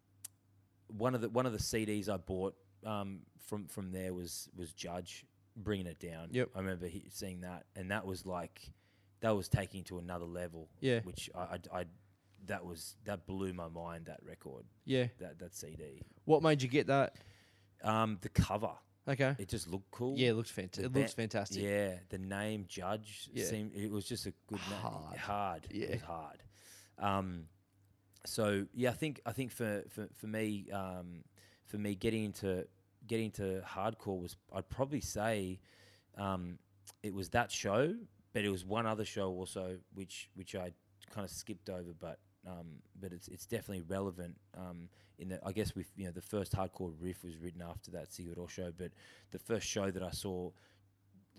one of the one of the CDs I bought um, from from there was was Judge bringing it down. Yep. I remember he, seeing that, and that was like that was taking to another level. Yeah. Which I, I, I that was that blew my mind. That record, Yeah. that that CD, What made you get that? um, the cover, Okay. it just looked cool. yeah, it looks fantastic. The It looks ba- fantastic. Yeah, the name Judge Yeah. seemed it was just a good name. Hard. Hard. It Yeah. was hard. Um, so yeah, I think I think for for, for me um, for me getting into getting into hardcore was I'd probably say um, it was that show, but it was one other show also which which I kind of skipped over, but. Um, but it's it's definitely relevant um, in that I guess with you know the first hardcore riff was written after that Sigurdor show, but the first show that I saw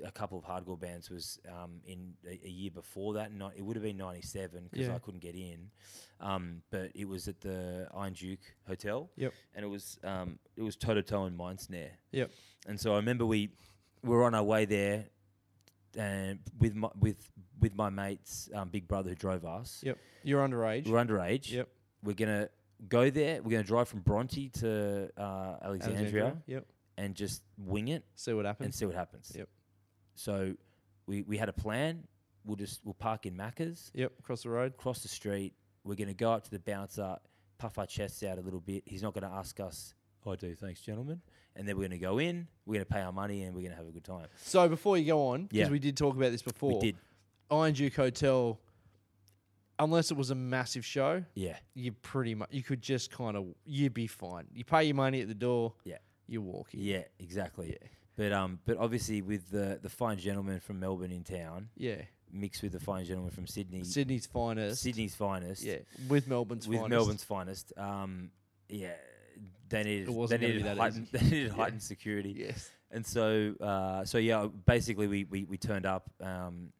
a couple of hardcore bands was um, in a, a year before that. Not, it would have been '97 because Yeah. I couldn't get in, um, but it was at the Iron Duke Hotel. Yep. and it was um, it was toe to toe in Mind Snare. Yep. and so I remember we were on our way there, and with my with with my mates, um, big brother who drove us. Yep. You're underage. We're underage. Yep. We're gonna go there. We're gonna drive from Bronte to uh, Alexandria, Yep. and just wing it See what happens. and see what happens. Yep. So we, we had a plan. We'll just we'll park in Macca's, Yep. Cross the road. cross the street. We're gonna go up to the bouncer, puff our chests out a little bit. He's not gonna ask us. I do, thanks, gentlemen. And then we're gonna go in. We're gonna pay our money, and we're gonna have a good time. So before you go on, because Yeah. we did talk about this before, We did, Iron Duke Hotel, unless it was a massive show, yeah, you pretty much you could just kind of you'd be fine. You pay your money at the door. Yeah. You walk in. yeah, exactly. But um, but obviously with the the fine gentleman from Melbourne in town, Yeah. mixed with the fine gentleman from Sydney. Sydney's finest. Sydney's finest. Yeah, with Melbourne's with finest. Melbourne's finest. Um, yeah, they needed It they wasn't gonna be needed that heightened, they needed heightened security. Yes. And so uh, so yeah, basically we we, we turned up um,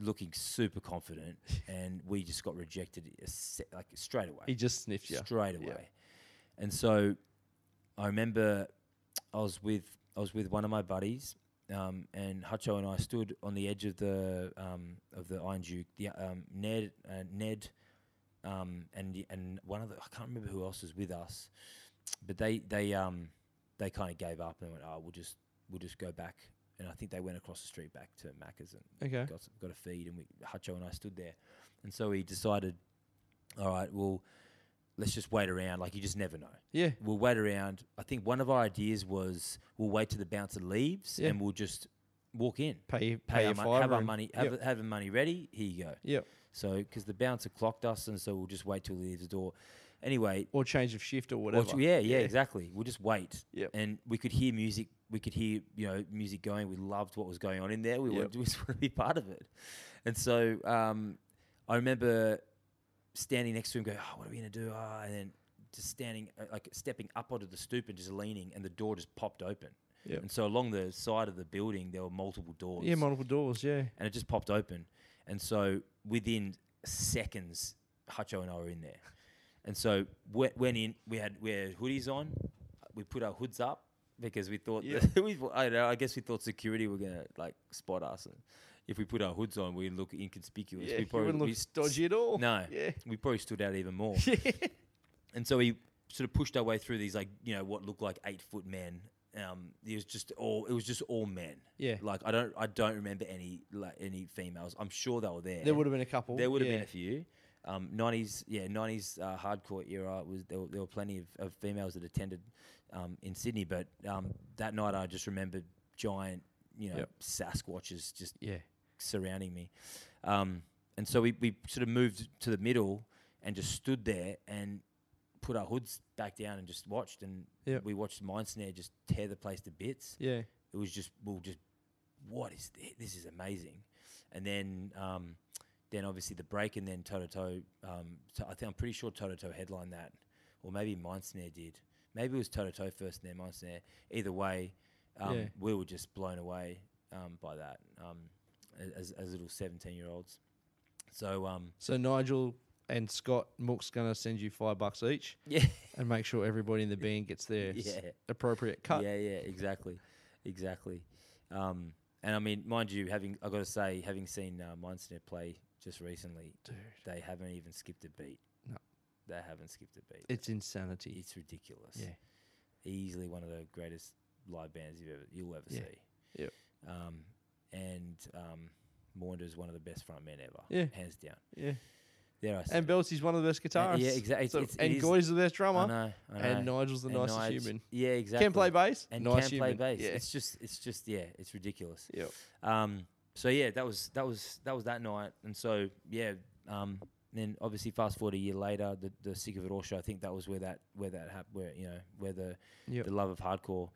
looking super confident, and we just got rejected a se- like straight away He just sniffed you. straight away. Yeah. And so I remember I was with I was with one of my buddies, um, and Hutcho and I stood on the edge of the um, of the Iron Duke. The um, Ned uh, Ned um, and the- and one of the I can't remember who else was with us, but they they um, they kind of gave up and went, oh, we'll just we'll just go back. And I think they went across the street back to Macca's and Okay. got s- got a feed, and we Hutcho and I stood there, and so we decided, all right, well, let's just wait around. Like you just never know. Yeah. We'll wait around. I think one of our ideas was we'll wait till the bouncer leaves, Yeah. and we'll just walk in, Pay, pay, our your mon- fiver have our and- money, Yep. have, have the money ready. Here you go. yep. So because the bouncer clocked us, and so we'll just wait till he leaves the door. Anyway, Or change of shift or well, whatever. t- yeah, yeah, exactly. We'll just wait. Yep. And we could hear music. We could hear, you know, music going. We loved what was going on in there. We, Yep. wanted, we just wanted to be part of it. And so um, I remember standing next to him, going, oh, "What are we gonna do?" Ah, and then just standing, uh, like stepping up onto the stoop and just leaning, and the door just popped open. Yep. And so along the side of the building, there were multiple doors Yeah, multiple doors. Yeah. and it just popped open. And so within seconds, Hutcho and I were in there. And so we went in. We had we had hoodies on. We put our hoods up because we thought that we, I, don't know, I guess we thought security were gonna like spot us. And if we put our hoods on, we'd look inconspicuous. Yeah, we you wouldn't look s- dodgy at all. No, Yeah. we probably stood out even more. and so we sort of pushed our way through these like you know what looked like eight foot men. Um, it was just all it was just all men. Yeah. like I don't I don't remember any like any females. I'm sure they were there. There would have been a couple. there would have been yeah. a few. Um, 90s yeah 90s uh, hardcore era was there, were- there were plenty of, of females that attended um, in Sydney, but um, that night I just remembered giant you know Yep. Sasquatches just Yeah. surrounding me. Um, and so we, we sort of moved to the middle and just stood there and put our hoods back down and just watched. And Yep. we watched Mind Snare just tear the place to bits. Yeah. It was just, we were just, what is this? This is amazing. And then, um, then obviously the break and then Toto Toe. Um, so I think I'm pretty sure Toto Toe headlined that, or maybe Mind Snare did. Maybe it was Toto Toe first and then Mind Snare. Either way, um, Yeah. we were just blown away um, by that um, a- as, as little 17 year olds. So um, So Nigel and Scott Mook's gonna send you five bucks each yeah, and make sure everybody in the band gets their s- Yeah. appropriate cut. Yeah, yeah, exactly, exactly. Um, and I mean, mind you, having I got to say, having seen uh, Mindsnare play just recently, they haven't even skipped a beat. No. they haven't skipped a beat. It's insanity. It's ridiculous. Yeah. easily one of the greatest live bands you've ever you'll ever Yeah. see. Yep. Um, and um, Maunder is one of the best front men ever. Yeah. hands down. Yeah. There I And Belsey's one of the best guitarists. Uh, yeah, exactly. It's- So- it's- it and is- Goy's the best I drummer. know, I know. And Nigel's the And nicest Nige- human. Yeah, exactly. Can play bass. and nice can human. play bass. Yeah. It's just, it's just, yeah, it's ridiculous. Yep. Um, so yeah, that was that was that was that night, and so yeah, um, then obviously fast forward a year later, the the sick of it all show. I think that was where that where that happened, where you know where the Yep. the love of hardcore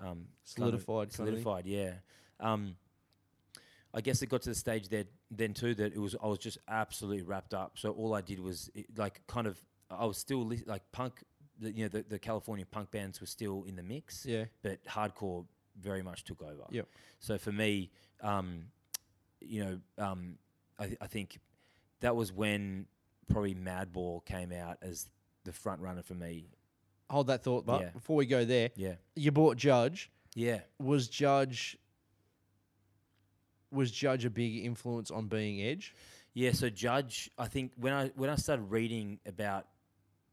um, kind of- Solidified kind of thing. solidified, yeah. Um, I guess it got to the stage that then too that it was I was just absolutely wrapped up. So all I did was it, like kind of I was still li- like punk, the, you know, the, the California punk bands were still in the mix, Yeah. but hardcore very much took over. Yep. So for me, um, you know, um, I, th- I think that was when probably Madball came out as the front runner for me. Hold that thought, but Yeah. before we go there, Yeah. you bought Judge. Yeah. Was Judge was Judge a big influence on being Edge? Yeah, so Judge, I think when I when I started reading about,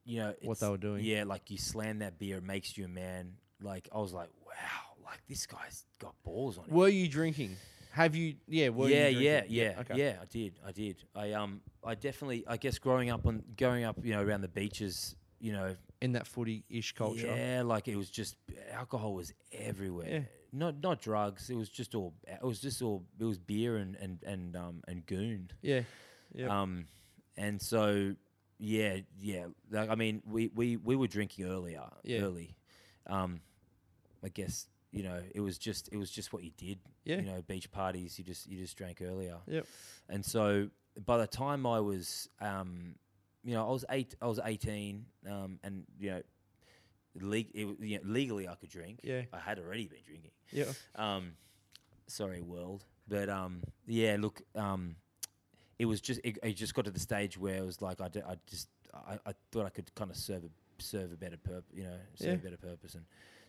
you know, What it's- they were doing. yeah, like you slam that beer, it makes you a man. Like I was like, wow, like this guy's got balls on him. Were you drinking? Have you? Yeah. Were yeah, you yeah, drinking? yeah, yeah, I did, I did. I um, I definitely, I guess, growing up on growing up, you know, around the beaches, you know, In that footy-ish culture. yeah, like it was just alcohol was everywhere. Yeah. Not not drugs. It was just all. It was just all. It was beer and and and um and goon. Yeah. Yep. Um, and so, yeah, yeah. Like, I mean, we, we, we were drinking earlier, Yeah. early. Um, I guess you know, it was just it was just what you did. Yeah. You know, beach parties. You just you just drank earlier. Yep. And so by the time I was, um, you know, I was eight. I was eighteen, um, and you know, leg- it, w- you know, legally I could drink. Yeah. I had already been drinking. Yeah. Um, sorry, world. But um, yeah, look, um, it was just it, it just got to the stage where it was like I, d- I just I, I thought I could kind of serve a serve a better purpose, you know, serve a Yeah. better purpose and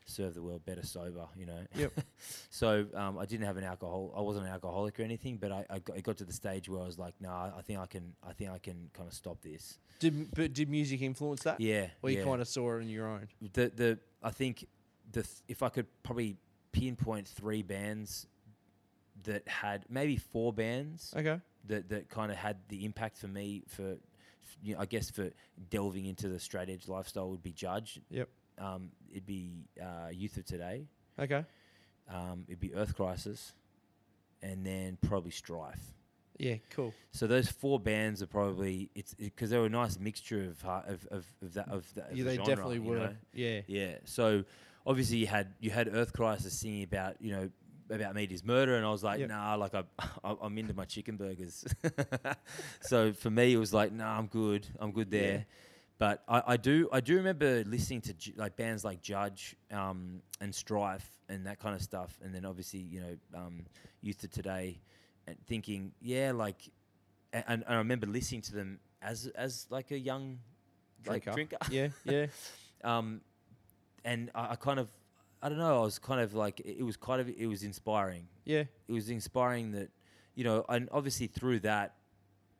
serve the world better sober, you know. Yep. so um, I didn't have an alcohol. I wasn't an alcoholic or anything, but I, I got, it got to the stage where I was like, nah, I think I can I think I can kind of stop this. Did but did music influence that? Yeah. Or Uh, you yeah kind of saw it on your own. the the I think the th- if I could probably pinpoint three bands that had maybe four bands Okay. that that kind of had the impact for me for f- you know, I guess for delving into the straight edge lifestyle would be Judge. Yep. Um, it'd be uh, Youth of Today. Okay. Um, it'd be Earth Crisis, and then probably Strife. Yeah. Cool. So those four bands are probably it's because they were a nice mixture of ha- of of, of that of that. yeah, they definitely were. Yeah. Yeah. So obviously you had you had Earth Crisis singing about you know about Meaty's murder, and I was like, Yep. nah, like I, I I'm into my chicken burgers. so for me, it was like, nah, I'm good, I'm good there. But I, I do I do remember listening to Ju- like bands like Judge um, and Strife and that kind of stuff, and then obviously you know um, Youth of Today, and thinking, yeah, like, a- and, and I remember listening to them as as like a young like drinker. Yeah. Yeah. um, and I, I kind of, I don't know, I was kind of like, it, it was kind of, it was inspiring. Yeah. It was inspiring that, you know, and obviously through that,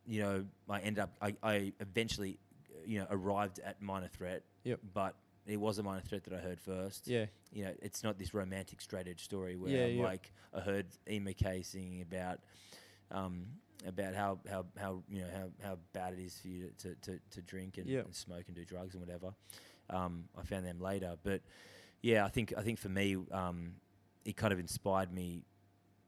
you know, I ended up, I, I eventually, you know, arrived at Minor Threat. Yep. But it was a Minor Threat that I heard first. Yeah. You know, it's not this romantic straight edge story where Yeah, I'm yeah. like, I heard Ema Kay singing about, um, about how, how, how you know how, how bad it is for you to, to, to drink and, Yep. and smoke and do drugs and whatever. Um, I found them later, but yeah, I think I think for me, um, it kind of inspired me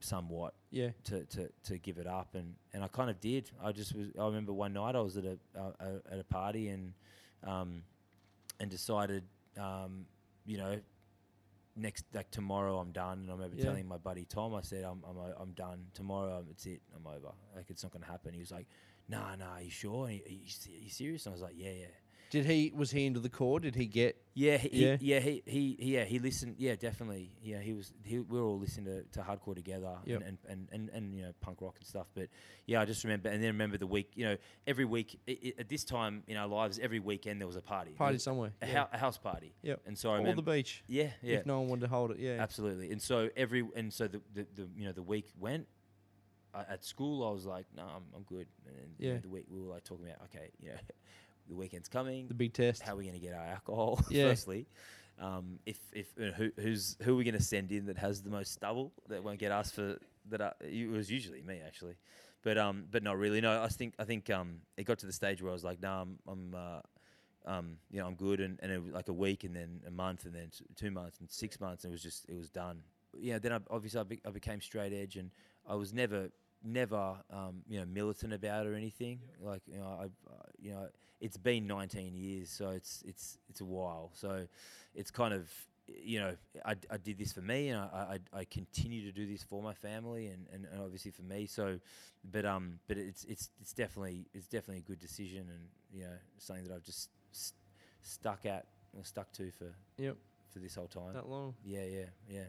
somewhat Yeah. to, to, to give it up, and, and I kind of did. I just was. I remember one night I was at a, a, a at a party and um, and decided, um, you know, next like tomorrow I'm done. And I remember Yeah. telling my buddy Tom, I said, I'm I'm o- I'm done tomorrow. um, It's it. I'm over. Like it's not gonna happen. He was like, Nah, nah. Are you sure? Are you, are you se- are you serious? And I was like, Yeah, yeah. Did he? Was he into the core? Did he get? Yeah, he, Yeah. yeah, yeah, he, he, he- yeah, he listened. Yeah, definitely. Yeah, he was. He, we were all listening to, to hardcore together, Yep. and, and, and, and and you know punk rock and stuff. But yeah, I just remember, and then remember the week. You know, every week i i at this time in our lives, every weekend there was a party. There Party was somewhere, A, yeah. hou- a house party. Yep. And so I Or the remember. beach. yeah, yeah. If no one wanted to hold it. Yeah. Absolutely. And so every and so the, the, the you know the week went. I, at school, I was like, no, I'm, I'm good. And then, you know, Yeah. the week we were like talking about, okay, you know, the weekend's coming. The big test. How are we going to get our alcohol? Yeah. Firstly, um, if if uh, who who's who are we going to send in that has the most stubble that won't get asked for that? Are, it was usually me actually, but um, but not really. No, I s- think I think um, it got to the stage where I was like, no, I'm I'm. Uh, um, you know, I'm good, and, and it was like a week, and then a month, and then t- two months, and six months, and it was just it was done. Yeah, then I, obviously I, be, I became straight edge, and I was never never um, you know militant about it or anything. Like you know, I, I you know it's been 19 years, so it's it's it's a while. So it's kind of you know I, I did this for me, and I, I I continue to do this for my family, and, and, and obviously for me. So, but um, but it's it's it's definitely it's definitely a good decision, and you know something that I've just st- stuck at or stuck to for Yep. for this whole time. That long. Yeah, yeah, yeah.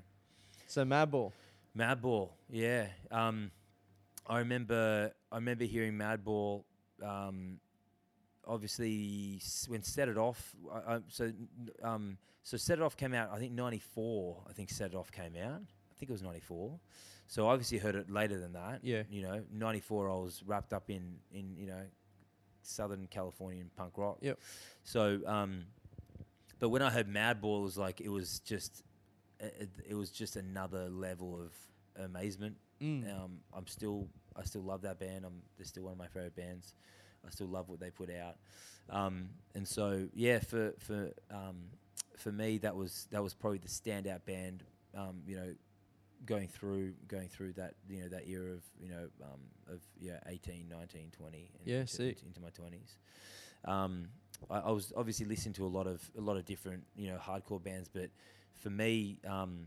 So Madball. Madball, yeah. Um, I remember, I remember hearing Madball. Um, obviously, s- when Set It Off, I, I, so n- um, so Set It Off came out. I think '94. I think Set It Off came out. I think it was '94. So I obviously heard it later than that. Yeah. You know, '94. I was wrapped up in in you know, Southern Californian punk rock. Yep. So, um, but when I heard Madball, it was like it was just, it, it was just another level of amazement. Um, I'm still, I still love that band. I'm, they're still one of my favorite bands. I still love what they put out. Um, and so, yeah, for for um, for me, that was that was probably the standout band. Um, you know, going through going through that you know that era of you know um, of yeah 18, 19, 20, and Yeah, into- sick. into my twenties um, I, I was obviously listening to a lot of a lot of different you know hardcore bands, but for me, um,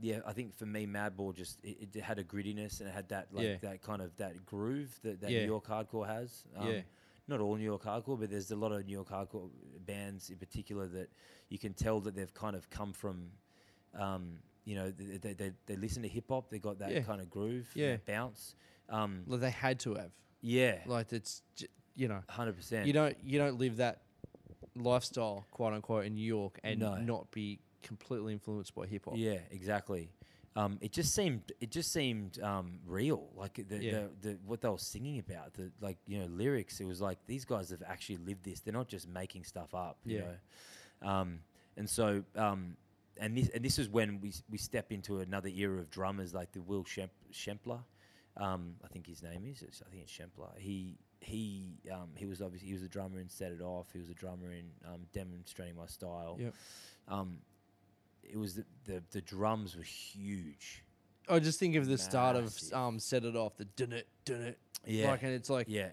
yeah, I think for me, Madball just it, it had a grittiness and it had that like Yeah. that kind of that groove that, that Yeah. New York hardcore has. Um, Yeah. Not all New York hardcore, but there's a lot of New York hardcore bands in particular that you can tell that they've kind of come from, um, you know, they, they, they, they listen to hip hop, they got that Yeah. kind of groove, and Yeah. that bounce. Um, Like they had to have. yeah, Like it's j- you know 100%. you don't you don't live that lifestyle quote unquote in New York and No. not be completely influenced by hip hop. Yeah, exactly. Um, it just seemed it just seemed um, real, like the, Yeah. the, the what they were singing about, the like you know lyrics. It was like these guys have actually lived this. They're not just making stuff up, you Yeah. know. Um, and so, um, and this and this is when we s- we step into another era of drummers like the Will Shemp- Shempler. Um, I think his name is. It's, I think it's Shempler. He he um, he was obviously he was a drummer in Set It Off. He was a drummer in um, Demonstrating My Style. Yep. Um, it was the, the the drums were huge. I just think of the start of Massive. um set it off the dun it dun it. Yeah. Like and it's like Yeah,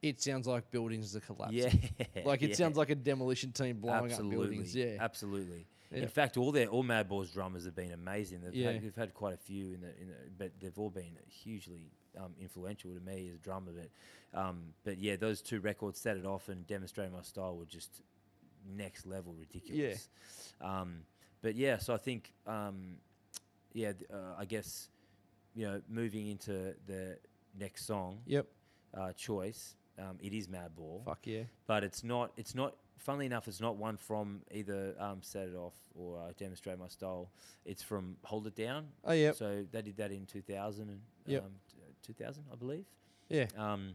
it sounds like buildings are collapsing. yeah. Like it yeah. sounds like a demolition team blowing absolutely, up buildings. Yeah. absolutely. Yeah. In fact, all their all Mad Boys drummers have been amazing. They've, Yeah. had, they've had quite a few in the, in the but they've all been hugely um, influential to me as a drummer. But um, but yeah, those two records set it off and demonstrated my style were just next level ridiculous. Um, but yeah, so I think um, yeah, th- uh, I guess you know moving into the next song Yep. uh, choice, um, it is Mad Ball Fuck yeah. but it's not it's not funnily enough it's not one from either um, set it off or uh, demonstrate my style it's from hold it down Oh yeah. so they did that in 2000 and Yep. um, t- 2000 i believe Yeah. um,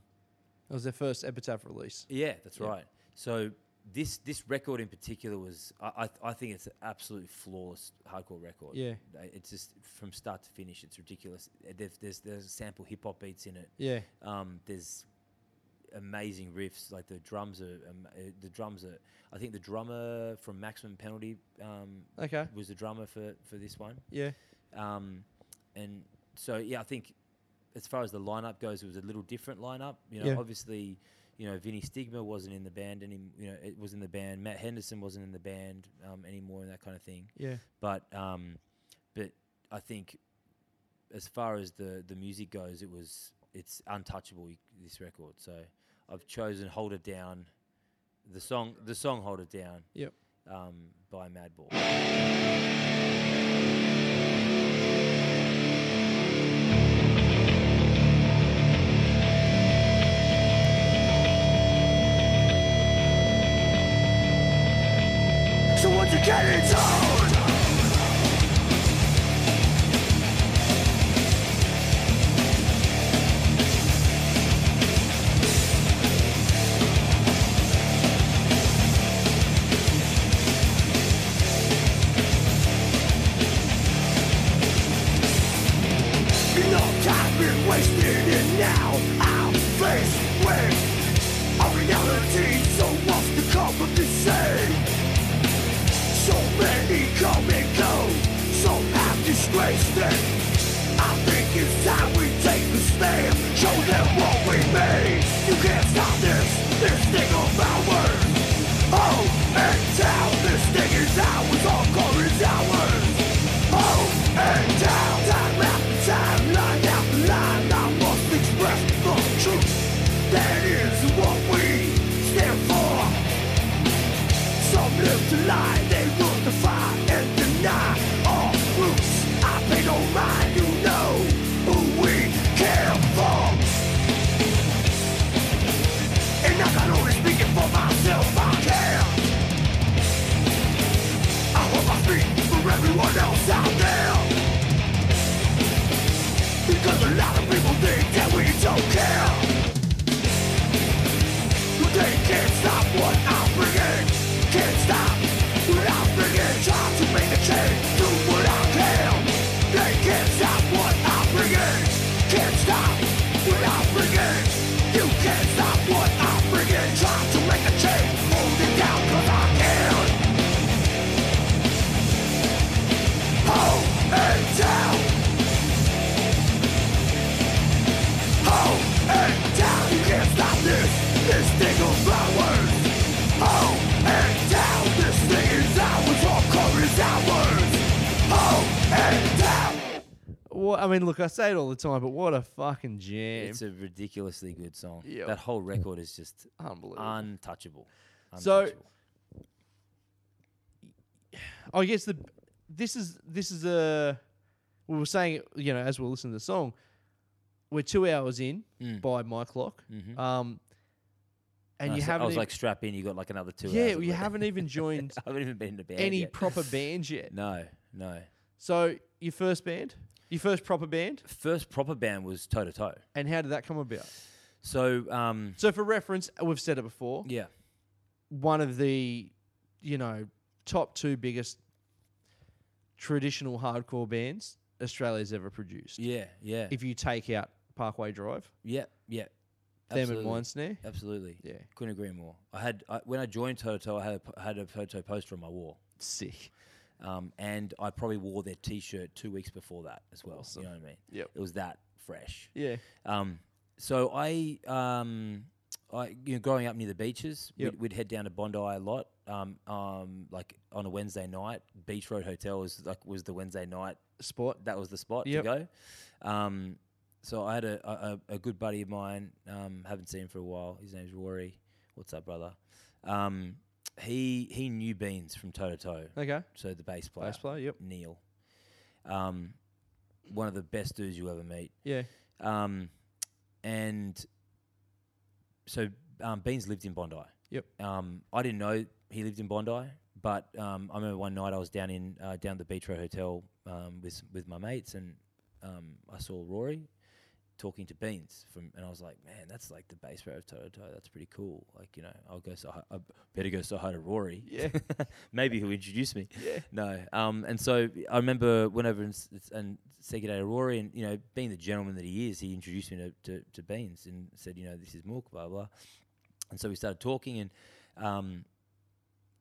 That was their first epitaph release. yeah that's Yeah. right so this this record in particular was I, I I think it's an absolutely flawless hardcore record. Yeah. Uh, it's just from start to finish, it's ridiculous. Uh, There's there's, there's sample hip hop beats in it. Yeah. Um, there's amazing riffs. Like the drums are, um, uh, the drums are. I think the drummer from Maximum Penalty um, Okay. was the drummer for for this one. Yeah. Um, and so yeah, I think as far as the lineup goes, it was a little different lineup. You know, Yeah. obviously, you know, Vinny Stigma wasn't in the band any. You know, it was in the band. Matt Henderson wasn't in the band um, anymore, and that kind of thing Yeah. but um, but I think as far as the the music goes, it was it's untouchable y- this record. So I've chosen "Hold It Down," the song the song "Hold It Down." Yep. Um, by Madball. So once you get in tone Enough time been wasted and now I'm faced with a reality so what's to come from the same so many come and go, some have disgraced it. I think it's time we take the stand, show them what we made. You can't stop this, this thing of ours. Oh, and down, this thing is ours, our core is ours. Oh, and down, time after time, line after line, I must express the truth. That is what we stand for. Some live to lie, they will defy and deny all roots. I pay no mind, you know who we care for. And I can only speak it for myself, I care. I hope I speak for everyone else out there. Because a lot of people think that we don't care. They can't stop what I'm bringing. Can't stop what I'm bringing. Try to make a change. Do what I can. They can't stop what I'm bringing. Can't stop what I'm bringing. You can't stop what I'm bringing. Try to make a change. Hold it down 'cause I can. Hold it down. Oh, and down, you can't stop this, this thing of ours. Oh, and down, this thing is ours, our core is ours. I mean, look, I say it all the time, but what a fucking jam! It's a ridiculously good song. Yep. That whole record is just Unbelievable. untouchable. So- untouchable. I guess the this is this is a we were saying it, you know as we we're listening to the song, we're two hours in by my clock, um, and Hmm. Mm-hmm. I you was- I haven't was even- like strap in. You got like another two. yeah hours of you it. haven't even joined I haven't even been to band any yet. proper band yet. No, no. So your first band, your first proper band, First proper band was toe to toe. and how did that come about? So um, So for reference, we've said it before. yeah, one of the you know top two biggest traditional hardcore bands Australia's ever produced. yeah, yeah, If you take out Parkway Drive, yeah, yeah. them and Absolutely. Wine Snare, Absolutely. Yeah. Couldn't agree more. I had I, when I joined Toto, I had a, p- had a Toto poster on my wall, sick. um, and I probably wore their T-shirt two weeks before that as well. You know what I mean? Yep. It was that fresh. Yeah, Um, so I, um, I, you know, growing up near the beaches, Yep. we'd, we'd head down to Bondi a lot. Um, um, like on a Wednesday night, Beach Road Hotel was like was the Wednesday night spot. that was the spot Yep. to go. Um, so I had a, a, a good buddy of mine, um, haven't seen him for a while. His name's Rory. What's up, brother? Um, he he knew Beans from toe to toe. Okay, So the bass player, bass player. Yep. Neil, um, one of the best dudes you ever meet. Yeah. Um, and so um, Beans lived in Bondi. Yep. Um, I didn't know he lived in Bondi, but um, I remember one night I was down in uh, down at the Beach Road Hotel um, with s- with my mates, and um, I saw Rory talking to Beans from, and I was like, man, that's like the bass player of Toto. Toe. That's pretty cool. Like, you know, I'll go so hi, I better go so hi to Rory. Yeah, maybe he'll introduce me. Yeah. No. Um, and so I remember whenever and, s- and say good day to Rory, and you know, being the gentleman that he is, he introduced me to, to, to Beans and said, you know, this is Milk, blah blah. And so we started talking, and um,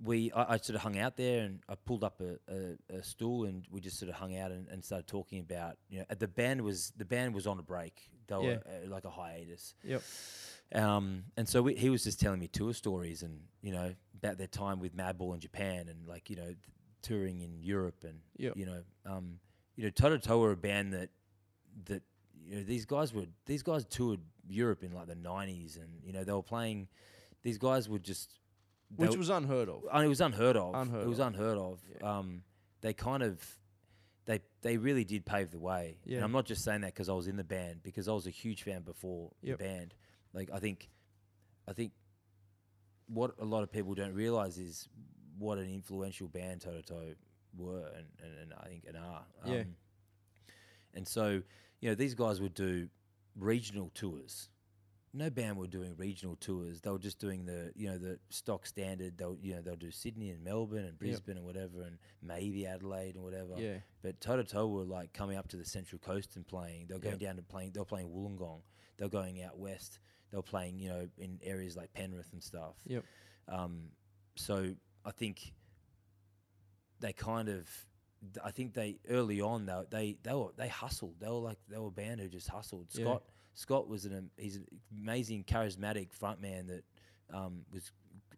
we I, I sort of hung out there and I pulled up a, a, a stool and we just sort of hung out and, and started talking about you know uh, the band was the band was on a break they were Yeah. uh, like a hiatus Yep. um, and so we, he was just telling me tour stories and you know about their time with Madball in Japan and like you know th- touring in Europe and Yep. you know um, you know Toto Toe were a band that that you know these guys were these guys toured Europe in like the nineties and you know they were playing these guys were just they Which were- was unheard of. and Uh, it was unheard of. Unheard it was of. unheard of. Um, they kind of, they they really did pave the way. Yeah. And I'm not just saying that because I was in the band, because I was a huge fan before Yep. the band. Like I think, I think, what a lot of people don't realize is what an influential band Toto Toe were, and, and, and I think and are. Um, Yeah. And so, you know, these guys would do regional tours no band were doing regional tours. They were just doing the you know the stock standard. They'll you know they'll do Sydney and Melbourne and Brisbane and whatever, and maybe Adelaide and whatever. Yeah. But toe to toe were like coming up to the Central Coast and playing. They're going down to playing. They're playing Wollongong. They're going out west. They're playing you know in areas like Penrith and stuff. Yep. Um, so I think they kind of, th- I think they early on though they they were they hustled. They were like they were a band who just hustled. Yeah. Scott Scott was an am- he's an amazing charismatic frontman that um, was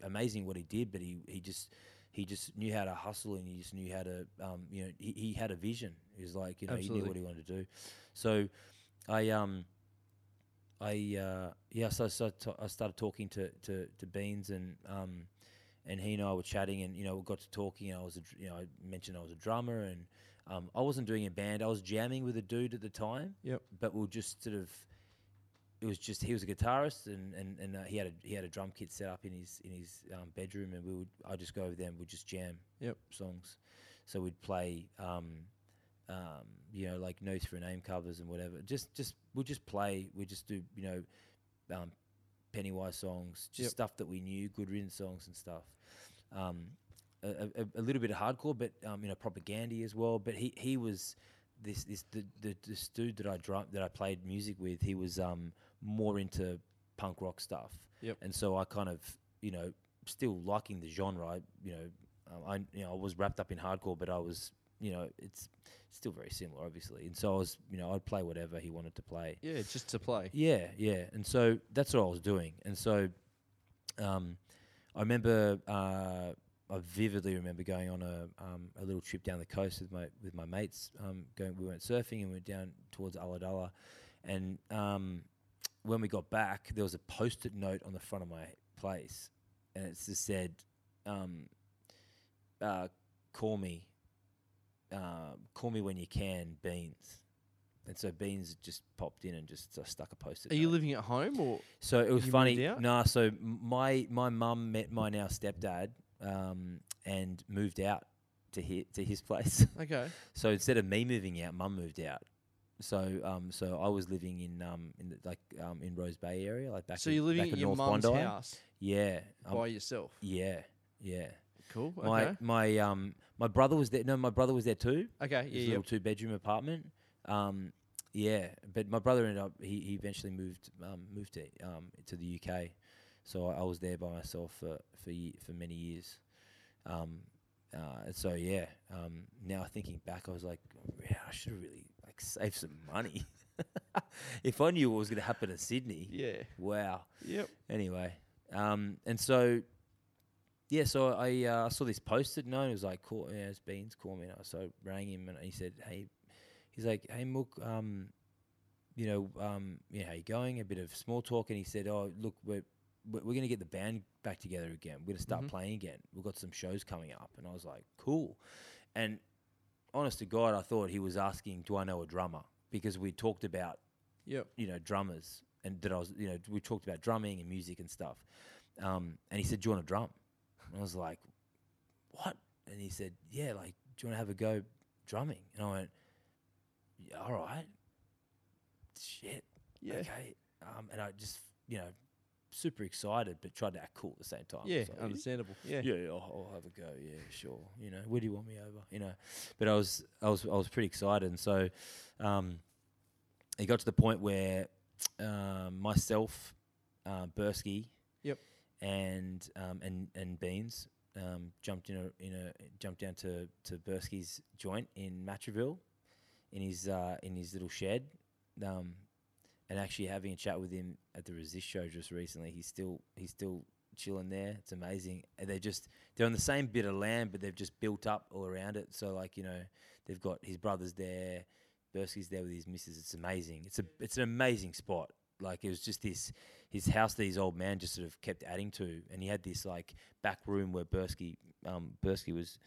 amazing what he did, but he he just he just knew how to hustle and he just knew how to um, you know he, he had a vision. He was like you know he Absolutely. knew what he wanted to do. So I um. I uh, yeah, so, so t- I started talking to, to, to Beans and um, and he and I were chatting, and you know, we got to talking, and I was, a, dr- you know, I mentioned I was a drummer, and um, I wasn't doing a band, I was jamming with a dude at the time. Yep. But we were just sort of, it was just he was a guitarist, and and, and uh, he had a he had a drum kit set up in his in his um, bedroom, and we would I just go over there and we'd just jam. Yep. Songs, so we'd play. Um, um, you know, like notes for name covers and whatever. Just, just we'll just play. We just do, you know, um, Pennywise songs, just Yep. stuff that we knew, good riddance songs and stuff. Um, a, a- a, a little bit of hardcore, but um, you know, propagandy as well. But he, he was this this the, the this dude that I drum that I played music with. He was um, more into punk rock stuff. Yep. And so I kind of you know still liking the genre. I, you know, um, I you know I was wrapped up in hardcore, but I was you know it's still very similar, obviously. And so I was you know I'd play whatever he wanted to play. Yeah, just to play. Yeah, yeah. And so that's what I was doing. And so um, I remember uh, I vividly remember going on a um, a little trip down the coast with my with my mates. Um, going, we went surfing and we went down towards Ulladulla, and um, when we got back, there was a post-it note on the front of my place, and it just said, um, uh, "Call me, uh, call me when you can, Beans." And so Beans just popped in and just uh, stuck a post-it. Are you note. living at home or So it was You funny. moved out? Nah, so m- my my mum met my now stepdad um, and moved out to his, to his place. okay? so instead of me moving out, mum moved out. So um, so I was living in um in the, like um in Rose Bay area, like back. So in- you're living back at in your North mum's Bondi. house Yeah. um, by yourself. yeah. Yeah. Cool. Okay. My my um my brother was there. No, my brother was there too okay. his Yeah. little two bedroom apartment. Um, yeah, but my brother ended up he, he eventually moved um, moved to um, to the UK, so I, I was there by myself for for ye- for many years. Um, uh, and so yeah, um, now thinking back, I was like, yeah, I should have really like saved some money. if I knew what was going to happen in Sydney, Yeah. Yeah. wow. Yep. Anyway, um, and so yeah, so I uh, saw this posted note. It was like, call, yeah, it's Beans, call me. And I, so I rang him and he said, hey, he's like, hey, Mook, um, you know, um, you know, how you going? A bit of small talk. And he said, oh, look, we're, we're going to get the band back together again. We're going to start playing again. We've got some shows coming up. And I was like, cool. And honest to God, I thought he was asking, do I know a drummer? Because we talked about Yep. you know, drummers, and that I was, you know, we talked about drumming and music and stuff. Um, and he said, "Do you want to drum?" And I was like, "What?" And he said, "Yeah, like, do you want to have a go drumming?" And I went, yeah, "All right, shit, Yeah. okay." Um, and I just, you know, super excited, but tried to act cool at the same time. I Yeah. was like, "You- Understandable. Yeah. yeah, yeah, I'll, I'll have a go. Yeah, sure. You know, where do you want me over? You know, but I was, I was, I was pretty excited, and so um, it got to the point where um, myself, uh, Bursky, Yep. and um, and and Beans um, jumped in a, in a jumped down to to Bursky's joint in Matraville, in his uh, in his little shed, um, and actually having a chat with him at the Resist show just recently. He's still he's still chilling there. It's amazing. And they just they're on the same bit of land, but they've just built up all around it. So like you know, they've got his brothers there, Bursky's there with his missus. It's amazing. It's a it's an amazing spot. Like it was just this his house that his old man just sort of kept adding to, and he had this like back room where Bursky um, Bursky was.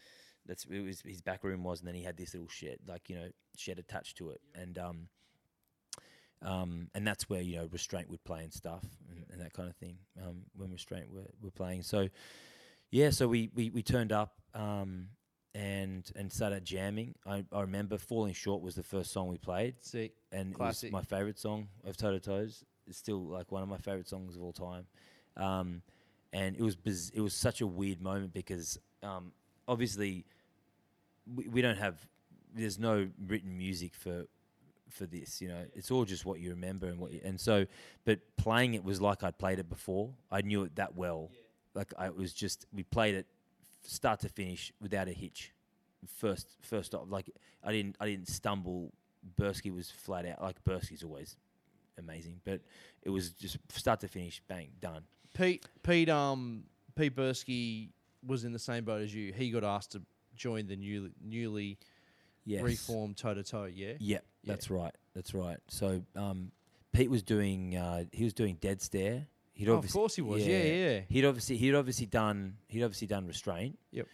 That's it was his back room was, and then he had this little shed, like you know, shed attached to it, and um, um, and that's where you know restraint would play and stuff and, and that kind of thing um, when restraint were, were playing so yeah so we we, we turned up um, and and started jamming I, I remember falling short was the first song we played Sick. and Classic. it was my favorite song of Toto Toes. It's still like one of my favorite songs of all time. Um, and it was biz- it was such a weird moment because um, obviously we, we don't have there's no written music for for this you know it's all just what you remember and what you, and so but playing it was like I'd played it before I knew it that well like I it was just we played it start to finish without a hitch first first off like I didn't I didn't stumble Bursky was flat out like Bursky's always amazing but it was just start to finish bang done Pete. Pete. Um. Pete Bursky was in the same boat as you. He got asked to join the newly newly yes reformed toe to toe. Yeah. Yeah, Yeah. that's right. That's right. So um, Pete was doing uh, he was doing Dead Stare. He'd Oh, of obviously, course he was. Yeah, yeah. He'd obviously he'd obviously done he'd obviously done Restraint. Yep.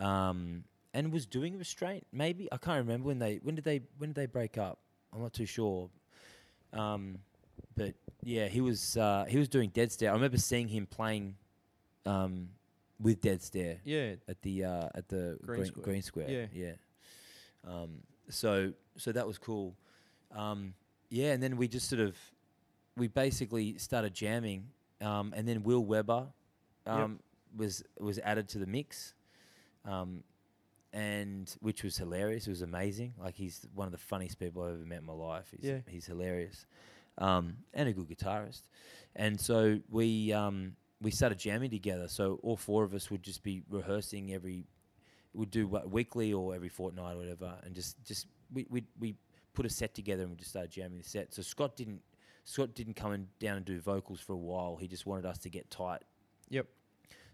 Um, and was doing Restraint. Maybe I can't remember when they when did they when did they break up. I'm not too sure. Um, but yeah, he was uh, he was doing Dead Stare. I remember seeing him playing um, with Dead Stare Yeah. at the uh, at the Green green, Square. square. green square. Yeah. yeah. Um, so so that was cool. Um, yeah, and then we just sort of we basically started jamming, um, and then Will Weber um, was was added to the mix, um, and which was hilarious. It was amazing. Like he's one of the funniest people I've ever met in my life. He's, Yeah. he's hilarious, um, and a good guitarist. And so we um, we started jamming together. So all four of us would just be rehearsing every we'd do what, weekly or every fortnight or whatever, and just just we we we put a set together and we just started jamming the set. So Scott didn't Scott didn't come in, down and do vocals for a while. He just wanted us to get tight. Yep.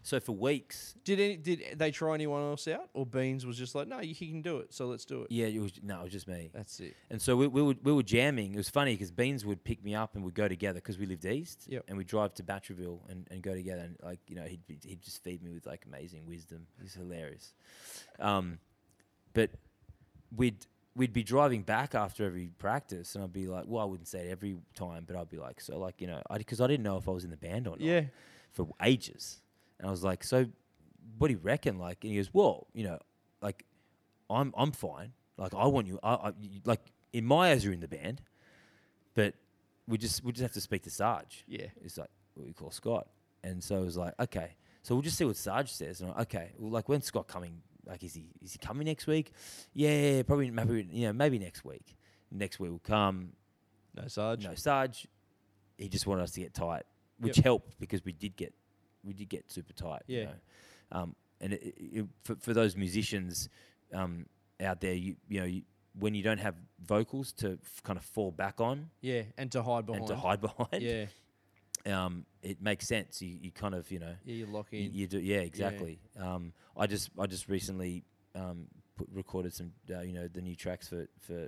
So for weeks, Did any, did they try anyone else out, or Beans was just like, no, you he can do it, so let's do it. yeah, it was no, it was just me. That's it. And so we, we, were, we were jamming. It was funny because Beans would pick me up and we'd go together because we lived east. Yep. And we'd drive to Batcherville and, and go together. And, like, you know, he'd, be- he'd just feed me with, like, amazing wisdom. He's hilarious. Um, but we'd, we'd be driving back after every practice and I'd be like, well, I wouldn't say it every time, but I'd be like, so, like, you know, because I, didn't know if I was in the band or not Yeah. for ages. And I was like, so what do you reckon? Like, and he goes, well, you know, like I'm, I'm fine. Like I want you, I, I you- like in my eyes, you're in the band, but we just, we just have to speak to Sarge. Yeah. It's like, we call Scott. And so it was like, okay, so we'll just see what Sarge says. And I'm like, okay, well, like when's Scott coming? Like, is he, is he coming next week? Yeah, yeah, yeah, probably, maybe, you know, maybe next week. Next week will come. No Sarge. No, Sarge, he just wanted us to get tight, which Yep. helped because we did get we did get super tight. you Yeah. know. Um, and it, it, it- for for those musicians um, out there, you you know, you, when you don't have vocals to f- kind of fall back on Yeah, and to hide behind. and to hide behind, Yeah, um, it makes sense. You, you kind of you know yeah, you lock you, in. you do, yeah, exactly. Um, I just I just recently um, put, recorded some uh, you know the new tracks for for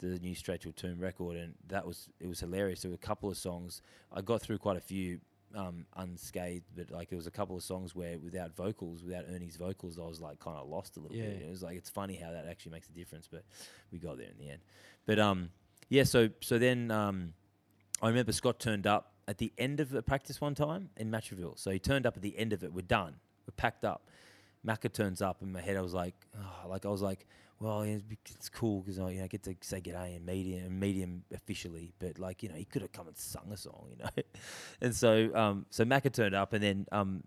the new Straight to a Tomb record, and that was it was hilarious. There were a couple of songs I got through quite a few um, unscathed, but like there was a couple of songs where without vocals, without Ernie's vocals, I was like kind of lost a little Yeah. bit. And It was like it's funny how that actually makes a difference, but we got there in the end. But um, yeah, so so then. Um, I remember Scott turned up at the end of a practice one time in Matcherville. So he turned up at the end of it. We're done. We're packed up. Macca turns up in my head. I was like, oh, like I was like, well, yeah, it's be- it's cool because I you know get to say g'day and medium and medium officially, but like you know he could have come and sung a song, you know. and so um, so Macca turned up, and then um,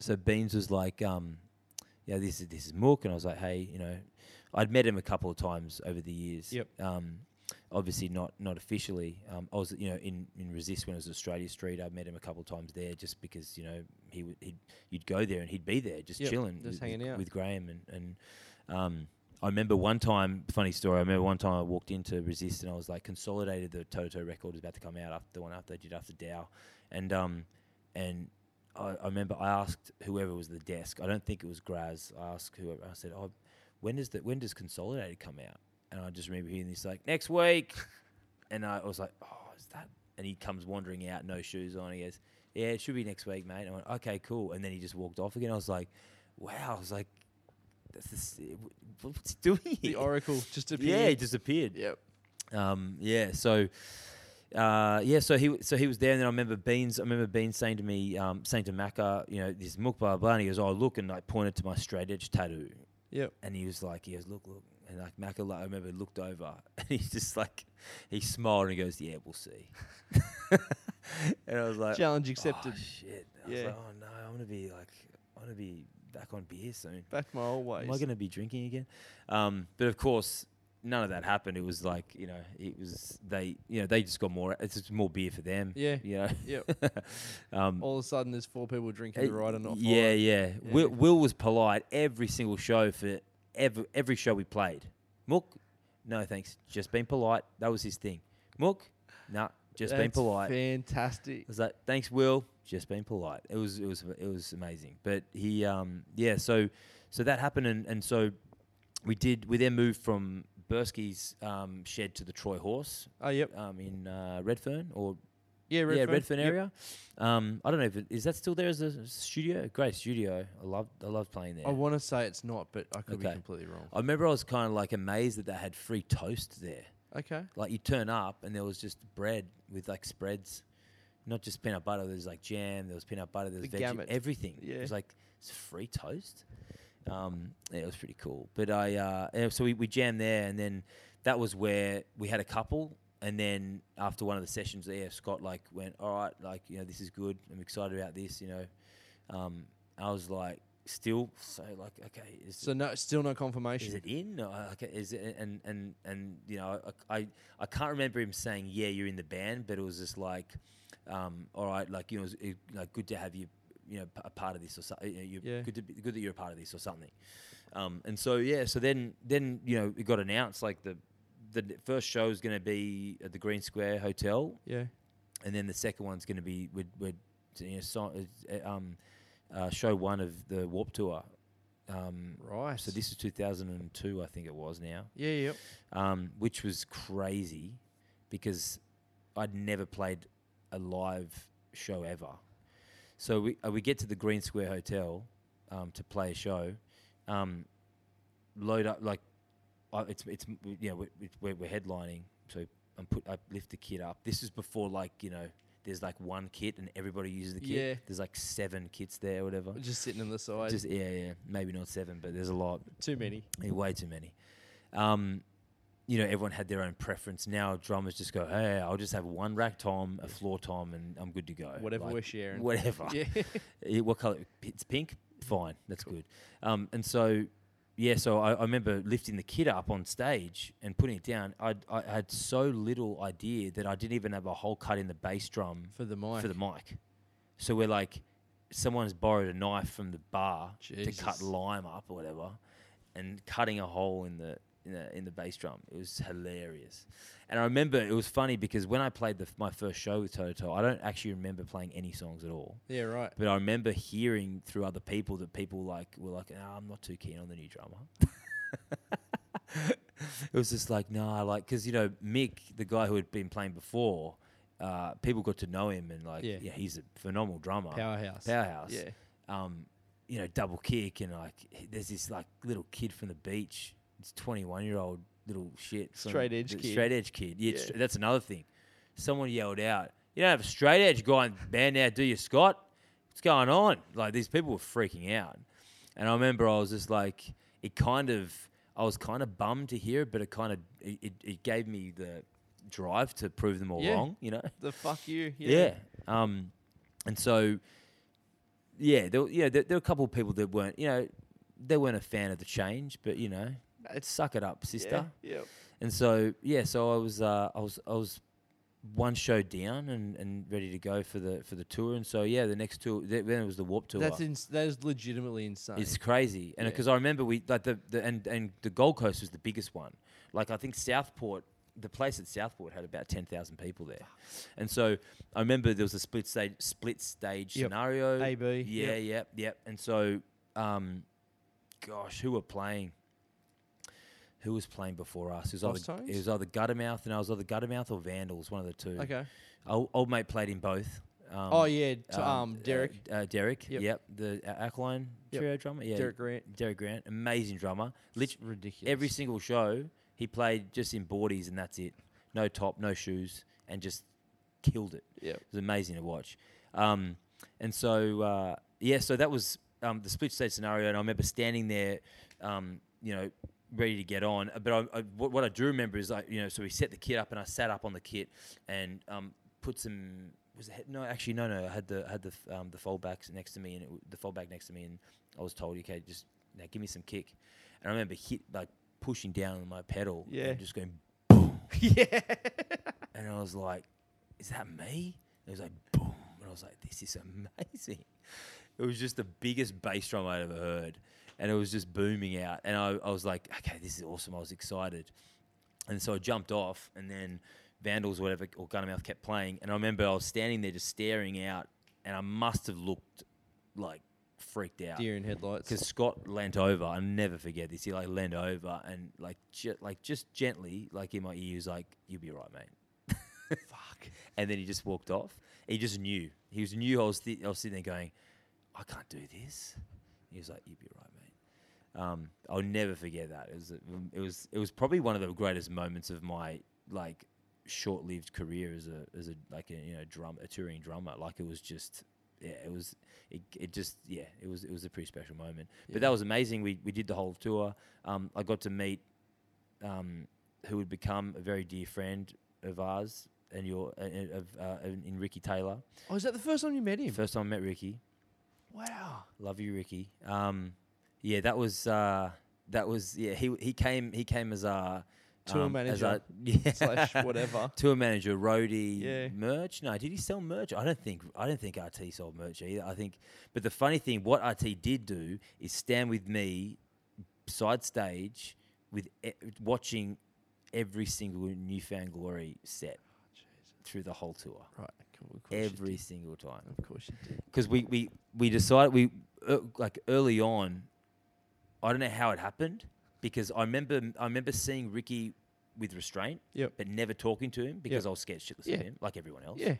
so Beans was like, um, yeah, this is this is Mook, and I was like, hey, you know, I'd met him a couple of times over the years. Yep. Um, obviously not not officially. Um, I was you know in, in Resist when it was Australia Street. I met him a couple of times there just because you know he would he'd, you'd go there and he'd be there just Yep, chilling, just with, hanging with, out. with Graham and and. Um, I remember one time, funny story. I remember one time I walked into Resist and I was like consolidated the Toto record was about to come out after the one after they did after Dow, and um, and I, I remember I asked whoever was at the desk. I don't think it was Graz. I asked whoever. I said, "Oh, when does the when does Consolidated come out?" And I just remember hearing this like next week, and I was like, "Oh, is that?" And he comes wandering out, no shoes on. He goes, "Yeah, it should be next week, mate." And I went, "Okay, cool." And then he just walked off again. I was like, "Wow!" I was like, "That's this, what's he doing here?" the Oracle just yeah, he appeared. disappeared. Yep. Um, yeah, so uh, yeah, so he so he was there, and then I remember Beans. I remember Beans saying to me, um, saying to Macca, you know, this mukbah blah, blah, and he goes, "Oh, look," and like pointed to my straight edge tattoo, Yep. and he was like, he goes, "Look, look," and like Macca, like, I remember looked over, and he's just like, he smiled and he goes, "Yeah, we'll see," and I was like, Challenge "Oh, accepted. shit, I was Yeah. like, oh no, I'm gonna be like, I'm gonna be back on beer soon. Back my old ways. Am I going to be drinking again? Um, but of course, none of that happened. It was like you know, it was they you know they just got more. It's just more beer for them. Yeah. You know. Yep. um, All of a sudden, there's four people drinking it- the right and not. yeah, following. yeah. Yeah. Will, Will was polite every single show for every, every show we played. Mook, no thanks. Just being polite. That was his thing. Mook, nah, just being That's polite. Fantastic. I was like, "Thanks, Will. Just being polite." It was, it was, it was amazing. But he, um, yeah. So, so that happened, and, and so we did. We then moved from Bursky's um, shed to the Troy Horse Oh yep. um, in uh, Redfern or Yeah, Redfern. yeah Redfern Yep. area. Um, I don't know if it, is that still there as a studio. Great studio. I love, I love playing there. I want to say it's not, but I could be Okay. completely wrong. I remember I was kind of like amazed that they had free toast there. Okay. Like you turn up and there was just bread with like spreads, not just peanut butter. There was like jam. There was peanut butter. There was The veggie. gamut. Everything. Yeah. It was like it's free toast. Um, yeah, it was pretty cool. But I uh, and so we, we jammed there, and then that was where we had a couple. And then after one of the sessions there, Scott like went, all right, like you know this is good. I'm excited about this. You know, um, I was like still so like okay, is So no, still no is confirmation. it in? Or, uh, okay, is it, and and and you know, I, I I can't remember him saying, "Yeah, you're in the band," but it was just like, um, all right, like you know, it was, it, like good to have you, you know, p- a part of this or something. You know, you're Yeah. good to be, good that you're a part of this or something. Um, and so yeah, so then then you know, it got announced like the the n- first show is going to be at the Green Square Hotel, Yeah. and then the second one's going to be we're, we're you know, so, uh, um, uh, show one of the Warp Tour. Um, Right. So this is 2002, I think it was now, Yeah, yeah. um, which was crazy because I'd never played a live show ever. So we uh, we get to the Green Square Hotel um, to play a show, um, load up like I it's it's m- w- you know we're, it's- we're, we're headlining, so I'm put I lift the kit up. This is before like you know there's like one kit and everybody uses the kit. Yeah. There's like seven kits there or whatever. Just sitting on the side. Just yeah yeah maybe not seven but there's a lot. too many. Yeah, way too many. Um, you know, everyone had their own preference. Now drummers just go, "Hey, I'll just have one rack tom, a floor tom, and I'm good to go." Whatever we're sharing. Whatever. Yeah. Eh, what color? It's pink. Fine, that's good. Um, and so, yeah, so I, I remember lifting the kid up on stage and putting it down. I'd, I had so little idea that I didn't even have a hole cut in the bass drum For the mic. For the mic. So we're like, someone's borrowed a knife from the bar to Jesus. cut lime up or whatever, and cutting a hole in the in the, in the bass drum. It was hilarious. And I remember it was funny because when I played the, f- my first show with Toto, I don't actually remember playing any songs at all. Yeah, right. But I remember hearing through other people that people like were like, "Ah, I'm not too keen on the new drummer. it was just like, nah, like because you know Mick, the guy who had been playing before, uh, people got to know him and like, Yeah. yeah, he's a phenomenal drummer, Powerhouse. powerhouse, Yeah. Um, you know, double kick and like, h- there's this like little kid from the beach, it's 21 year old little shit, from Straight edge the kid. straight edge kid. Yeah, it's Stra- that's another thing. Someone yelled out, "You don't have a straight edge guy in the band now, do you, Scott? What's going on?" Like these people were freaking out, and I remember I was just like, it kind of, I was kind of bummed to hear it, but it kind of, it, it, it gave me the drive to prove them all Yeah. wrong, you know? The fuck you. Yeah. Um, and so, yeah, there, were- yeah, there, there were a couple of people that weren't, you know, they weren't a fan of the change, but you know, suck it up, sister. Yeah. And so yeah, so I was uh, I was I was one show down and, and ready to go for the for the tour. And so yeah, the next tour th- then it was the Warp tour. That's ins- that is legitimately insane. it's crazy, and because I remember we like the, the and and the Gold Coast was the biggest one. Like I think Southport, the place at Southport had about ten thousand people there, and so I remember there was a split stage split stage Yep. scenario. AB, Yeah, yep. yep, And so, um, gosh, who were playing? Who was playing before us? It was either, Boston's? it was either Guttermouth, and I was either Guttermouth or Vandals, one of the two. okay. Old, old mate played in both. Um, oh yeah, t- um, Derek. Uh, uh, Derek. Yep. Yep. The uh, Alkaline Yep. trio drummer. Yeah. Derek Grant. Derek Grant, amazing drummer. It's Lit- ridiculous. every single show he played just in boardies and that's it. No top, no shoes, and just killed it. Yep. It was amazing to watch. Um, and so uh, yeah, so that was um, the split stage scenario, and I remember standing there, um, you know, ready to get on. uh, But I, I, what, what I do remember is like you know, so we set the kit up, and I sat up on the kit and um, put some. Was it, head- no, actually, no, no. I had the I had the f- um, the foldbacks next to me, and it, w- the foldback next to me, and I was told, okay, just now give me some kick. And I remember hit like pushing down on my pedal, Yeah. and just going yeah. and I was like, "Is that me?" And it was like boom, and I was like, "This is amazing." It was just the biggest bass drum I'd ever heard, and it was just booming out. And I, I was like, "Okay, this is awesome." I was excited, and so I jumped off, and then Vandals, or whatever, or Gunnermouth kept playing, and I remember I was standing there just staring out, and I must have looked like freaked out Deer in headlights. because Scott leant over. I never forget this. He like leant over and like ju- like just gently, like in my ear, he was like, "You'll be right, mate." Fuck. And then he just walked off. He just knew. He was knew I was, thi- I was sitting there going, "I can't do this." He was like, "You'll be right, mate." Um, I'll never forget that. It was a- it was it was probably one of the greatest moments of my like short-lived career as a as a like a you know drum a touring drummer. Like it was just yeah, it was it, it just yeah, it was it was a pretty special moment. But that was amazing. We we did the whole tour. Um, I got to meet um, who would become a very dear friend of ours and your uh, uh, of uh, in in Ricky Taylor. oh, is that the first time you met him? First time I met Ricky. wow. Love you, Ricky. Um, yeah, that was uh, that was yeah. He he came he came as our Tour um, as our- manager yeah. slash whatever. tour manager, roadie, Yeah. merch. No, did he sell merch? I don't think I don't think RT sold merch either. I think, but the funny thing, what RT did do is stand with me side stage with e- watching every single newfound glory set through the whole tour. Right. Of course you every single time. did. Of course you did. because we we we decided we uh, like early on. I don't know how it happened because I remember I remember seeing Ricky with restraint, Yep. but never talking to him because Yep. I was scared shitless Yeah. of him, like everyone else. Yeah.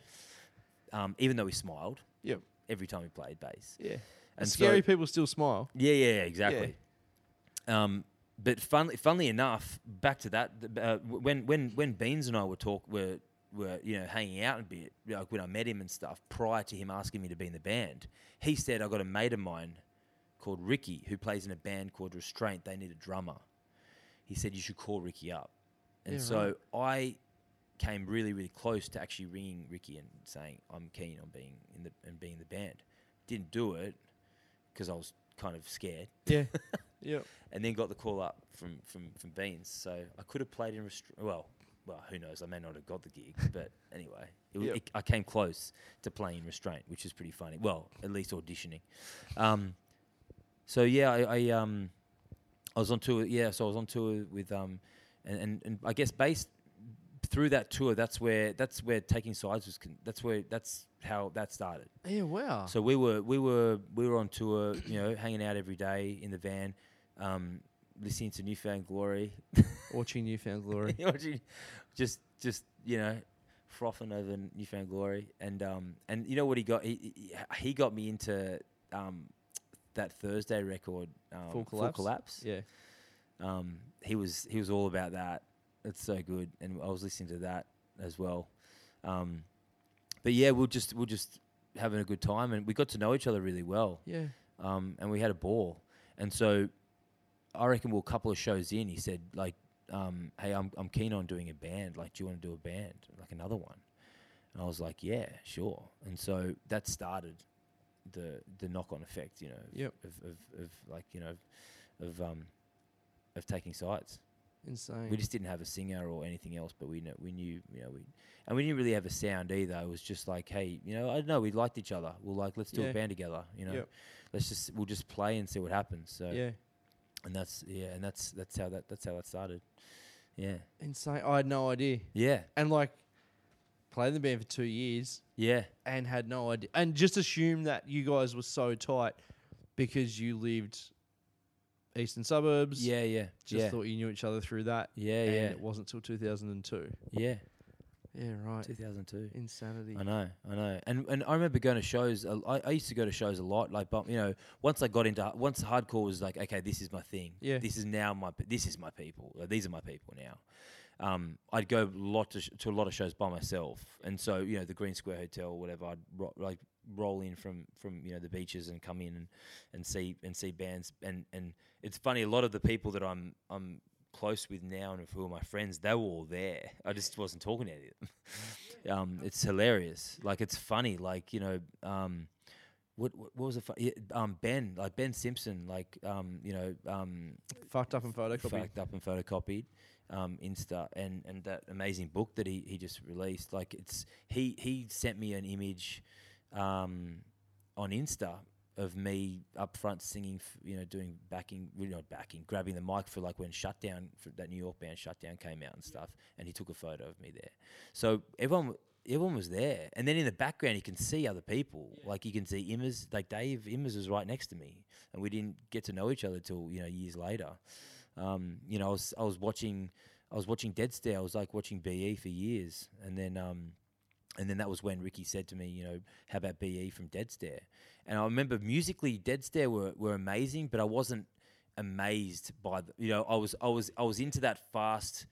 Um, even though he smiled Yep. every time he played bass. Yeah. And And scary so- people still smile. Yeah, yeah, yeah, exactly. Um, but funnily, funnily enough, back to that, th- uh, w- when when when Beans and I were talk were were you know hanging out a bit, like when I met him and stuff, prior to him asking me to be in the band, he said I got a mate of mine called Ricky who plays in a band called Restraint. They need a drummer. He said you should call Ricky up, and Yeah, so I came really really close to actually ringing Ricky and saying I'm keen on being in the and being in the band. Didn't do it because I was kind of scared Yeah. yeah. and then got the call up from from from Beans. So I could have played in restra- well, well, who knows? I may not have got the gig, but anyway, it, w Yep. it, I came close to playing restraint, which is pretty funny. Well, at least auditioning. Um, so yeah, I, I um, I was on tour. Yeah, so I was on tour with um, and and, and I guess based through that tour, that's where that's where taking sides was. Con- that's where that's how that started. Yeah. Wow. So we were we were we were on tour, you know, hanging out every day in the van, um, listening to Newfound Glory, Watching Newfound Glory. just just you know, frothing over Newfound Glory, and um, and you know what he got? He he- he got me into um, that Thursday record, um, Full collapse. Yeah. um, he was he was all about that. It's so good, and I was listening to that as well. Um, but yeah, we'll just we'll just having a good time, and we got to know each other really well, Yeah. um, and we had a ball. And so, I reckon we'll a couple of shows in, he said like, um, "Hey, I'm I'm keen on doing a band. Like, do you want to do a band, like another one?" And I was like, "Yeah, sure." And so that started the the knock on effect, you know, of- Yep. of, of of like you know, of um, of taking sides. Insane. We just didn't have a singer or anything else, but we knew, we knew, you know, we and we didn't really have a sound either. It was just like, hey, you know, I don't know, we liked each other. We're like, let's do Yeah. a band together, you know. Yep. Let's just we'll just play and see what happens. So yeah. and that's yeah, and that's that's how that that's how that started. Yeah. Insane. I had no idea. Yeah. And like, played in the band for two years Yeah. and had no idea. And just assume that you guys were so tight because you lived eastern suburbs. Yeah, yeah. Just yeah. thought you knew each other through that. yeah, and yeah. it wasn't till 2002. Yeah. Yeah, right. Two thousand two. Insanity. I know, I know, and and I remember going to shows. a- I, I used to go to shows a lot. Like, but you know, once I got into once hardcore was like, okay, this is my thing. Yeah. this is now my p- this is my people. Like, these are my people now. Um, I'd go a lot to, sh- to a lot of shows by myself, and so you know, the Green Square Hotel, whatever. I'd ro- like roll in from from you know the beaches and come in and, and see and see bands. And and it's funny, a lot of the people that I'm I'm close with now and who are my friends, they were all there. I just wasn't talking to any of them um, it's hilarious. Like it's funny. Like you know, um, what what what was it? Fu- yeah, um, ben, like Ben Simpson, like um, you know, um, Fucked up and photocopy. fucked up and photocopied, um, Insta, and and that amazing book that he he just released. Like it's he he sent me an image, um, on Insta of me up front singing, f- you know, doing backing, really not backing, grabbing the mic for like when Shutdown, for that New York band Shutdown came out and stuff, and he took a photo of me there. So everyone. Everyone was there, and then in the background you can see other people. Like you can see Immers, like Dave Immers was right next to me, and we didn't get to know each other till you know years later. Um, you know, I was I was watching I was watching Dead Stare. I was like watching BE for years, and then um, and then that was when Ricky said to me, you know, how about BE from Dead Stare? And I remember musically, Dead Stare were were amazing, but I wasn't amazed by the, you know I was I was I was into that fast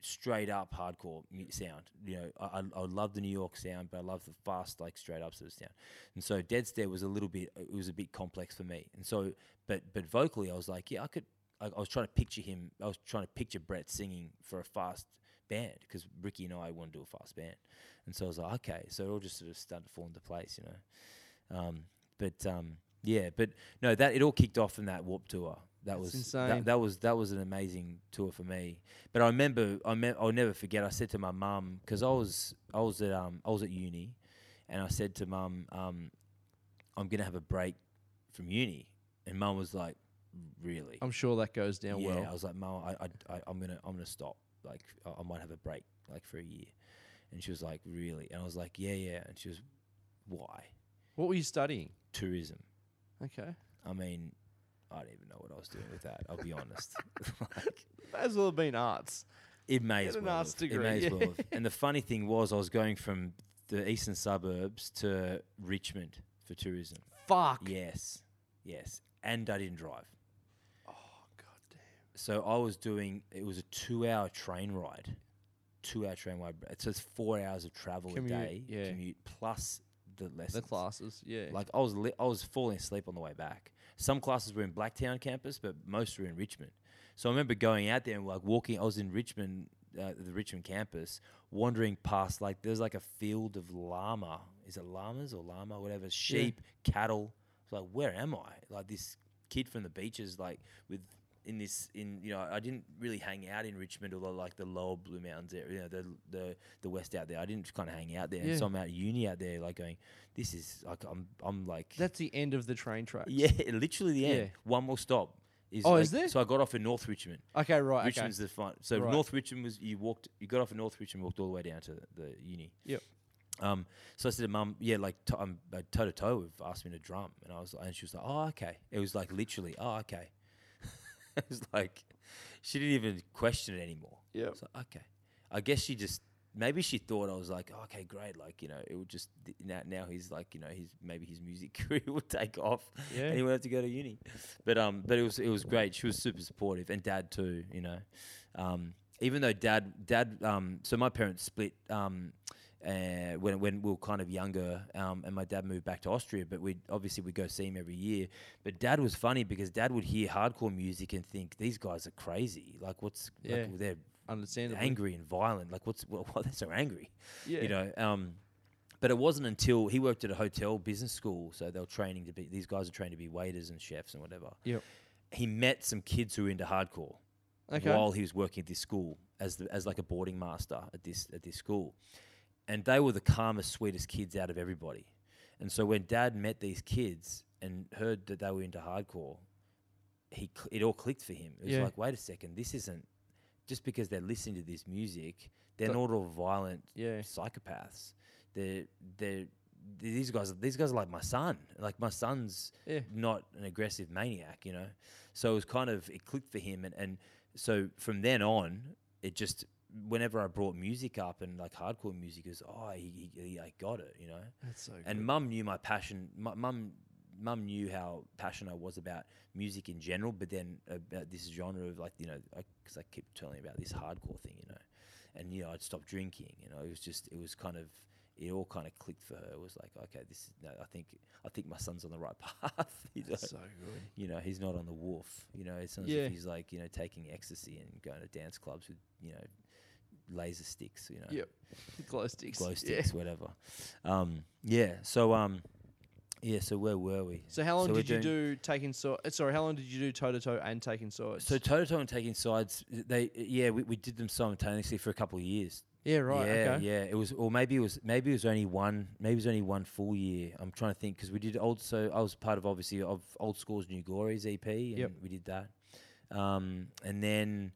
straight up hardcore mu- sound. You know, I, I, I love the New York sound, but I love the fast, like straight up sort of sound. And so Dead Stare was a little bit, it was a bit complex for me. And so, but but vocally, I was like, yeah, I could. I, I was trying to picture him. I was trying to picture Brett singing for a fast band because Ricky and I want to do a fast band. And so I was like, okay. So it all just sort of started to fall into place, you know. Um, but um, yeah, but no, that it all kicked off from that Warp tour. That was insane. That, that was that was an amazing tour for me. But I remember, I me- I'll never forget. I said to my mum because I was I was at um, I was at uni, and I said to mum, um, I'm gonna have a break from uni, and mum was like, really? I'm sure that goes down yeah, I well. was like, Mum, I, I, I, I'm gonna, I'm gonna stop. Like, I, I might have a break, like for a year. And she was like, really? And I was like, yeah, yeah. And she was, why? What were you studying? Tourism. Okay. I mean, I don't even know what I was doing with that. I'll be honest. like, Might as well have been arts. it may Get as an well. arts have. It may degree, as well. have. And the funny thing was, I was going from the eastern suburbs to Richmond for tourism. Fuck. Yes, yes. And I didn't drive. Oh, So I was doing. It was a two-hour train ride. Two-hour train ride. So it's four hours of travel Commute, a day. yeah. Commute plus the lessons. The classes, yeah. Like I was, li- I was falling asleep on the way back. Some classes were in Blacktown campus, but most were in Richmond. So I remember going out there and like walking. I was in Richmond, uh, the Richmond campus, wandering past like there's like a field of llama. Is it llamas or llama, whatever? Sheep, cattle. It's like where am I? Like this kid from the beaches, like with in this in you know I didn't really hang out in Richmond although like the lower Blue Mountains area, you know the the the west out there. I didn't kind of hang out there. And so I'm out at uni out there, like going, this is like I'm I'm like That's the end of the train tracks. yeah, literally the end. Yeah. One more stop. Is Oh, like- is there? So I got off in North Richmond. Okay, right. Okay. Richmond's the fine. So Right. North Richmond was you walked you got off in North Richmond, walked all the way down to the uni. Yep. Um, so I said to mum, yeah, like to, um, like, toe to toe, with asked me to drum, and I was, and she was like, oh, okay. It was like literally, oh, okay. it was like she didn't even question it anymore. Yeah. So okay, I guess she just maybe she thought I was like, "Oh, okay, great, like you know, it would just th- now now he's like you know his maybe his music career would take off, yeah. and he would have to go to uni. But um, but it was it was great. She was super supportive, and dad too, you know. Um, even though dad dad um, so my parents split um. Uh, when when we were kind of younger, um, and my dad moved back to Austria, but we obviously would go see him every year. But dad was funny because dad would hear hardcore music and think these guys are crazy. Like what's Yeah. like, they're Understandably. angry and violent. Like, what's well, why they're so angry? Yeah. You know. Um, but it wasn't until he worked at a hotel business school, so they were training to be these guys are trained to be waiters and chefs and whatever. Yep. He met some kids who were into hardcore Okay. while he was working at this school as the, as like a boarding master at this at this school, and they were the calmest, sweetest kids out of everybody. And so when Dad met these kids and heard that they were into hardcore, he cl- it all clicked for him. It was Yeah. like, wait a second, this isn't just because they're listening to this music. They're not all violent Yeah. psychopaths. They're they're these guys are- these guys are like my son like my son's Yeah. not an aggressive maniac you know so it was kind of it clicked for him and, and so from then on it just whenever i brought music up and like hardcore music it was oh he, he, he like got it you know That's so and mum knew my passion mu- mum mum knew how passionate i was about music in general but then about this genre of like you know because I keep telling you about this hardcore thing you know and you know i'd stop drinking you know it was just it was kind of it all kind of clicked for her. It was like, okay, this is no. I think I think my son's on the right path. you know? so good. you know, he's not on the wharf. You know, it's not as Yeah. if he's like, you know, taking ecstasy and going to dance clubs with, you know, laser sticks, you know, Yep. Glow sticks. glow Yeah. sticks, whatever. Um, yeah. So, um, yeah. So where were we? So how long we're did you doing- do taking side? Sorry, how long did you do toe to toe and taking sides? So toe to toe and taking sides, they yeah, we, we did them simultaneously for a couple of years. yeah, right. yeah, okay. yeah. It was, or maybe it was, maybe it was only one, maybe it was only one full year. I'm trying to think because we did old. So I was part of obviously of old school's new glories EP, and Yep. we did that. Um, and then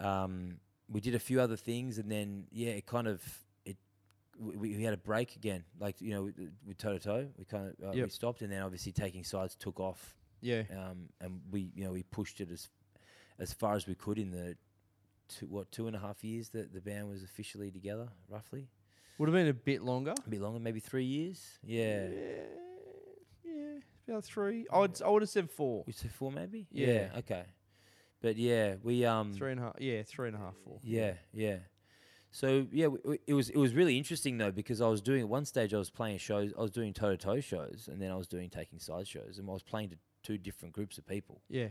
um, we did a few other things, and then yeah, it kind of it. We, we- we had a break again, like you know, with- with toe to toe, we kind of uh, we Yep. stopped, and then obviously taking sides took off Yeah. um, and we you know we pushed it as as far as we could in the two, what two and a half years that the band was officially together, roughly Would have been a bit longer. a bit longer, maybe three years. Yeah, Yeah, about three. I would, I would have said four. we said four maybe. Yeah. okay, but yeah, we um Three and a half. Yeah, three and a half, four. yeah yeah. So yeah, w- w- it was it was really interesting though because I was doing at one stage I was playing shows, I was doing toe to toe shows, and then I was doing taking side shows, and I was playing to two different groups of people. Yeah.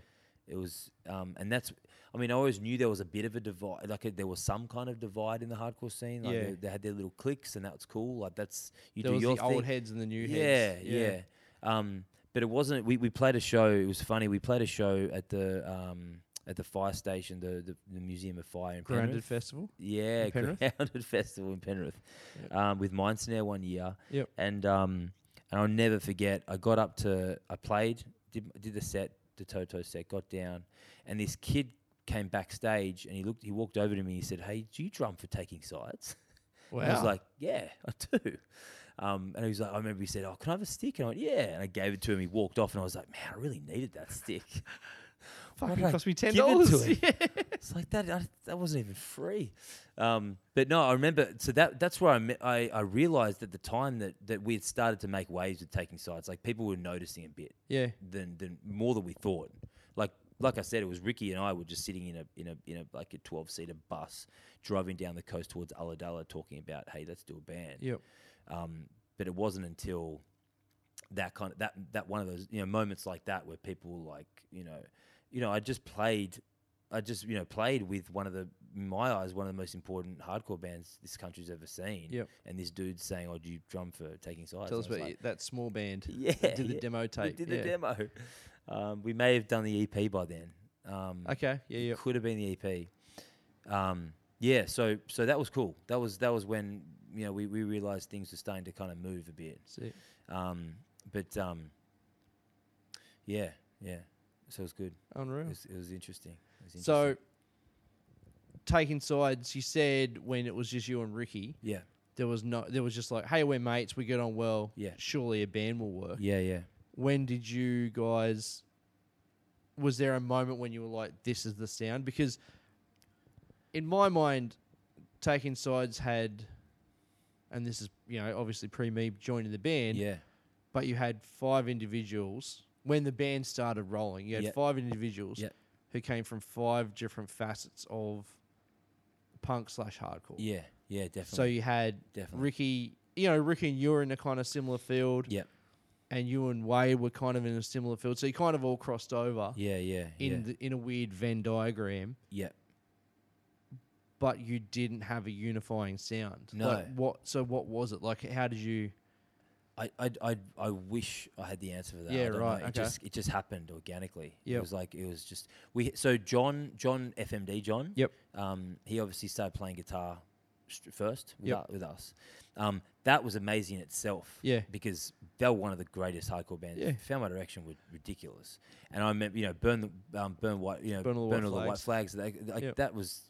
It was, um, and that's, I mean, I always knew there was a bit of a divide, like uh, there was some kind of divide in the hardcore scene. Like Yeah. they, they had their little cliques, and that's cool. Like that's you there do was your the thing. old heads and the new yeah, heads. yeah, Um, but it wasn't. We, we played a show. It was funny. We played a show at the um, at the fire station, the, the the Museum of Fire in Grounded Penrith. Festival. Yeah, in Penrith? Grounded Festival in Penrith um, with Mind Snare one year. Yep. And um, and I'll never forget. I got up to I played did did the set the Toto set got down, and this kid came backstage and he looked he walked over to me and he said, "Hey, do you drum for Taking Sides?" And I was Wow. like, yeah, I do. Um, and he was like, I remember he said, oh, can I have a stick? And I went, yeah. And I gave it to him. He walked off, and I was like, man, I really needed that stick. Why Fucking did I cost me give it ten to dollars. him? It's like that. I, that wasn't even free. Um, but no, I remember. So that that's where I, me- I I realized at the time that that we had started to make waves with taking sides. Like people were noticing a bit. Yeah. Than than more than we thought. Like like I said, it was Ricky and I were just sitting in a in a in a like a twelve seater bus driving down the coast towards Ulladulla, talking about hey, let's do a band. Yep. Um, but it wasn't until that kind of that that one of those you know moments like that where people were like you know you know I just played I just you know played with one of the in my eyes one of the most important hardcore bands this country's ever seen. Yep. And this dude saying, "Oh, do you drum for Taking Sides?" Tell And I was us about like, y- that small band. yeah, that did the yeah, demo tape. We did yeah. the demo. Um, we may have done the EP by then. Um, Okay. Yeah. it Yeah. could have been the EP. Um, yeah, so so that was cool. That was that was when you know we, we realized things were starting to kind of move a bit. Sick. Um, but um, yeah, yeah. So it was good. It Unreal. was, it was interesting. It was So, interesting. taking sides, you said when it was just you and Ricky, yeah, there was no, there was just like, hey, we're mates, we get on well. Yeah. Surely a band will work. yeah, yeah. When did you guys? Was there a moment when you were like, this is the sound? Because in my mind, taking sides had, and this is you know obviously pre me joining the band. Yeah, but you had five individuals when the band started rolling. You had Yep. five individuals Yep. who came from five different facets of punk slash hardcore. yeah, yeah, definitely. So you had Definitely. Ricky, you know, Ricky and you were in a kind of similar field, yeah, and you and Wade were kind of in a similar field. So you kind of all crossed over yeah, yeah, yeah, in the, in a weird Venn diagram, yeah. but you didn't have a unifying sound. No. Like what? So what was it like? How did you? I, I, I, I wish I had the answer for that. I Yeah, don't know. right, It okay. just it just happened organically. It Yep. was like it was just we. So John, John FMD, John. Yep. Um, he obviously started playing guitar st- first with, Yep. u- with us. Um, that was amazing in itself. Yeah. Because they were one of the greatest hardcore bands. Yeah. Found My Direction were ridiculous, and I remember you know burn the um, burn white you know Burn All the White flags. Like, like Yep. that was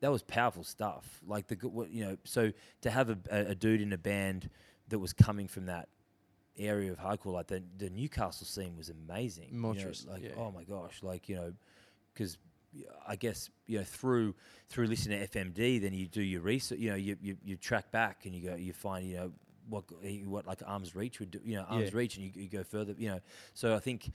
that was powerful stuff. Like the good, what- you know, so to have a, a, a dude in a band that was coming from that area of hardcore, like the the Newcastle scene was amazing. you know, Monstrous, like yeah. oh my gosh, like you know, because I guess you know through through listening to FMD, then you do your research. You know, you you, you track back and you go, you find you know. What, g- what like arms reach would do you know arms Yeah. reach and you, you go further you know so I think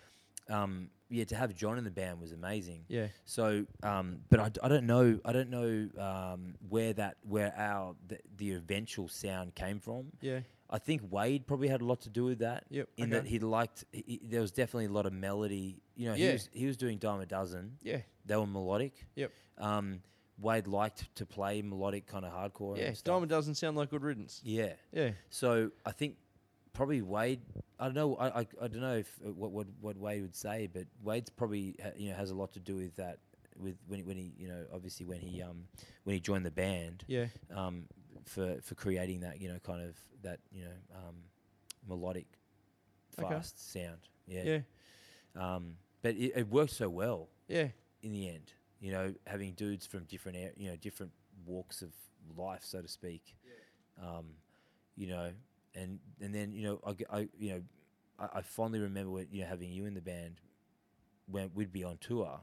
um, yeah to have John in the band was amazing Yeah. so, um, but I, d- I don't know. I don't know um, where that where our the, the eventual sound came from. Yeah. I think Wade probably had a lot to do with that. Yep, In okay. that he liked. He, he- there was definitely a lot of melody. You know, he Yeah. was he was doing dime a dozen. Yeah. They were melodic. Yep. Um, Wade liked to play melodic kind of hardcore. Yeah. And stuff. Diamond doesn't sound like good riddance. Yeah. Yeah. So I think probably Wade. I don't know. I, I, I don't know if uh, what, what what Wade would say, but Wade's probably ha- you know has a lot to do with that. With when he- when he you know obviously when he um when he joined the band Yeah. um for for creating that you know kind of that you know um melodic Okay. fast sound yeah Yeah. um but it, it worked so well Yeah. in the end. You know, having dudes from different ar- you know different walks of life, so to speak. Um, you know, and and then you know I, g- I- you know I, I fondly remember when, you know having you in the band when we'd be on tour.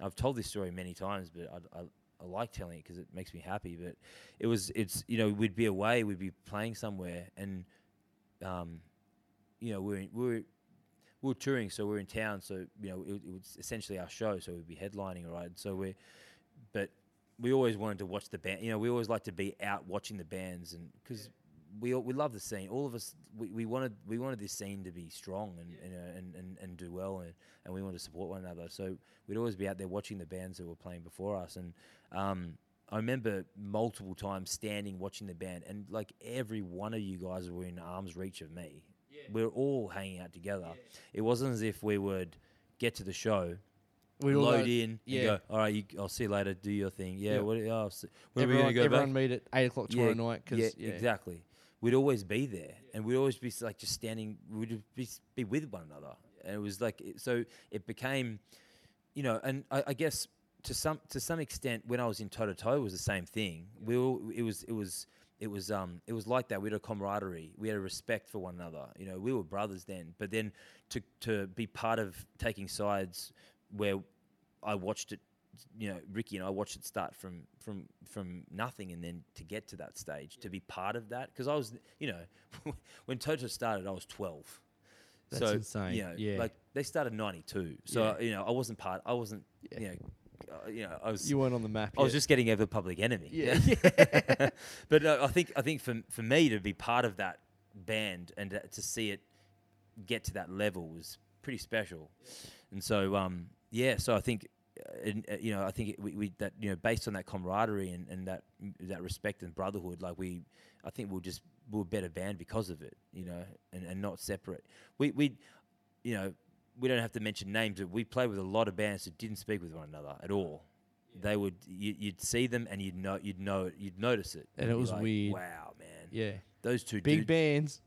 I've told this story many times, but I, I, I like telling it because it makes me happy. But it was it's you know we'd be away, we'd be playing somewhere, and um, you know we're in- we're we were touring, so we were in town. So you know, it, it was essentially our show. So we'd be headlining, right? So we're, but we always wanted to watch the band. You know, we always like to be out watching the bands, and because we all- we love the scene. All of us, we, we wanted we wanted this scene to be strong and and, uh, and, and and do well, and and we wanted to support one another. So we'd always be out there watching the bands that were playing before us, and um. I remember multiple times standing watching the band, and like every one of you guys were in arm's reach of me. We were all hanging out together. It wasn't as if we would get to the show, We'd all load know- in, yeah. and go, all right, you, I'll see you later, do your thing. Yeah, Yeah. what, oh, I'll see- when everyone, are we going to go everyone back? meet at eight o'clock tomorrow night 'cause night because yeah, exactly. We'd always be there, and we'd always be s- like just standing. We'd just be, s- be with one another, and it was like it, so. It became, you know, and I, I guess to some to some extent, when I was in toe to toe, was the same thing. We all, it was it was it was um it was like that. We had a camaraderie. We had a respect for one another. You know, we were brothers then. But then to to be part of taking sides where I watched it, you know, Ricky and I watched it start from from from nothing, and then to get to that stage, to be part of that, because I was, you know, when Toto started, I was twelve. That's insane. You know, Yeah. like they started '92, so Yeah. uh, you know, I wasn't part. I wasn't, you know, uh, you know, I was. You weren't on the map. I was yet. just getting over Public Enemy. Yeah. but uh, I think I think for for me to be part of that band and to, to see it get to that level was pretty special. And so um yeah, so I think uh, and, uh, you know I think it, we, we that you know based on that camaraderie and, and that that respect and brotherhood like we I think we'll just we're a better band because of it, you know, and, and not separate. We we you know, we don't have to mention names, but we played with a lot of bands that didn't speak with one another at all. They would you, you'd see them and you'd know you'd know it, you'd notice it, And it be was like, weird. Wow, man. yeah, Those two big dudes, bands.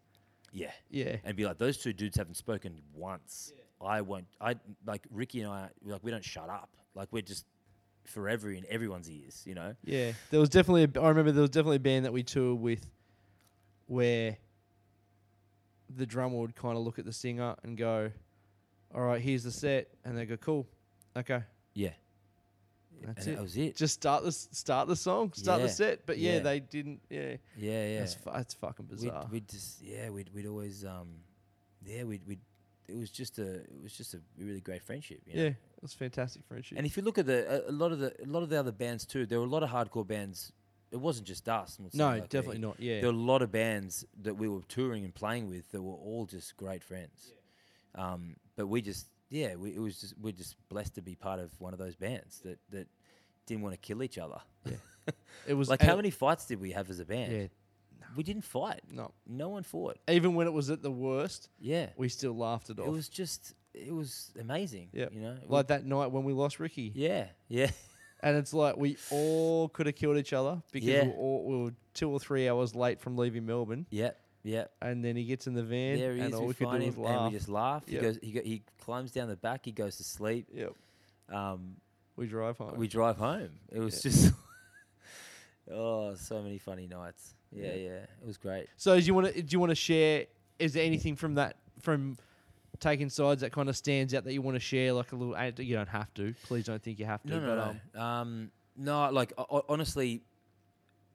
yeah, Yeah, and be like, those two dudes haven't spoken once. I won't. I like Ricky and I like we don't shut up. Like we're just forever in everyone's ears, you know. yeah. There was definitely. A, b- I remember there was definitely a band that we toured with, where the drummer would kind of look at the singer and go, "All right, here's the set," and they go, "Cool, okay." Yeah, That's and it. that was it. Just start the s- start the song, start the Yeah, set. But yeah, yeah. they didn't. Yeah, yeah, yeah. that's fu- that's fucking bizarre. We'd, we'd just yeah, we'd we'd always um, yeah, we'd we'd. It was just a it was just a really great friendship. You know? yeah, it was fantastic friendship. And if you look at the a, a lot of the a lot of the other bands too, there were a lot of hardcore bands. It wasn't just us. I'm not saying no, like we- definitely not. Yeah, There were a lot of bands that we were touring and playing with that were all just great friends. Um, but we just yeah, we, it was just we're just blessed to be part of one of those bands that that didn't want to kill each other. it was like and how it- many fights did we have as a band? Yeah, We didn't fight. no. No one fought. Even when it was at the worst, Yeah. we still laughed it off. it was just it was amazing. yeah, You know? like that night when we lost Ricky, yeah. Yeah. and it's like we all could have killed each other because Yeah. we, were all, we were two or three hours late from leaving Melbourne, Yep. Yep. and then he gets in the van, There he and is. all we we could do find was him, and laugh. we just laugh. Yep. He goes. He, go, he climbs down the back. He goes to sleep. yep, Um, we drive home. we drive home. It was just oh, so many funny nights. Yeah, yeah, it was great. So do you want to do you want to share? Is there anything from that from taking sides that kind of stands out that you want to share? Like a little, and you don't have to. Please don't think you have to. but um, no. Um, no, like o- o- honestly,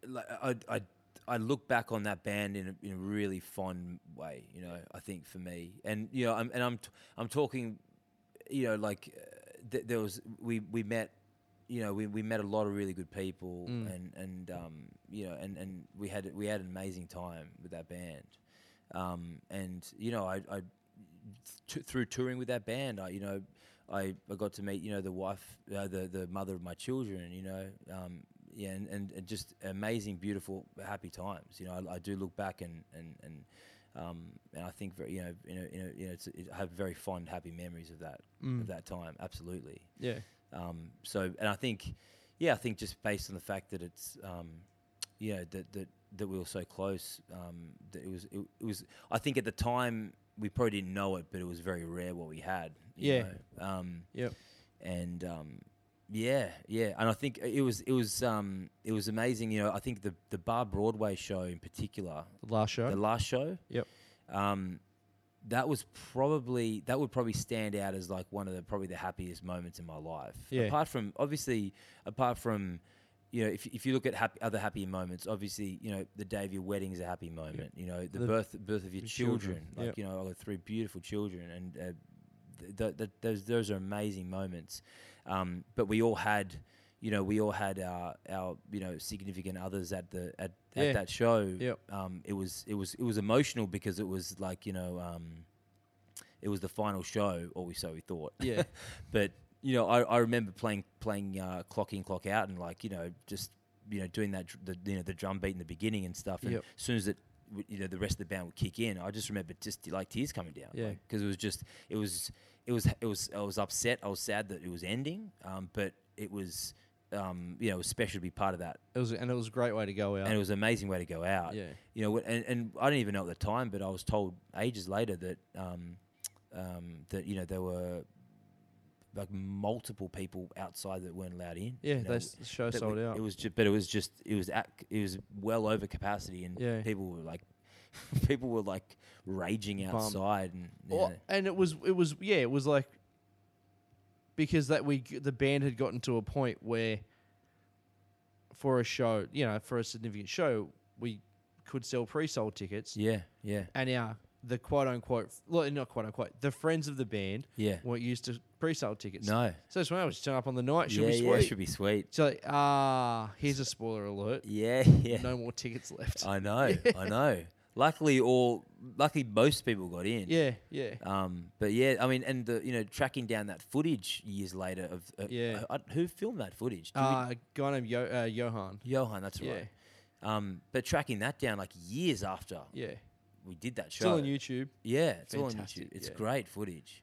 like I, I, I look back on that band in a, in a really fond way. You know, I think for me, and you know, I'm and I'm t- I'm talking, you know, like uh, th- there was we we met. You know, we, we met a lot of really good people, Mm. and and um, you know, and, and we had we had an amazing time with that band, um, and you know, I, I t- through touring with that band, I you know, I, I got to meet you know the wife, uh, the the mother of my children, you know, um, yeah, and, and, and just amazing, beautiful, happy times. You know, I, I do look back and and and um, and I think very, you know, you know, you know, you know it's, it, I have very fond, happy memories of that of that time. Absolutely. yeah, Um, so, and I think, yeah, I think just based on the fact that it's, um, you know, that that that we were so close, um, that it was it, it was. I think at the time we probably didn't know it, but it was very rare what we had. you Yeah. know. Um, yep, and um, yeah, yeah, and I think it was it was um, it was amazing. You know, I think the the Bar Broadway show in particular, last show. the last show, yep, um, that was probably that would probably stand out as like one of the probably the happiest moments in my life. Yeah. Apart from obviously, apart from you know, if, if you look at happy, other happy moments, obviously you know the day of your wedding is a happy moment. You know the, The- birth birth of your children, children. Like yep. you know, I got three beautiful children, and uh, th- th- th- those those are amazing moments. Um, but we all had. You know, we all had our, our you know significant others at the at, Yeah. at that show Yep. um, it was it was it was emotional because it was like you know um, it was the final show, or we so we thought. Yeah. but you know, I, I remember playing playing uh, clock in clock out, and like you know just you know doing that dr- the you know the drum beat in the beginning and stuff. And Yep. as soon as it w- you know the rest of the band would kick in, I just remember just like tears coming down. Yeah. because it was just it was it was it was I was upset. I was sad that it was ending. Um, but it was. Um, you know, it was special to be part of that it was and it was a great way to go out. and it was an amazing way to go out. Yeah. You know, and, and I didn't even know at the time, but I was told ages later that um, um, that you know there were like multiple people outside that weren't allowed in. Yeah, you know, they s- the show that sold we- out. It was just, but it was just, it was at, it was well over capacity, and Yeah. people were like, people were like raging outside, and you Well, know, and it was it was yeah it was like because that we the band had gotten to a point where for a show you know for a significant show we could sell pre-sold tickets yeah, yeah, and our the quote unquote well, not quote unquote the friends of the band Yeah. weren't used to pre-sold tickets No. so it's when I was turn up on the night should yeah, be yeah, sweet it should be sweet. so like, ah here's a spoiler alert Yeah, yeah. no more tickets left I know, I know. Luckily, all luckily most people got in. yeah yeah Um, but yeah, I mean, and the you know tracking down that footage years later of uh, Yeah. uh, who filmed that footage? Do we- uh, a guy named Yo- uh, Johan Johan, that's right. Um, but tracking that down like years after yeah we did that show, still on YouTube Yeah, it's all on Fantastic, YouTube. It's yeah. great footage.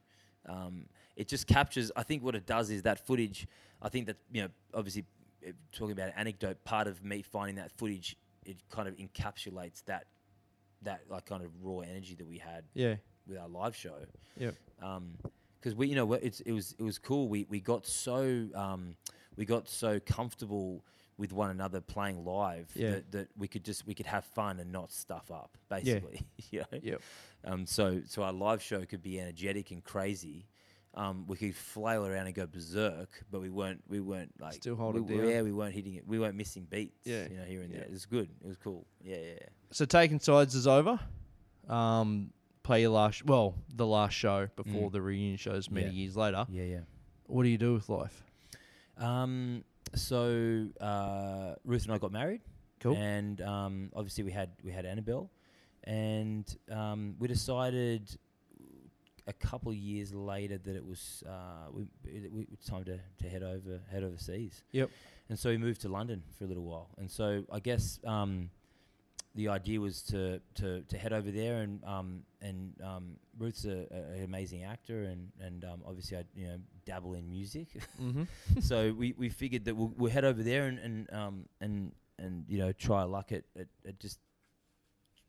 Um, it just captures. I think what it does is that footage. I think that you know, obviously, eh, talking about an anecdote. Part of me finding that footage, it kind of encapsulates that that like kind of raw energy that we had yeah with our live show yep because we, you know, it's, it was it was cool. We we got so um, we got so comfortable with one another playing live Yeah. that, that we could just we could have fun and not stuff up basically. you know? Yep. Um. So so our live show could be energetic and crazy. Um, we could flail around and go berserk, but we weren't. We weren't like Still hold we, it we- down. Yeah, we weren't hitting it. We weren't missing beats. Yeah. you know, here and Yeah. there. It was good. It was cool. Yeah, yeah, yeah. so taking sides is over. Um, play your last, well, the last show before the reunion shows many Mm. Yeah. years later. yeah, yeah. What do you do with life? Um, so uh, Ruth and I got married. Cool. And um, obviously we had we had Annabelle, and um, we decided a couple of years later that it was uh, we, it, we, it's time to, to head over head overseas. Yep. And so we moved to London for a little while. And so I guess um, the idea was to, to, to head over there and um, and um, Ruth's a, a, an amazing actor and and um, obviously I you know dabble in music. Mm-hmm. so we, we figured that we'll, we'll head over there and and um, and and you know try our luck at, at, at just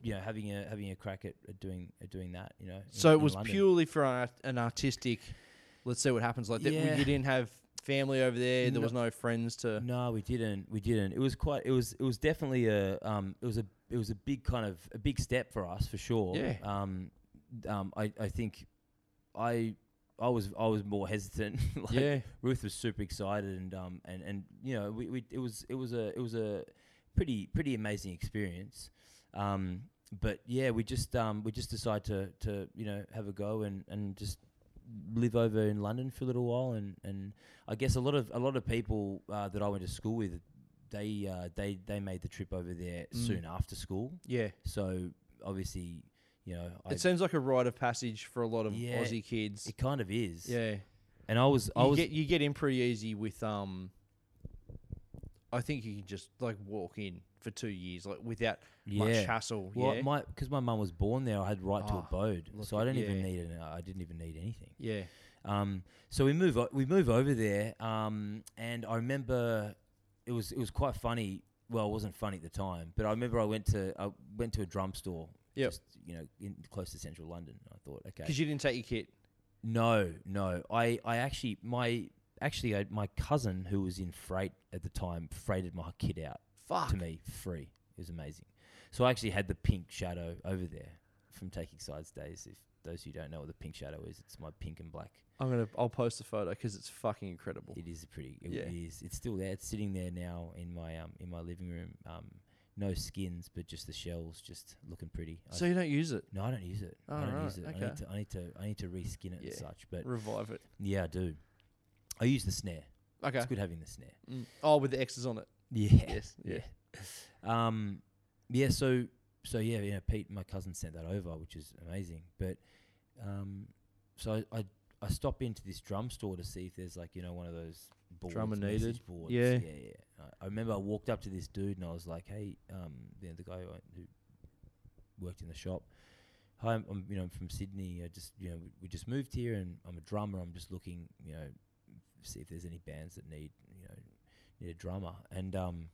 you know having a having a crack at, at doing at doing that you know. in- So it in was London. purely for an, art- an artistic. Let's see what happens. Like that, we- Yeah. you didn't have family over there. There was no friends to. No, we didn't. We didn't. It was quite. It was. It was definitely a. Um. It was a. It was a big kind of a big step for us for sure. Yeah. Um. Um. I. I think. I. I was. I was more hesitant. like, Yeah. Ruth was super excited and um and and you know we, we it was it was a it was a pretty pretty amazing experience. Um. But yeah, we just um we just decided to to you know have a go and and just live over in London for a little while, and, and I guess a lot of a lot of people uh, that I went to school with, they uh, they they made the trip over there soon after school. Mm. Yeah. So obviously, you know, I, It seems like a rite of passage for a lot of Yeah, Aussie kids. it kind of is. yeah. And I was I you was get you get in pretty easy with um. I think you can just like walk in for two years like without much hassle. Well, yeah. my because my mum was born there, I had right to Ah, abode, look so at- I don't even yeah. need an, I didn't even need anything. yeah. Um, so we move o- we move over there, um, and I remember it was it was quite funny. Well, it wasn't funny at the time, but I remember I went to I went to a drum store. Yep. just, you know, in, close to central London. I thought, okay, Because you didn't take your kit. no, no. I, I actually my actually I, my cousin who was in freight at the time freighted my kid out Fuck. to me free. It was amazing. So I actually had the pink shadow over there from Taking Sides days. If those who don't know what the pink shadow is, it's my pink and black. I'm gonna. I'll post a photo because it's fucking incredible. It is pretty. It Yeah. is. It's still there. It's sitting there now in my um in my living room. Um, no skins, but just the shells, just looking pretty. I So you don't use it. no, I don't use it. I don't Alright, use it. I okay. need to. I need to. I need to reskin it Yeah. and such. But Revive it. yeah, I do. I use the snare. Okay. It's good having the snare. Mm. Oh, with the X's on it. Yeah. Yes. Yeah. Um, yeah. So so yeah, you know, Pete, my cousin, sent that over, which is amazing. But um, so I I, I stop into this drum store to see if there's like you know one of those boards, Drummer message needed. boards. Yeah. yeah, yeah. I- I remember I walked up to this dude and I was like, hey, um, you know, the guy who, I- who worked in the shop. Hi, I'm, I'm you know I'm from Sydney. I just you know we, we just moved here and I'm a drummer. I'm just looking you know see if there's any bands that need you know need a drummer and um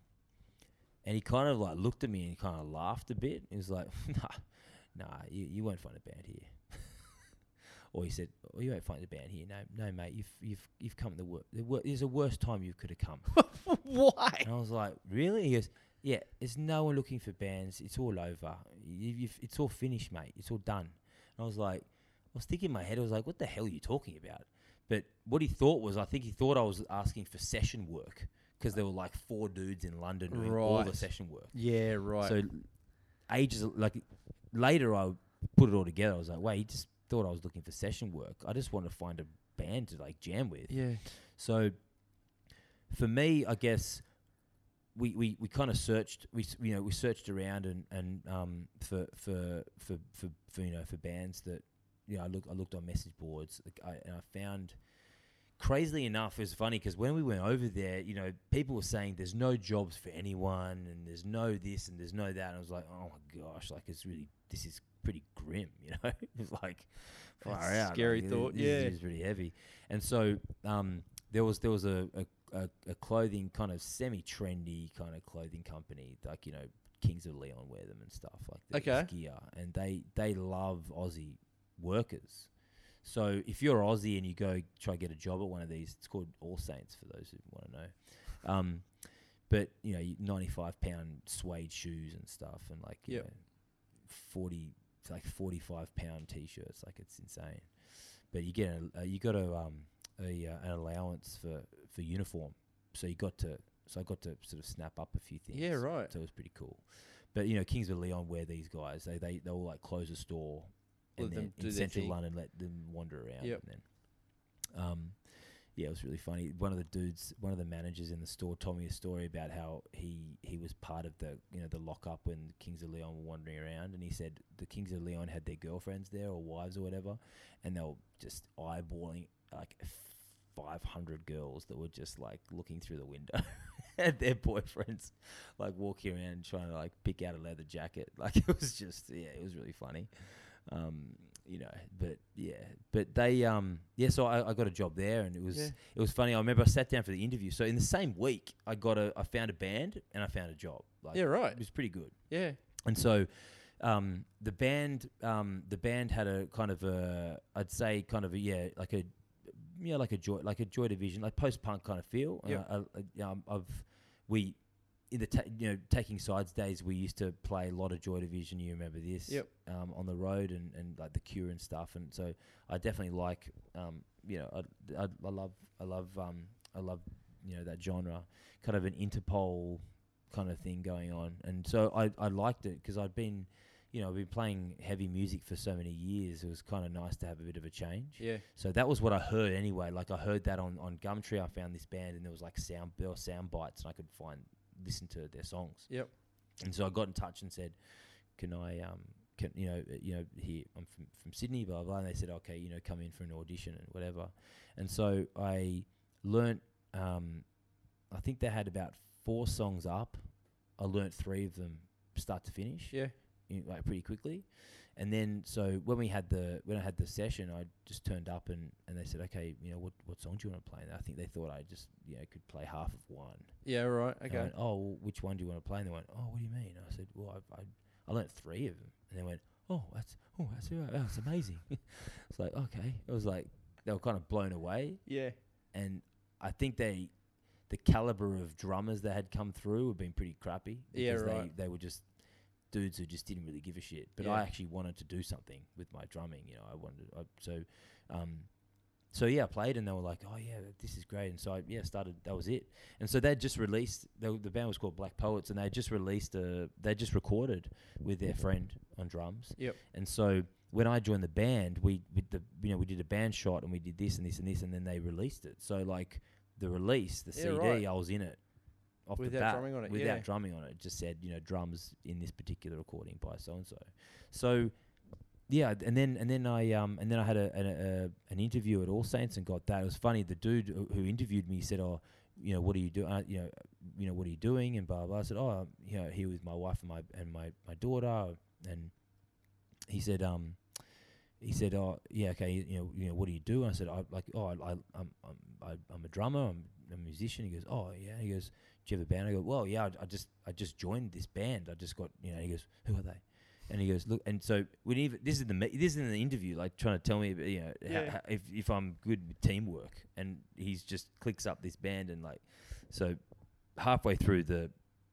and he kind of like looked at me and he kind of laughed a bit. He was like, "Nah, nah, you, you won't find a band here." Or he said, "Oh, you ain't fighting the band here. No, no, mate. You've you've you've come the worst. The wor- there's a worse time you could have come." Why? And I was like, really? He goes, yeah, there's no one looking for bands. It's all over. You, you've, it's all finished, mate. It's all done. And I was like, I was thinking in my head, I was like, what the hell are you talking about? But what he thought was, I think he thought I was asking for session work because there were like four dudes in London doing all the Right. session work. Yeah, right. So ages like later, I put it all together. I was like, wait, he just thought I was looking for session work. I just wanted to find a band to like jam with. yeah. So for me, I guess we, we, we kind of searched we s- you know we searched around and and um for for for for, for you know for bands that you know I look I looked on message boards like, I, and I found crazily enough it was funny because when we went over there you know people were saying there's no jobs for anyone and there's no this and there's no that and I was like oh my gosh like it's really this is pretty grim you know it's like far That's a out scary like, thi- thought, this yeah. is pretty heavy and so um there was there was a, a, a, a clothing kind of semi trendy kind of clothing company like you know Kings of Leon wear them and stuff like that. Okay. gear and they they love Aussie workers. So if you're Aussie and you go try get a job at one of these, it's called All Saints for those who want to know. Um, but you know, you- 95 pound suede shoes and stuff, and like you Yep. know, 40 it's like 45 pound t-shirts, like it's insane. But you get a, uh, you got a um a uh, an allowance for for uniform, so you got to so I got to sort of snap up a few things. Yeah, right. So it was pretty cool. But you know, Kings of Leon wear these guys. They they they all like close a store Let and them then do in their central thing. London, let them wander around. Yep. And then, um, yeah, it was really funny. One of the dudes, one of the managers in the store, told me a story about how he he was part of the you know the lockup when the Kings of Leon were wandering around, and he said the Kings of Leon had their girlfriends there or wives or whatever, and they were just eyeballing like. 500 girls that were just like looking through the window at their boyfriends like walking around trying to like pick out a leather jacket like it was just yeah it was really funny um, you know, but yeah, but they, um, yeah. So I, I got a job there, and it was Yeah. it was funny. I remember I sat down for the interview. So in the same week, I got a, I found a band and I found a job. Like, Yeah, right. It was pretty good. Yeah. And so, um, the band, um, the band had a kind of a, I'd say kind of a yeah, like a, yeah, like a joy, like a joy division, like post punk kind of feel. And Yep. I, I- I- um, I've we. In the ta- you know taking sides days, we used to play a lot of Joy Division. You remember this? Yep. um, on the road and, and like the Cure and stuff. And so I definitely like, um, you know, I, I, I love, I love, um, I love, you know, that genre, kind of an Interpol kind of thing going on. And so I, I liked it because I'd been, you know, I've been playing heavy music for so many years. It was kind of nice to have a bit of a change. Yeah. So that was what I heard anyway. Like I heard that on, on Gumtree. I found this band and there was like sound there were sound bites and I could find listen to their songs. Yep. And so I got in touch and said, "Can I um can you know uh, you know here I'm from, from Sydney blah blah." And they said, "Okay, you know come in for an audition and whatever." And so I learnt um I think they had about four songs up. I learnt three of them start to finish Yeah. in, like pretty quickly. And then so when we had the when I had the session, I just turned up and, and they said, okay, you know what what song do you want to play? And I think they thought I just you know could play half of one. Yeah. Right. And I Okay. went, oh, well, which one do you want to play? And they went, oh, what do you mean? I said, well, I I, I learnt three of them. And they went, oh, that's oh that's all right. that's amazing. it's like okay, it was like they were kind of blown away Yeah. and I think they the caliber of drummers that had come through had been pretty crappy. Yeah, because right. They, they were just dudes who just didn't really give a shit. But Yeah. I actually wanted to do something with my drumming. You know, I wanted I, so. Um, so yeah, I played and they were like, "Oh yeah, this is great." And so I, yeah, started. That was it. And so they just released. They, were- the band was called Black Poets, and they just released a. They just recorded with their Mm-hmm. friend on drums. Yep. And so when I joined the band, we with the you know we did a band shot and we did this and this and this, and then they released it. So like the release, the Yeah, CD, right. I was in it. Off the Without bat, drumming on it, Without yeah. drumming on it, it just said you know drums in this particular recording by so and so. So yeah, and then and then I um and then I had a, an a an interview at All Saints and got that. It was funny. The dude who- who interviewed me said, "Oh, you know, what are you doing? Uh, you know, you know, what are you doing?" And blah blah. blah. I said, "Oh, I'm, you know, here with my wife and my and my my daughter." And he said, "Um, he said, "Oh, yeah, okay, you know, you know, what do you do?" And I said, "I like, oh, I, I I'm I'm I, I'm a drummer. I'm a musician." He goes, "Oh, yeah." He goes, "Do you have a band?" I go, "Well, yeah. I, I just I just joined this band. I just got you know." He goes, "Who are they?" And he goes, look, and so we didn't even, this is the me- this is in the interview, like trying to tell me, you know, Yeah. ho- ho- if if I'm good with teamwork, and he's just clicks up this band and like, so halfway through the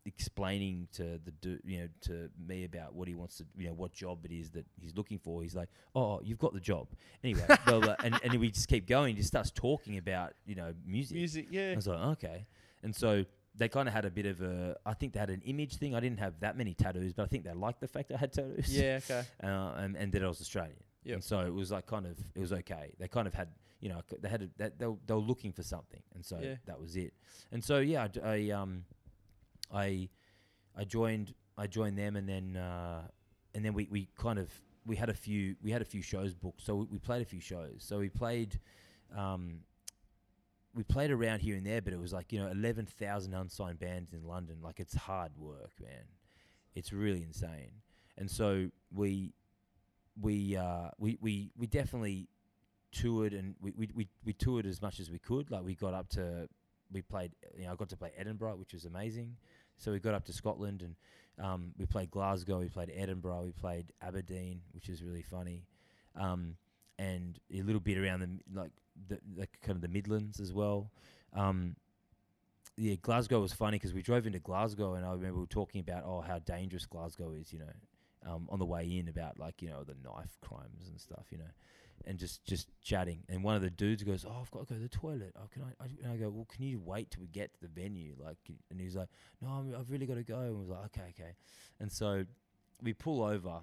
explaining to the du- you know to me about what he wants to you know what job it is that he's looking for he's like oh you've got the job anyway blah, blah, and and we just keep going he just starts talking about you know Music, yeah. I was like, okay. And so they kind of had a bit of a, I think they had an image thing. I didn't have that many tattoos, but I think they liked the fact I had tattoos. Yeah, okay. Uh, and, and that I was Australian. Yep. And so it was like kind of, it was okay. They kind of had, you know, they had, a, that they, were, they were looking for something. And so Yeah. that was it. And so, yeah, I d- I, um, I, I joined, I joined them and then, uh, and then we, we kind of, we had a few, we had a few shows booked. So we, we played a few shows. So we played, um, we played around here and there, but it was like you know eleven thousand unsigned bands in London. Like it's hard work, man. It's really insane. And so we we uh, we we we definitely toured and we, we we we toured as much as we could. Like we got up to we played. You know, I got to play Edinburgh, which was amazing. So we got up to Scotland and um, we played Glasgow, we played Edinburgh, we played Aberdeen, which is really funny, um, and a little bit around the m- like the, the kind of the Midlands as well. Um, yeah, Glasgow was funny because we drove into Glasgow and I remember we were talking about oh how dangerous Glasgow is, you know, um, on the way in about like you know the knife crimes and stuff, you know, and just just chatting. And one of the dudes goes, oh I've got to go to the toilet. Oh can I? I and I go, well can you wait till we get to the venue? Like can-" and he's like, no I'm, I've really got to go. And we was like okay okay, and so we pull over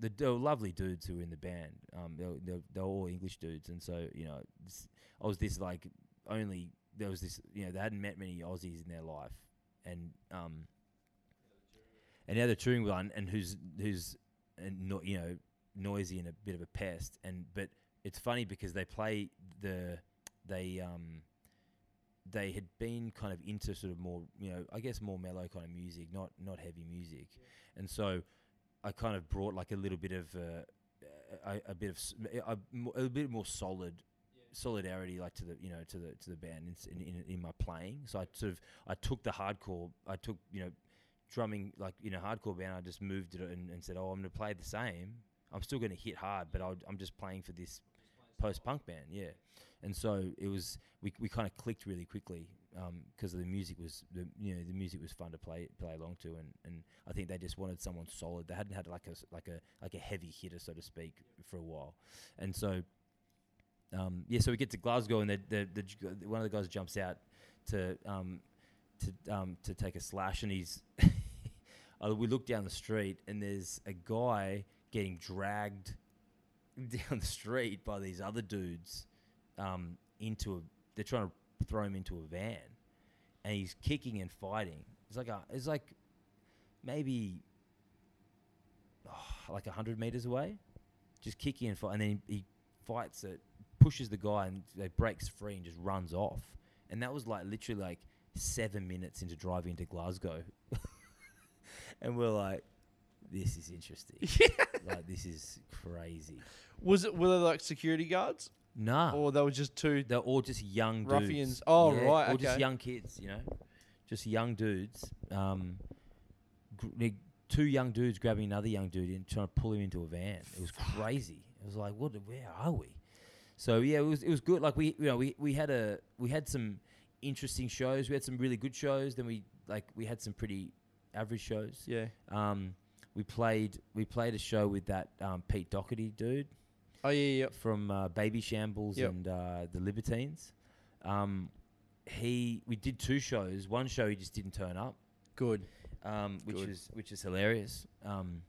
the d- they were lovely dudes who were in the band. Um, they were, they were, they were all English dudes, and so you know, this, I was this like only there was this you know they hadn't met many Aussies in their life, and um, and now they're touring with one and who's who's and no, you know noisy and a bit of a pest, and but it's funny because they play the they um they had been kind of into sort of more you know I guess more mellow kind of music, not not heavy music, and so. I kind of brought like a little bit of uh, a, a bit of s- a, a bit more solid solidarity like to the you know to the to the band in, s- in, in, in my playing so I sort of I took the hardcore I took you know drumming like in a hardcore band I just moved it and, and said oh I'm gonna play the same I'm still gonna hit hard but I'll, I'm just playing for this post punk band yeah and so it was we, we kind of clicked really quickly because the music was the you know the music was fun to play play along to and, and I think they just wanted someone solid they hadn't had like a s- like a like a heavy hitter so to speak for a while and so um, yeah so we get to Glasgow and the, the, the j- g- one of the guys jumps out to um, to um, to take a slash and he's uh, we look down the street and there's a guy getting dragged down the street by these other dudes um, into a. They're trying to throw him into a van, and he's kicking and fighting. It's like a. It's like maybe oh, like hundred meters away, just kicking and fight, and then he, he fights it, pushes the guy, and they breaks free and just runs off. And that was like literally like seven minutes into driving to Glasgow, and we're like, this is interesting. like this is crazy. Was it were they like security guards Nah. or they were just two? They're all just young dudes. Ruffians. Oh, right, Or just okay. young kids, you know, just young dudes. Um, gr- like, two young dudes grabbing another young dude and trying to pull him into a van. It was crazy. It was like, what? Where are we? So yeah, it was it was good. Like we you know we, we had a we had some interesting shows. We had some really good shows. Then we like we had some pretty average shows. Yeah. Um, we played we played a show with that um, Pete Doherty dude Oh yeah, yeah. from uh, Baby Shambles Yep. and uh, the Libertines. Um, he we did two shows. One show he just didn't turn up, Good. um, which Good. is which is hilarious. Um,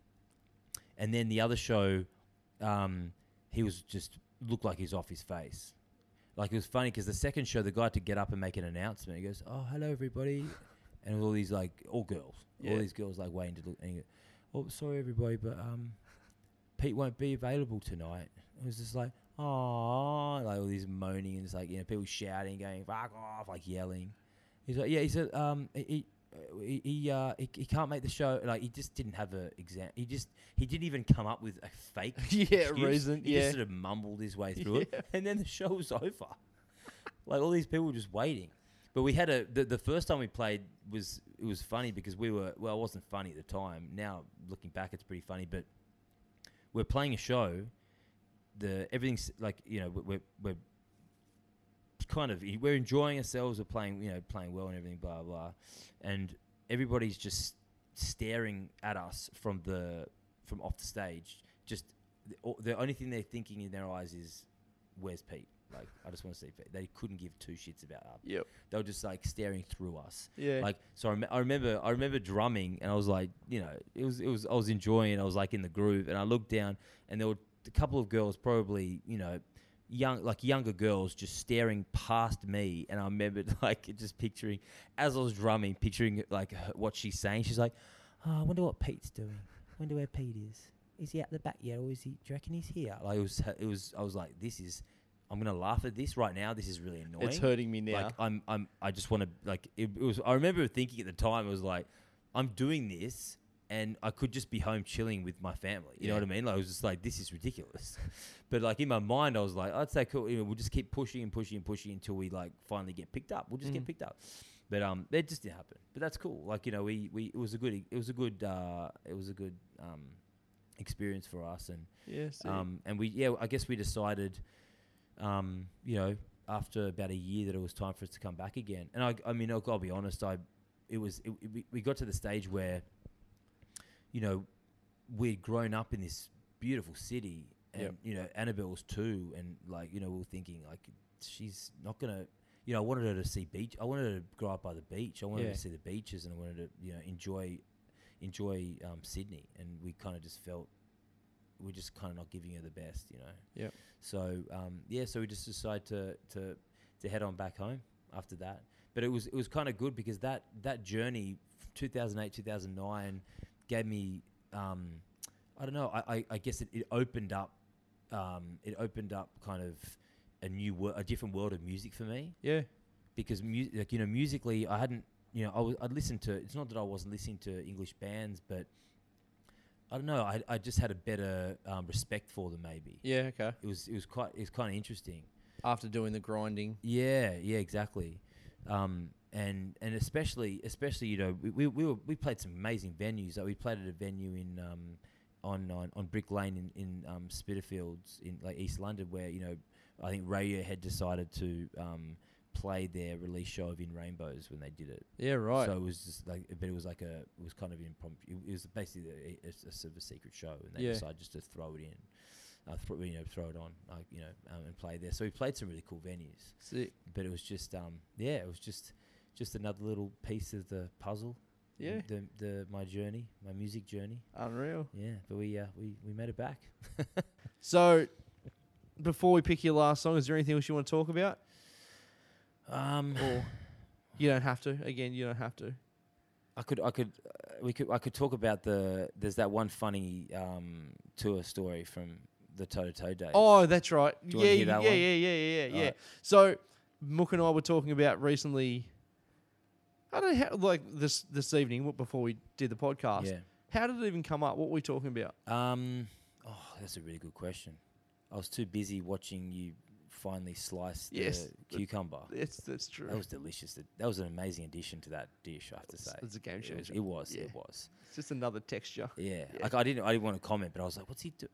and then the other show, um, he was just looked like he's off his face. Like it was funny because the second show, the guy had to get up and make an announcement. He goes, "Oh, hello everybody," and all these like all girls, Yeah. all these girls like waiting to look. And he goes, "Oh, sorry everybody, but um, Pete won't be available tonight." It was just like, "Oh," like all these moaning and it's like you know people shouting, going "fuck off," like yelling. He's like, "Yeah," he said, "Um, he." he uh, he he, uh, he he can't make the show. Like he just didn't have a exam. He just he didn't even come up with a fake Yeah, excuse. reason, He yeah. just sort of mumbled his way through it, and then the show was over. like all these people were just waiting. But we had a the, the first time we played was it was funny because we were well it wasn't funny at the time. Now looking back, it's pretty funny. But we're playing a show. The everything's like you know we're we're kind of e, we're enjoying ourselves. We're playing you know playing well and everything blah blah, and everybody's just staring at us from the from off the stage. Just the, o- the only thing they're thinking in their eyes is where's Pete. Like I just want to see Pete. They couldn't give two shits about us Yep. they were just like staring through us. Yeah. Like so, I, rem- I remember I remember drumming, and I was like, you know, it was it was I was enjoying. it. I was like in the groove, and I looked down, and there were a couple of girls, probably you know, young like younger girls, just staring past me. And I remembered like just picturing as I was drumming, picturing like her, what she's saying. She's like, oh, I wonder what Pete's doing. I wonder where Pete is. Is he out the back yet, or is he? Do you reckon he's here? Like it was, it was. I was like, this is. I'm gonna laugh at this right now. This is really annoying. It's hurting me now. Like I'm, I'm, I just want to like. It, it was. I remember thinking at the time, it was like, I'm doing this, and I could just be home chilling with my family. You know what I mean? Like I was just like, this is ridiculous. but like in my mind, I was like, I'd say cool. You know, we'll just keep pushing and pushing and pushing until we like finally get picked up. We'll just Mm. get picked up. But um, it just didn't happen. But that's cool. Like you know, we we it was a good it was a good uh it was a good um experience for us and Yes. um, and we, yeah, I guess we decided, um, you know, after about a year that it was time for us to come back again. And I, I mean, look, I'll be honest, I, it was, it, it- we- we got to the stage where, you know, we'd grown up in this beautiful city, and Yep. you know, Annabelle's too, and like, you know, we were thinking like, she's not gonna. You know, I wanted her to see beach. I wanted her to grow up by the beach. I wanted her Yeah. to see the beaches, and I wanted to, you know, enjoy, enjoy um, Sydney. And we kind of just felt we're just kind of not giving her the best, you know. Yep. So um, yeah, so we just decided to to to head on back home after that. But it was it was kind of good because that that journey, 2008 2009, gave me um, I don't know. I, I, I guess it, it opened up um, it opened up kind of a new wor- a different world of music for me yeah. because mu- like you know musically I hadn't you know I was, I'd listened to it's not that I wasn't listening to English bands but I don't know I, I just had a better um, respect for them maybe Yeah. Okay. it was it was quite it was kind of interesting After doing the grinding. yeah yeah exactly um, and and especially especially you know we we we, were, we played some amazing venues like we played at a venue in um, on, on on Brick Lane in in um, Spitterfields in like East London where you know I think Radiohead decided to um, play their release show of In Rainbows when they did it Yeah. Right. so it was just like, but it was like a, it was kind of impromptu. It was basically a, a, a sort of a secret show, and they Yeah. decided just to throw it in, uh, throw, you know, throw it on, like you know, um, and play there. So we played some really cool venues, Sick. but it was just, um, yeah, it was just, just another little piece of the puzzle. Yeah. The, the my journey, my music journey. Unreal. Yeah, but we uh, we we made it back. So, before we pick your last song, is there anything else you want to talk about? Um, Or you don't have to. Again, you don't have to. I could, I could, uh, we could, I could talk about the. There's that one funny um tour story from the Toe to Toe days. Oh, that's right. Do you yeah, wanna hear that yeah, one? yeah, yeah, yeah, yeah, yeah. Alright. So, Mook and I were talking about recently. I don't know how, like this this evening w- before we did the podcast. Yeah. How did it even come up? What were we talking about? Um, oh, that's a really good question. I was too busy watching you finally slice the Yes, the- cucumber. It's that's true. That was delicious. That, that was an amazing addition to that dish, I have to It's- say. it's a game It changer. was- It was. Yeah. It was. it's just another texture. Yeah. Yeah. Like I didn't. I didn't want to comment, but I was like, "What's he doing?"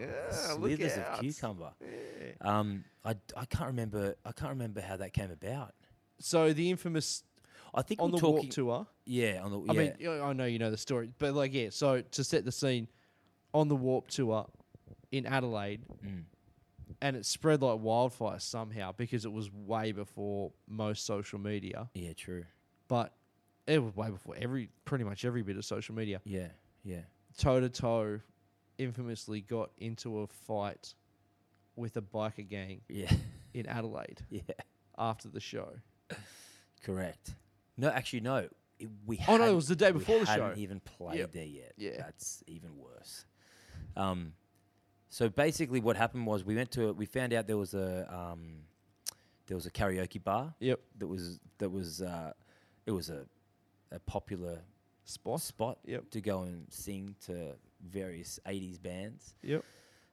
Yeah, look Slithers of out. cucumber. Um, I, I can't remember. I can't remember how that came about. So the infamous I think on we're the talking. walk tour. Yeah. On the. I yeah. mean, yeah, I know you know the story, but like, yeah. So to set the scene, on the Warp Tour in Adelaide, Mm. and it spread like wildfire somehow because it was way before most social media, yeah. True. but it was way before every pretty much every bit of social media. Yeah. Yeah. Toe to toe, infamously got into a fight with a biker gang Yeah. in Adelaide yeah. after the show. Correct. No, actually, no. It- we Oh, no, it hadn't- was the day we before the show. hadn't even played Yep. there yet. Yeah. that's even worse. Um, so basically, what happened was we went to a, we found out there was a um, there was a karaoke bar Yep, that was that was uh, it was a a popular spot. spot Yep. to go and sing to various '80s bands Yep.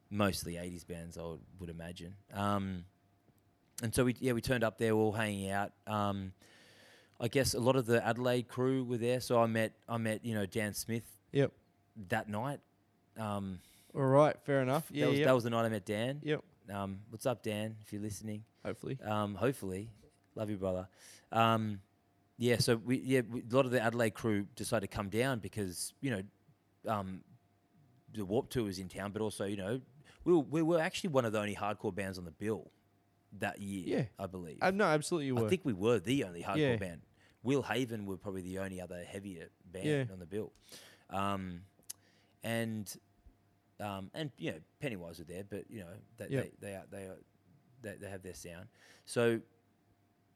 mostly 80s bands, I would, would imagine. Um, and so we yeah we turned up there, we were all hanging out. Um, I guess a lot of the Adelaide crew were there, so I met I met you know Dan Smith Yep. that night. Um, All right. Fair enough. Yeah. that, was, yep. that was the night I met Dan. Yep. Um, what's up, Dan? If you're listening, Hopefully. um, hopefully, love you, brother. Um, yeah, so we yeah we, a lot of the Adelaide crew decided to come down because you know um, the Warp Tour was in town, but also you know we were, we were actually one of the only hardcore bands on the bill that year. Yeah. I believe. Uh, no, absolutely you were. I think we were the only hardcore Yeah. band. Will Haven were probably the only other heavier band Yeah. on the bill, um, and um, and you know Pennywise were there, but you know they Yeah. they, they are they are they, they have their sound. So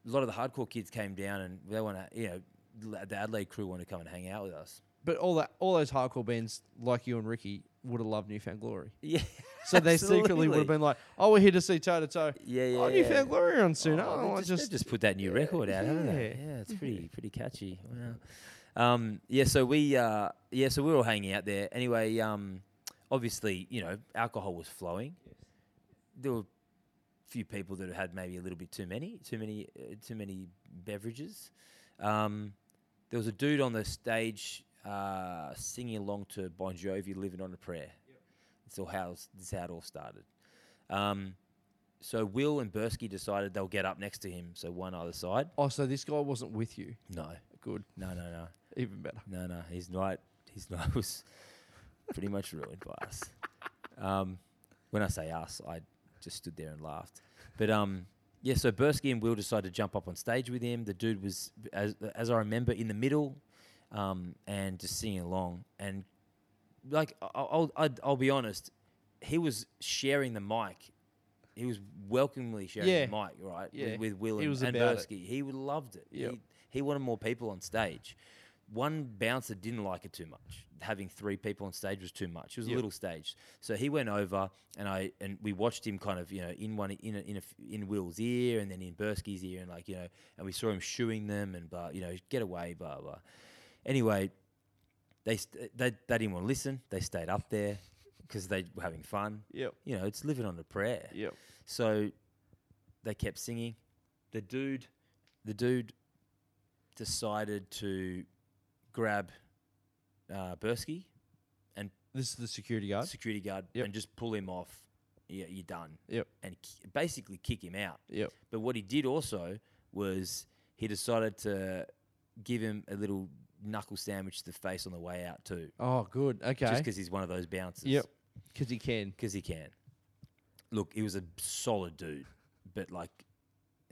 a lot of the hardcore kids came down and they want to you know l- the Adelaide crew want to come and hang out with us. but all that, all those hardcore bands like you and Ricky would have loved Newfound Glory. Yeah, So they secretly would have been like, "Oh, we're here to see toe to toe." Yeah, yeah, Oh, yeah. Newfound Glory on soon. Oh, Oh, they I just, just, they just put that new record out, haven't they? yeah. Yeah, it's pretty pretty catchy. Wow. Um, yeah, so we uh, yeah, so we were all hanging out there. Anyway, um, obviously, you know, alcohol was flowing. There were a few people that had maybe a little bit too many, too many, uh, too many beverages. Um, there was a dude on the stage uh, singing along to Bon Jovi, "Living on a Prayer." That's all how it's- that's how it all started. Um, so Will and Bursky decided they'll get up next to him, so one either side. oh, so this guy wasn't with you. No, Good, no, no, no, even better. no, no. His night, his night was pretty much ruined by us. Um, when I say us, I just stood there and laughed. But um, yeah, so Bursky and Will decided to jump up on stage with him. The dude was, as, as I remember, in the middle um, and just singing along. And like, I- I'll, I'll, I'll be honest, he was sharing the mic. He was welcomingly sharing Yeah. the mic, right? Yeah. With, with Will He and, was and about it. Bursky. He loved it. Yep. He, he wanted more people on stage. One bouncer didn't like it too much. Having three people on stage was too much. It was a little stage, so he went over and I and we watched him kind of you know in one in a, in a, f- in Will's ear and then in Bursky's ear and like you know and we saw him shooing them and blah you know get away blah blah. Anyway, they st- they they didn't want to listen. They stayed up there because they were having fun. Yep. You know, it's living on a prayer. Yep. So they kept singing. The dude, the dude, decided to grab uh, Bursky, This is the security guard. security guard, Yep. and just pull him off. Yeah, you're done. Yep. And ki- basically kick him out. Yep. But what he did also was he decided to give him a little knuckle sandwich to the face on the way out too, Oh, good. just Okay. because he's one of those bouncers. Yep. Because he can. Because he can. Look, he was a solid dude, but like,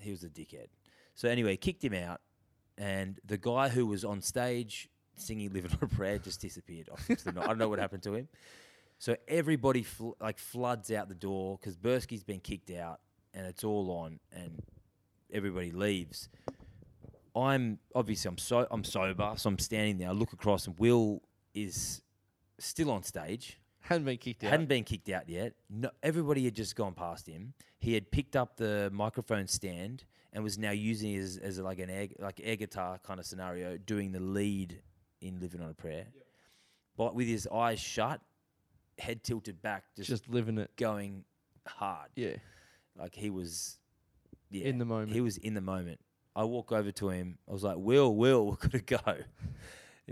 he was a dickhead. So anyway, kicked him out, and the guy who was on stage singing "Living on a Prayer" just disappeared off into the night. I don't know what happened to him. So everybody fl- like floods out the door because Bursky's been kicked out, and it's all on, and everybody leaves. I'm obviously I'm so I'm sober, so I'm standing there. I look across, and Will is still on stage Hadn't been kicked out. hadn't been kicked out yet. No, everybody had just gone past him. He had picked up the microphone stand and was now using it as, as like an air, like air guitar kind of scenario, doing the lead in "Living on a Prayer," but with his eyes shut, head tilted back, just, just living it. going hard. Yeah. Like he was yeah, In the moment. He was in the moment. I walk over to him. I was like, "Will, Will, we've got to go." And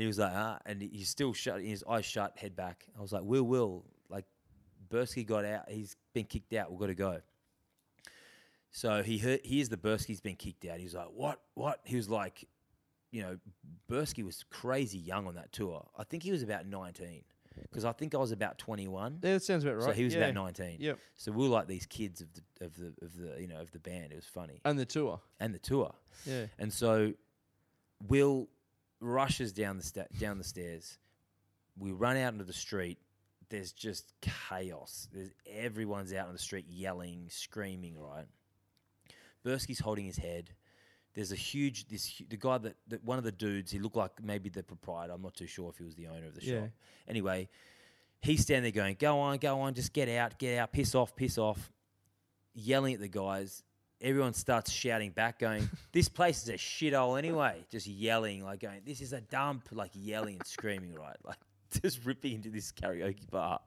he was like, "Ah," and he- he's still shut. His eyes shut, head back. I was like, "Will, Will, like Bursky got out. He's been kicked out. We've got to go." So he heard, hears the Bursky's been kicked out. He's like, "What? What?" He was like, you know, Bursky was crazy young on that tour. I think he was about nineteen, because I think I was about twenty-one. Yeah, that sounds about right. So he was Yeah. about nineteen. Yep. So we were like these kids of the of the of the you know of the band. It was funny And the tour. and the tour. Yeah. And so Will rushes down the sta- down the stairs. We run out into the street. There's just chaos. There's everyone's out on the street yelling, screaming. Right. Bursky's holding his head. There's a huge this hu- the guy that, that one of the dudes. He looked like maybe the proprietor. I'm not too sure if he was the owner of the Yeah. shop. Anyway, he's standing there going, "Go on, go on, just get out, get out, piss off, piss off." yelling at the guys. Everyone starts shouting back, going, "This place is a shithole anyway." Just yelling, like going, "This is a dump!" Like yelling and screaming, right? Like just ripping into this karaoke bar.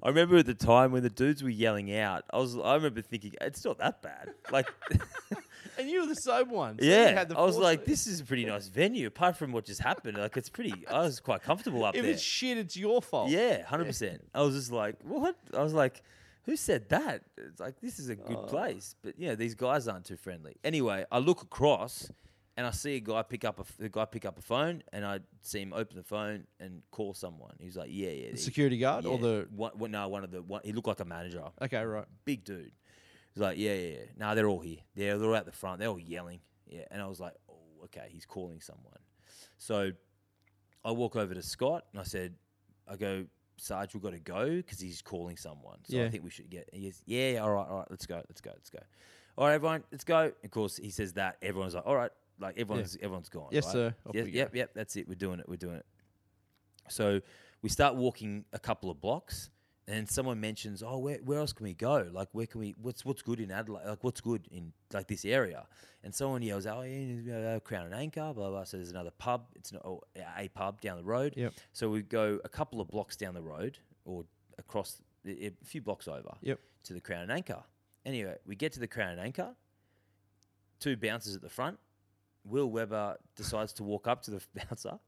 I remember at the time when the dudes were yelling out, I was I remember thinking it's not that bad. Like And you were the sober one. so you yeah, had the I was like foresight. this is a pretty nice venue apart from what just happened. Like it's pretty I was quite comfortable up If there. it's shit, it's your fault. Yeah, hundred percent. I was just like, what? I was like, who said that? It's like this is a good Oh. place, but yeah, these guys aren't too friendly. Anyway, I look across and I see a guy pick up a, f- a guy pick up a phone, and I see him open the phone and call someone. He's like, yeah, yeah, The he- security guard or yeah. the. one, one- no one of the one, he looked like a manager, Okay, right. big dude. He's like, yeah, yeah, yeah. Nah, they're all here. They're they're all out the front. They're all yelling. Yeah, and I was like, oh, okay, he's calling someone. So I walk over to Scott and I said, I go, Sarge, we've got to go because he's calling someone. So I Yeah. think we should get. He goes, yeah, yeah, all right, all right, let's go, let's go, let's go. All right, everyone, let's go. Of course, he says that. Everyone's like, all right, like everyone's everyone's gone. Yes, right? sir, off Yes, we go. yep, yep, that's it. We're doing it. We're doing it. So we start walking a couple of blocks, and someone mentions, "Oh, where, where else can we go? Like, where can we? What's what's good in Adelaide? Like, what's good in like this area?" And someone yells, "Oh, yeah, uh, Crown and Anchor, blah blah." blah. So there's another pub. It's an, oh, a pub down the road. Yep. So we go a couple of blocks down the road, or across i- i- a few blocks over. Yep. To the Crown and Anchor. Anyway, we get to the Crown and Anchor. Two bouncers at the front. Will Weber decides to walk up to the bouncer,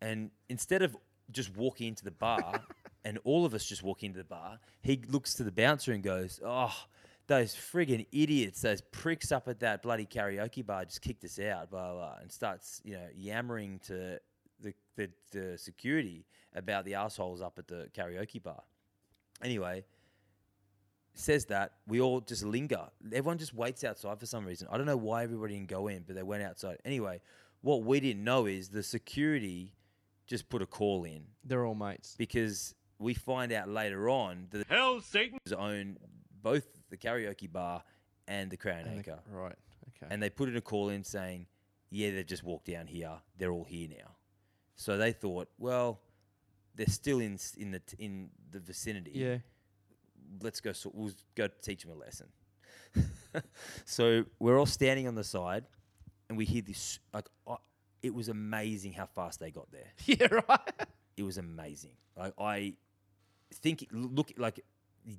and instead of just walking into the bar, and all of us just walk into the bar, he looks to the bouncer and goes, "Oh, those friggin' idiots, those pricks up at that bloody karaoke bar just kicked us out, blah blah," and starts you know yammering to the the, the security about the assholes up at the karaoke bar. Anyway, says that, we all just linger. Everyone just waits outside for some reason. I don't know why everybody didn't go in, but they went outside. Anyway, what we didn't know is the security just put a call in They're all mates. because we find out later on that Hell Satan own both the karaoke bar and the Crown And they- Anchor. Right. Okay. And they put in a call in saying, yeah, they've just walked down here. They're all here now. So they thought, well, they're still in s- in the t- in the vicinity yeah. let's go. So we'll go teach him a lesson. so we're all standing on the side, and we hear this. Like, I it was amazing how fast they got there. Yeah, right. It was amazing. Like, I think, look, like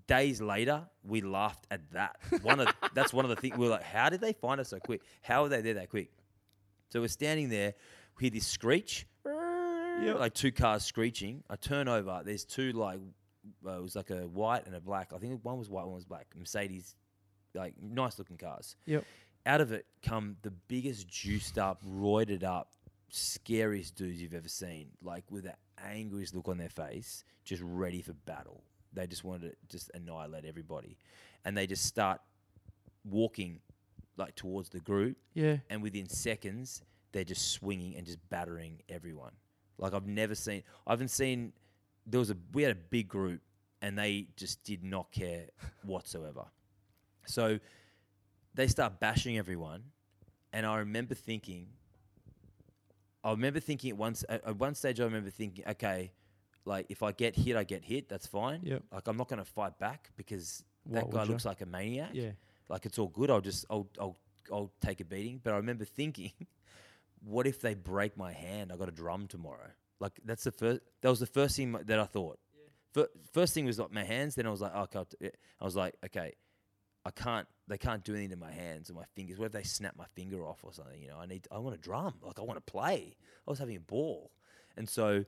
days later, we laughed at that. One of that's one of the things we were like, how did they find us so quick? How were they there that quick? So we're standing there, we hear this screech, like two cars screeching. I turn over, there's two like uh, it was like a white and a black. I think one was white, one was black. Mercedes, like nice looking cars. Yep. Out of it come the biggest juiced up, roided up, scariest dudes you've ever seen. Like with the angriest look on their face, just ready for battle. They just wanted to just annihilate everybody, and they just start walking like towards the group Yeah. and within seconds they're just swinging and just battering everyone. Like I've never seen. I haven't seen. There was a we had a big group and they just did not care whatsoever. So they start bashing everyone, and I remember thinking. I remember thinking at once at at one stage. I remember thinking, okay, like if I get hit, I get hit. That's fine. Yep. Like I'm not going to fight back because Why that guy would ya? looks like a maniac Yeah. like it's all good. I'll just I'll I'll I'll take a beating. But I remember thinking, what if they break my hand? I got a drum tomorrow. Like that's the first. That was the first thing that I thought. Fir- First thing was like my hands. Then I was like, oh, God. I was like, okay, I can't. They can't do anything to my hands and my fingers. What if they snap my finger off or something? You know, I need. I want a drum. Like I want to play. I was having a ball, and so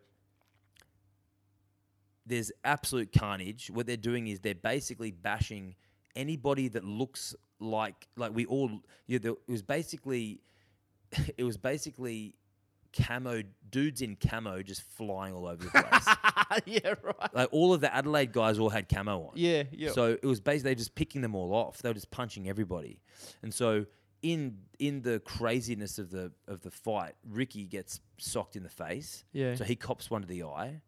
there's absolute carnage. What they're doing is they're basically bashing anybody that looks like like we all. You know, there- it was basically it was basically camo dudes in camo just flying all over the place. yeah, right. like all of the Adelaide guys all had camo on. Yeah, yeah. So it was basically they were just picking them all off. They were just punching everybody, and so in in the craziness of the of the fight, Ricky gets socked in the face. Yeah. So he cops one to the eye,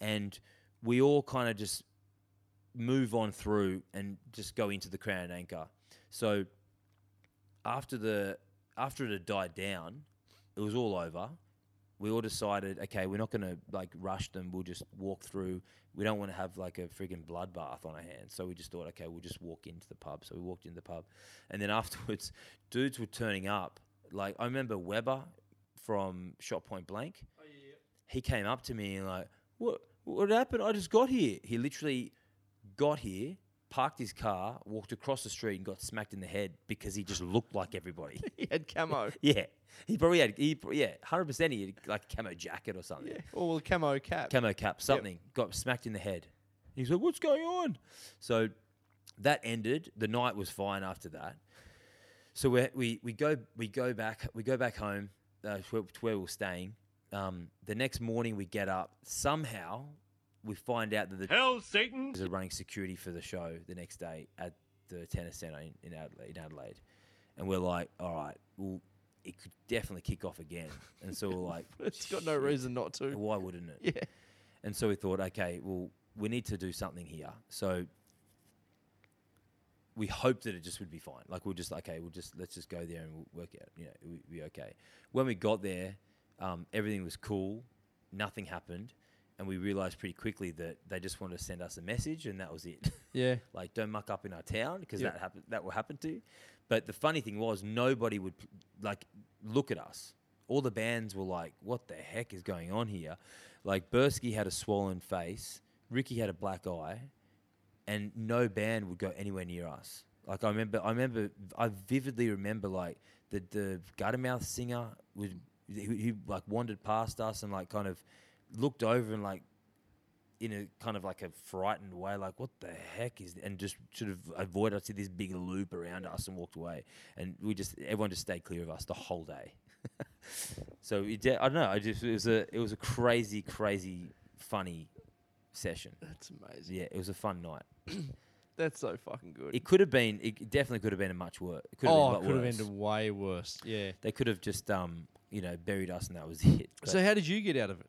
and we all kind of just move on through and just go into the crown and anchor. So after the after it had died down, it was all over. We all decided, okay, we're not going to like rush them. We'll just walk through. We don't want to have like a freaking bloodbath on our hands. So we just thought, okay, we'll just walk into the pub. So we walked into the pub, and then afterwards, dudes were turning up. Like I remember Weber from Shot Point Blank. He came up to me and like, What what happened? I just got here. He literally got here, parked his car, walked across the street, and got smacked in the head because he just looked like everybody. He had camo. yeah, he probably had. He pr- yeah, hundred percent. He had like a camo jacket or something, Or a camo cap. camo cap, something. Got smacked in the head. He's like, "What's going on?" So that ended. The night was fine after that. So we we we go we go back we go back home uh, to, where, to where we were staying. Um, the next morning we get up. Somehow we find out that the Hell, Satan! was running security for the show the next day at the tennis center in, in, Adelaide, in Adelaide, and we're like, all right, well, it could definitely kick off again, and so we're like, It's got no reason not to. why wouldn't it? Yeah. And so we thought, okay, well, we need to do something here. So we hoped that it just would be fine. Like we're just okay, we'll just let's just go there and we'll work out. You know, it would be okay. When we got there, um, everything was cool. Nothing happened, and we realized pretty quickly that they just wanted to send us a message, and that was it. Yeah. like don't muck up in our town because that happen- that will happen to. you. But the funny thing was, nobody would p- like look at us. All the bands were like, "What the heck is going on here?" Like Bursky had a swollen face, Ricky had a black eye, and no band would go anywhere near us. Like I remember, I remember, I vividly remember like the the Guttermouth singer was who, who like wandered past us and like kind of looked over and like in a kind of like a frightened way, like what the heck is, and just sort of avoided us in this big loop around us and walked away. And we just everyone just stayed clear of us the whole day. so it, de- I don't know. I just it was a it was a crazy, crazy, funny session. That's amazing. Yeah, it was a fun night. That's so fucking good. It could have been. It definitely could have been a much worse. It could have oh, been a it lot could have worse. ended way worse. Yeah. They could have just um you know buried us and that was it. But- So how did you get out of it?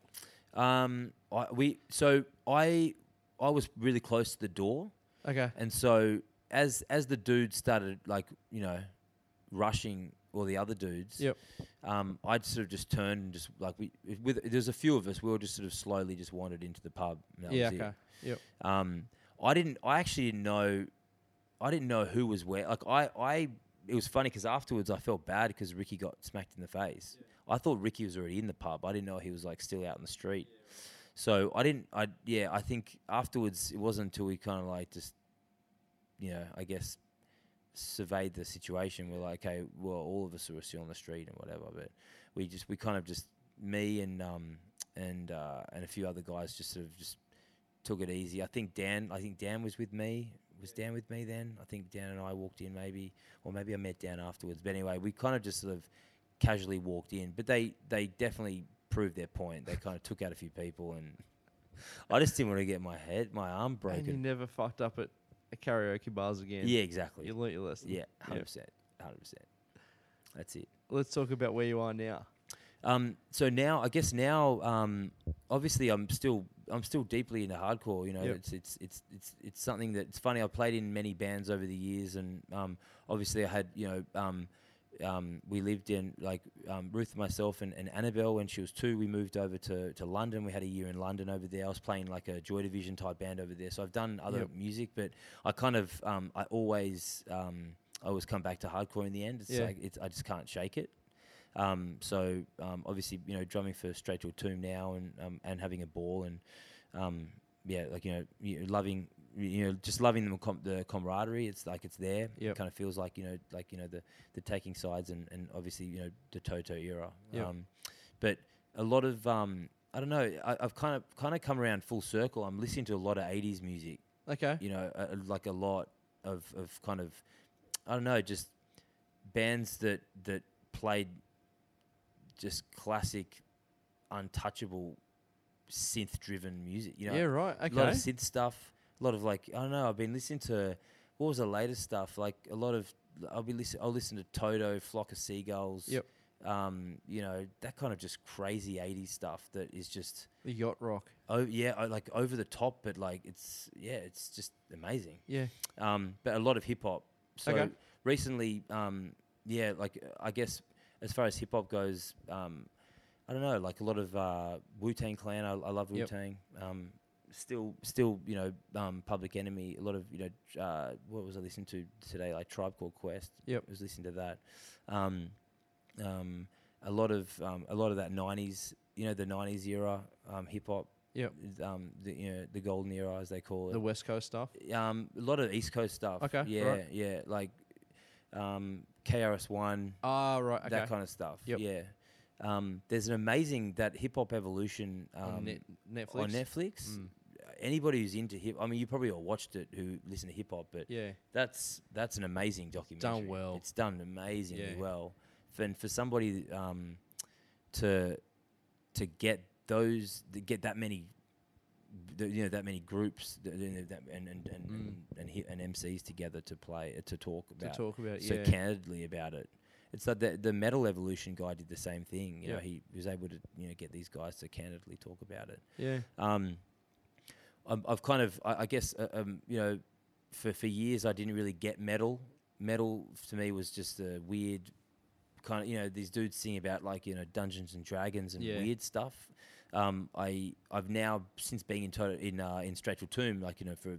Um, I, we so I I was really close to the door, Okay. and so as as the dude started like you know rushing all the other dudes, Yep. um, I'd sort of just turned and just like we with there's a few of us we all just sort of slowly just wandered into the pub. And that Yeah. was it. Okay. Yep. Um, I didn't. I actually didn't know. I didn't know who was where. Like I, I. It was funny because afterwards I felt bad because Ricky got smacked in the face. I thought Ricky was already in the pub. I didn't know he was like still out in the street. So I didn't. I yeah. I think afterwards it wasn't until we kind of like just, you know, I guess, surveyed the situation. We're like, okay, well, all of us are still on the street and whatever. But we just we kind of just me and um and uh and a few other guys just sort of just took it easy. I think Dan. I think Dan was with me. Was Dan with me then? I think Dan and I walked in maybe, or maybe I met Dan afterwards. But anyway, we kind of just sort of casually walked in. But they they definitely proved their point. They kind of took out a few people, and I just didn't want to get my head, my arm And you broken. never fucked up at a karaoke bars again. Yeah, exactly. You learnt your lesson. Yeah, hundred percent, hundred percent. That's it. Let's talk about where you are now. Um, so now, I guess now, um, obviously, I'm still I'm still deeply into hardcore. You know, Yep. it's it's it's it's it's something that it's funny. I played in many bands over the years, and um, obviously, I had you know. Um, um, we lived in like um, Ruth, myself, and, and Annabelle. When she was two, we moved over to, to London. We had a year in London over there. I was playing like a Joy Division type band over there. So I've done other music, but I kind of um, I always um, I always come back to hardcore in the end. It's Yeah. like it's I just can't shake it. Um, so um, obviously, you know, drumming for Straight to a Tomb now, and um, and having a ball, and um, yeah, like you know, you know, loving, you know, just loving the, com- the camaraderie. It's like it's there. Yep. It kind of feels like you know, like you know, the the taking sides, and, and obviously you know the Toto era. Yep. Um, but a lot of um, I don't know. I, I've kind of kind of come around full circle. I'm listening to a lot of '80s music Okay. you know, uh, like a lot of, of kind of, I don't know, just bands that that played just classic, untouchable, synth-driven music. You know, Yeah, right, A lot okay. of synth stuff. A lot of like, I don't know. I've been listening to what was the latest stuff? Like a lot of, I'll be listen. I'll listen to Toto, Flock of Seagulls. Yep. Um, you know that kind of just crazy '80s stuff that is just The yacht rock. oh yeah o- like over the top but like it's yeah it's just amazing Yeah. um, but a lot of hip hop. So Okay. recently, um, yeah, like uh, I guess as far as hip hop goes, um, I don't know, like a lot of uh, Wu Tang Clan. I, I love Wu Yep. Tang. Um, still, still, you know, um, Public Enemy. A lot of you know, uh, what was I listening to today? Like Tribe Called Quest. Yep. I was listening to that. Um, um, a lot of um, a lot of that '90s, you know, the '90s era um, hip hop. Yep. Is, Um, the, you know, the golden era as they call it. The West Coast stuff. um, a lot of East Coast stuff. Okay, Yeah, alright. yeah, like um, KRS One, Ah, right. Okay. that kind of stuff. Yep. Yeah. Um, there's an amazing that hip hop evolution um, on Net- Netflix. Hmm. on Netflix. Anybody who's into hip, I mean, you probably all watched it who listen to hip hop, but Yeah. that's that's an amazing documentary. well. It's done amazingly Yeah. well, F- and for somebody um, to to get those to get that many, the, you know, that many groups th- you know, that, and and and, and and, hi- and MCs together to play uh, to talk about Mm. talk about it, so yeah. candidly about it. It's like the the metal evolution guy did the same thing. You know, Yeah. he was able to you know get these guys to candidly talk about it Yeah. um, I'm, I've kind of, I, I guess, uh, um, you know, for, for years I didn't really get metal. Metal f- to me was just a weird kind of, you know, these dudes sing about like, you know, Dungeons and Dragons and Yeah. weird stuff. Um, I I've now since being in total, in uh, in Strathfield Tomb, like you know, for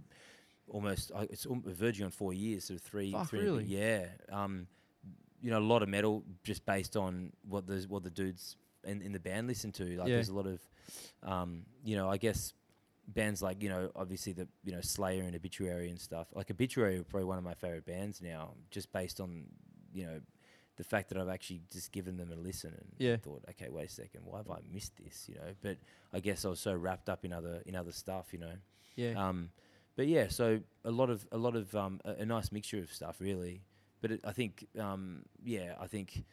almost I it's al- verging on four years, so three, Fuck, three and a bit- really? yeah. Um, you know, a lot of metal just based on what the what the dudes in, in the band listen to. Like, Yeah. there's a lot of, um, you know, I guess bands like you know, obviously the you know Slayer and Obituary and stuff. Like Obituary are probably one of my favorite bands now, just based on you know the fact that I've actually just given them a listen and Yeah. thought, okay, wait a second, why have I missed this? You know, but I guess I was so wrapped up in other in other stuff, you know. Yeah. Um, but yeah, so a lot of a lot of um, a, a nice mixture of stuff, really. But it, I think, um, yeah, I think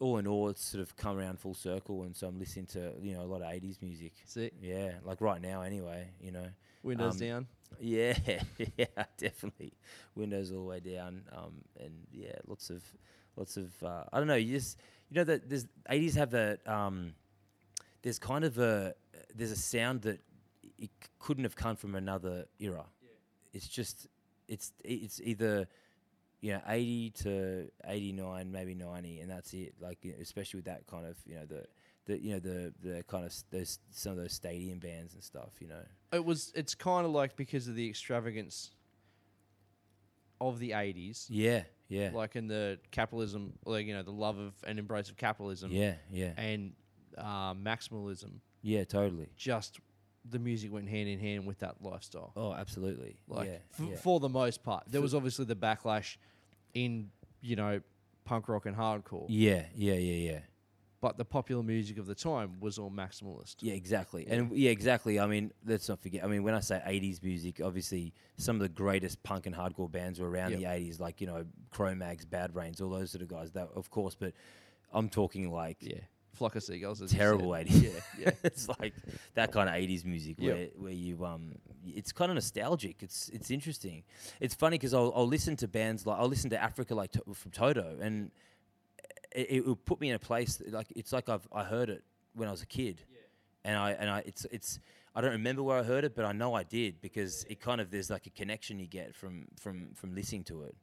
all in all, it's sort of come around full circle, and so I'm listening to you know a lot of '80s music. Sick. Yeah, like right now, anyway, you know. Windows um, down. Yeah, yeah, definitely. Windows all the way down, um, and yeah, lots of, lots of. Uh, I don't know. You just, you know, that there's eighties have that. Um, there's kind of a there's a sound that it c- couldn't have come from another era. It's just it's it's either you know eighty to eighty nine, maybe ninety, and that's it. Like you know, especially with that kind of you know the. The, you know the the kind of s- those some of those stadium bands and stuff you know It was. It's kind of like because of the extravagance of the '80s, yeah yeah like in the capitalism, like you know, the love of and embrace of capitalism, Yeah, yeah, and uh, maximalism. yeah, totally. Just the music went hand in hand with that lifestyle. Oh, absolutely. like yeah, f- yeah. for the most part. There was obviously the backlash in you know punk rock and hardcore, yeah, yeah, yeah, yeah, but the popular music of the time was all maximalist. yeah, exactly. And yeah, exactly. I mean, let's not forget. I mean, when I say '80s music, obviously some of the greatest punk and hardcore bands were around Yep. the '80s, like you know, Cro-Mags, Bad Brains, all those sort of guys. That, of course, but I'm talking like Yeah, flock of seagulls. as you said. terrible '80s. Yeah, yeah. it's like that kind of '80s music Yep. where where you um, it's kind of nostalgic. It's it's interesting. It's funny because I'll, I'll listen to bands like I'll listen to Africa like to, from Toto, and it, it will put me in a place that, like it's like I've I heard it when I was a kid, and I and I it's it's I don't remember where I heard it, but I know I did because it kind of there's like a connection you get from from from listening to it.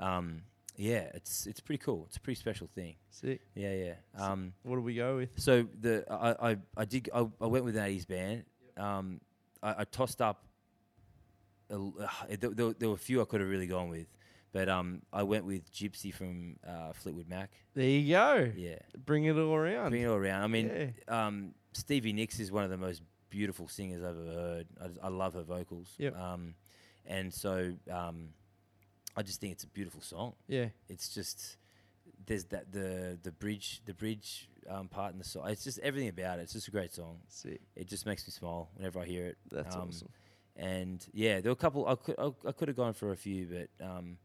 Um, yeah, it's it's pretty cool. It's a pretty special thing. Sick. Yeah, yeah. Um, What do we go with? so the I I, I did I, I went with an eighties band. Um, I, I tossed up. a l- uh, there, there, there were a few I could have really gone with, but um, I went with Gypsy from uh, Fleetwood Mac. There you go. Yeah, Bring it all around. bring it all around. I mean, um, Stevie Nicks is one of the most beautiful singers I've ever heard. I, just- I love her vocals. Yep. Um, and so um, I just think it's a beautiful song yeah, it's just there's that the the bridge the bridge um, part in the song. It's just everything about it. It's just a great song. sick. It just makes me smile whenever I hear it. That's Um, awesome. And yeah, there were a couple. I could I, I could have gone for a few, but um,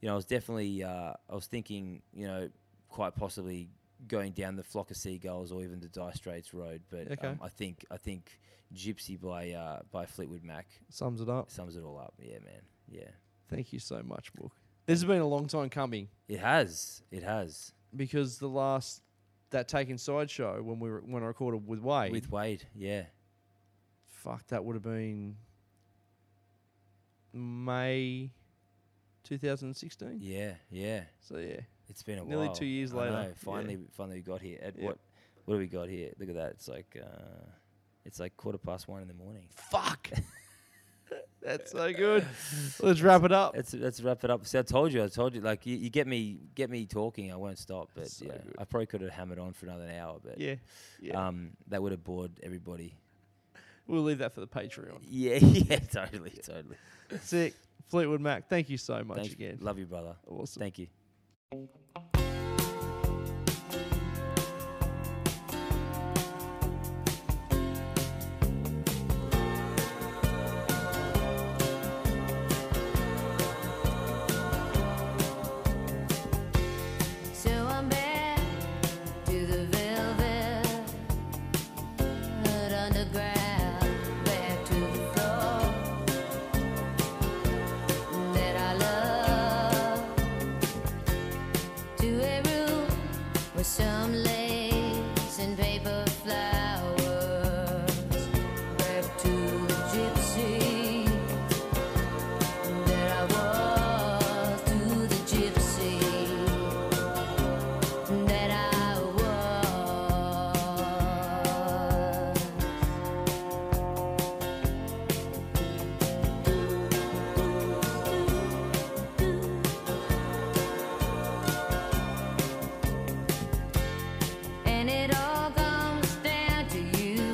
you know, I was definitely uh, I was thinking, you know, quite possibly going down the flock of seagulls or even the Dire Straits road. But Okay. um, I think I think Gypsy by uh, by Fleetwood Mac Sums it up. sums it all up. Yeah, man. Yeah, Thank you so much, Book. This has been a long time coming it has. It has. because the last that taken side show when we were, when I recorded with Wade, With Wade, yeah. fuck, that would have been May 2016. Yeah, yeah. So yeah, It's been a Nearly while. two years I later. know, Yeah. finally, finally we got here. At Yep. what? What do we got here? Look at that. It's like, uh, it's like quarter past one in the morning. fuck. That's so good. Let's wrap it up. Let's let's wrap it up. See, I told you, I told you. Like you, you get me, get me talking. I won't stop. But So yeah, good. I probably could have hammered on for another hour, but Yeah, yeah. um, that would have bored everybody. We'll leave that for the Patreon. Yeah, yeah, totally, totally. Sick. Fleetwood Mac, thank you so much Thanks. again. Love you, brother. Awesome. Thank you. So I'm back to the velvet hood underground, back to the floor that I love. To a room with some lace and paper flowers, back to the gypsy that I was, to the gypsy that I was. And it all comes down to you.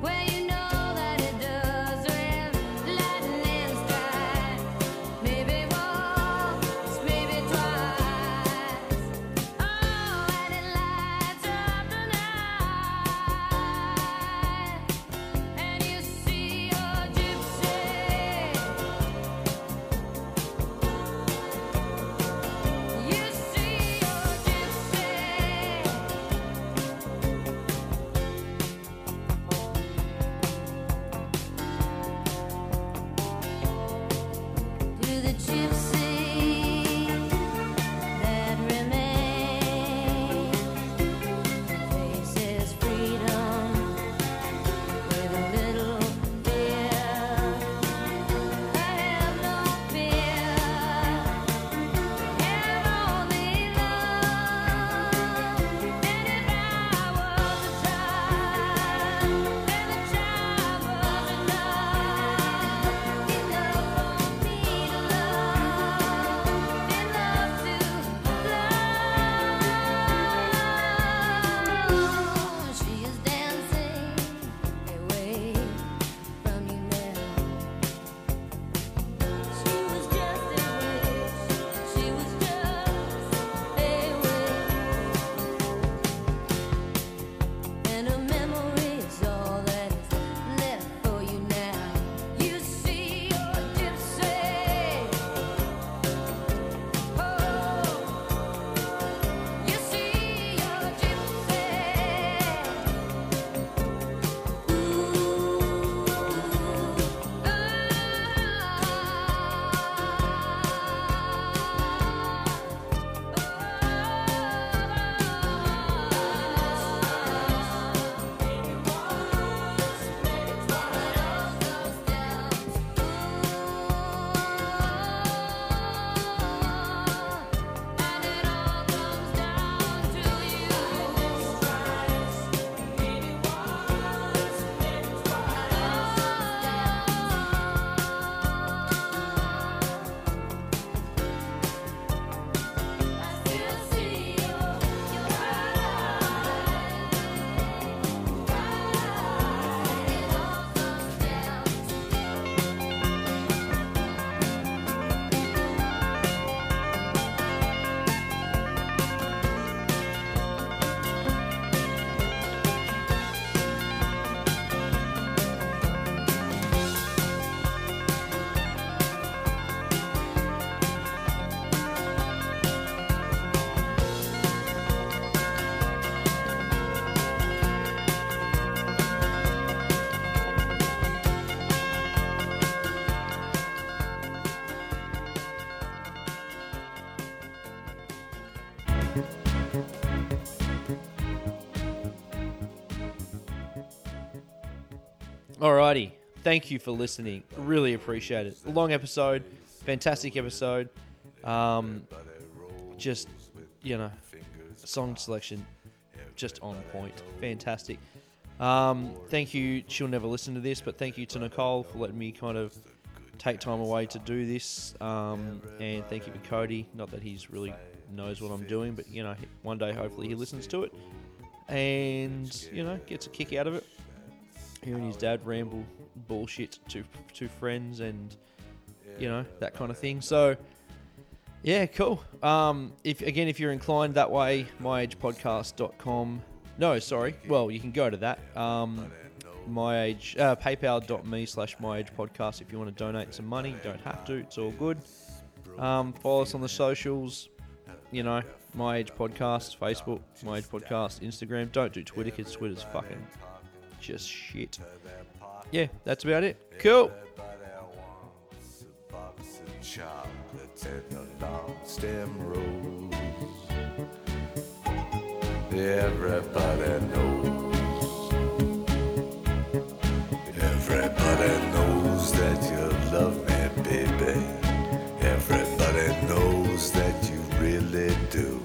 Well, you know that it does when lightning strikes. Maybe once, maybe twice. Oh, and it lights up the night, and you see your gypsy. You see your gypsy. To the gypsy that remains. Faces freedom with a little fear. I have no fear. Have only love. And if I was a child, then the child was enough. Enough for me to love. Enough to love. She is dancing away from you now. She was just a wish. She was just a wish. And her memory is all that is left for you now. You see your gypsy. Oh, you see your gypsy. Ooh, and it all comes down to you. Maybe once, maybe twice. I still see your your eyes, and it all comes down to you. Alrighty. Thank you for listening. Really appreciate it. Long episode. Fantastic episode. Um, just, you know, song selection just on point. Fantastic. Um, thank you. She'll never listen to this, but thank you to Nicole for letting me kind of take time away to do this. Um, and thank you to Cody. Not that he's really knows what I'm doing, but, you know, one day hopefully he listens to it and, you know, gets a kick out of it. He and his dad ramble bullshit to to friends and you know that kind of thing. So yeah, cool. Um, if again, if you're inclined that way, myagepodcast.com. No, sorry. Well, you can go to that. Um, my age uh, paypal.me slash myagepodcast if you want to donate some money. You don't have to. It's all good. Um, follow us on the socials. You know, my age podcast, Facebook, my age podcast, Instagram. Don't do Twitter because Twitter's fucking just shit. Yeah, that's about it. Cool. box of chocolates and a long stem rose. Everybody knows. Everybody knows that you love me, baby. Everybody knows that you really do.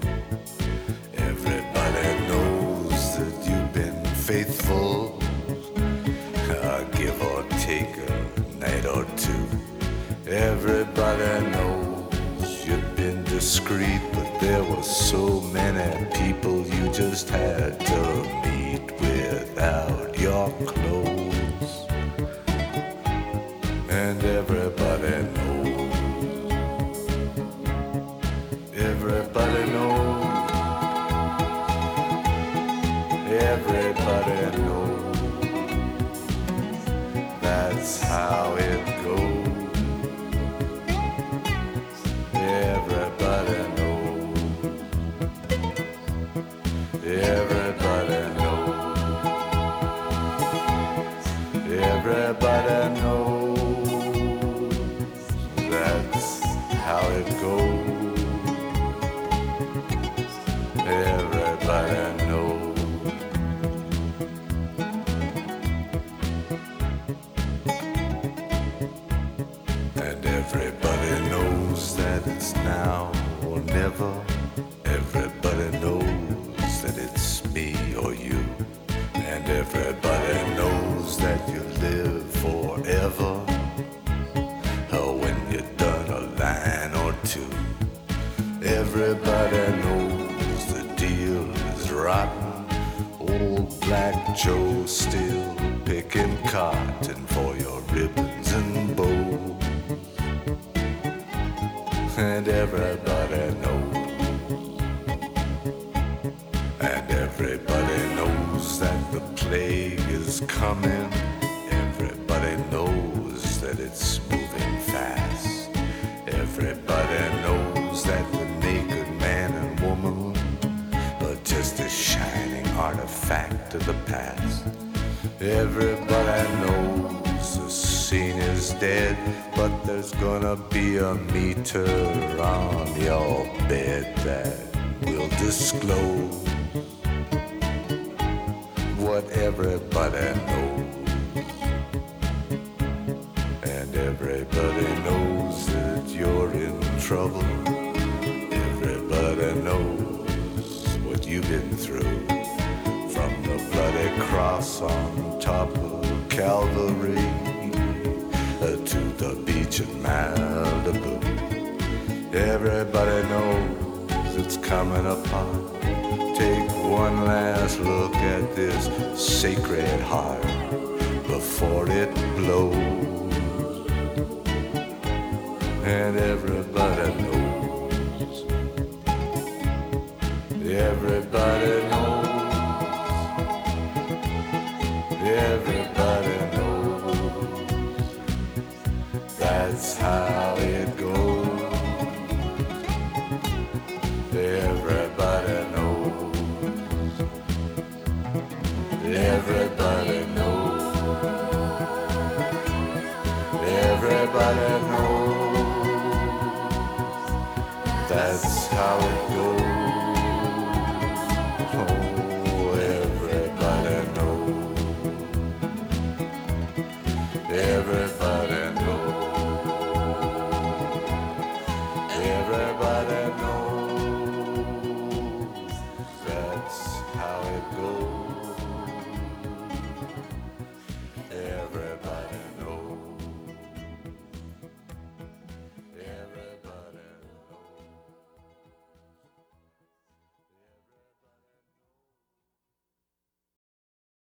Everybody knows that you've been faithful. Uh, give or take a night or two. Everybody knows you've been discreet, but there were so many people you just had to meet without your clothes. And everybody knows. Everybody knows. Everybody knows. That's how it goes. Everybody knows. Everybody knows. Everybody knows. That's how it goes. Everybody knows. And everybody knows that it's now or never. Everybody knows that it's me or you. And everybody knows that you live forever. Oh, when you're done a line or two. Everybody knows the deal is rotten. Old Black Joe still picking cotton for your ribbons and bows and everybody knows. And everybody knows that the plague is coming. Everybody knows that it's moving fast. Everybody knows that the naked man and woman are just a shining artifact of the past. Everybody knows the scene is dead, but there's gonna be a meter on your bed that will disclose what everybody knows. And everybody knows that you're in trouble. Everybody knows what you've been through. From the bloody cross on top of Calvary uh, to the beach in Malibu. Everybody knows it's coming apart. Take one last look at this sacred heart before it blows. And everybody knows. Everybody knows. Everybody knows that's how it goes. Everybody knows. Everybody knows. Everybody knows. That's how it goes. Oh, everybody knows. Everybody knows. Everybody knows. That's how it goes.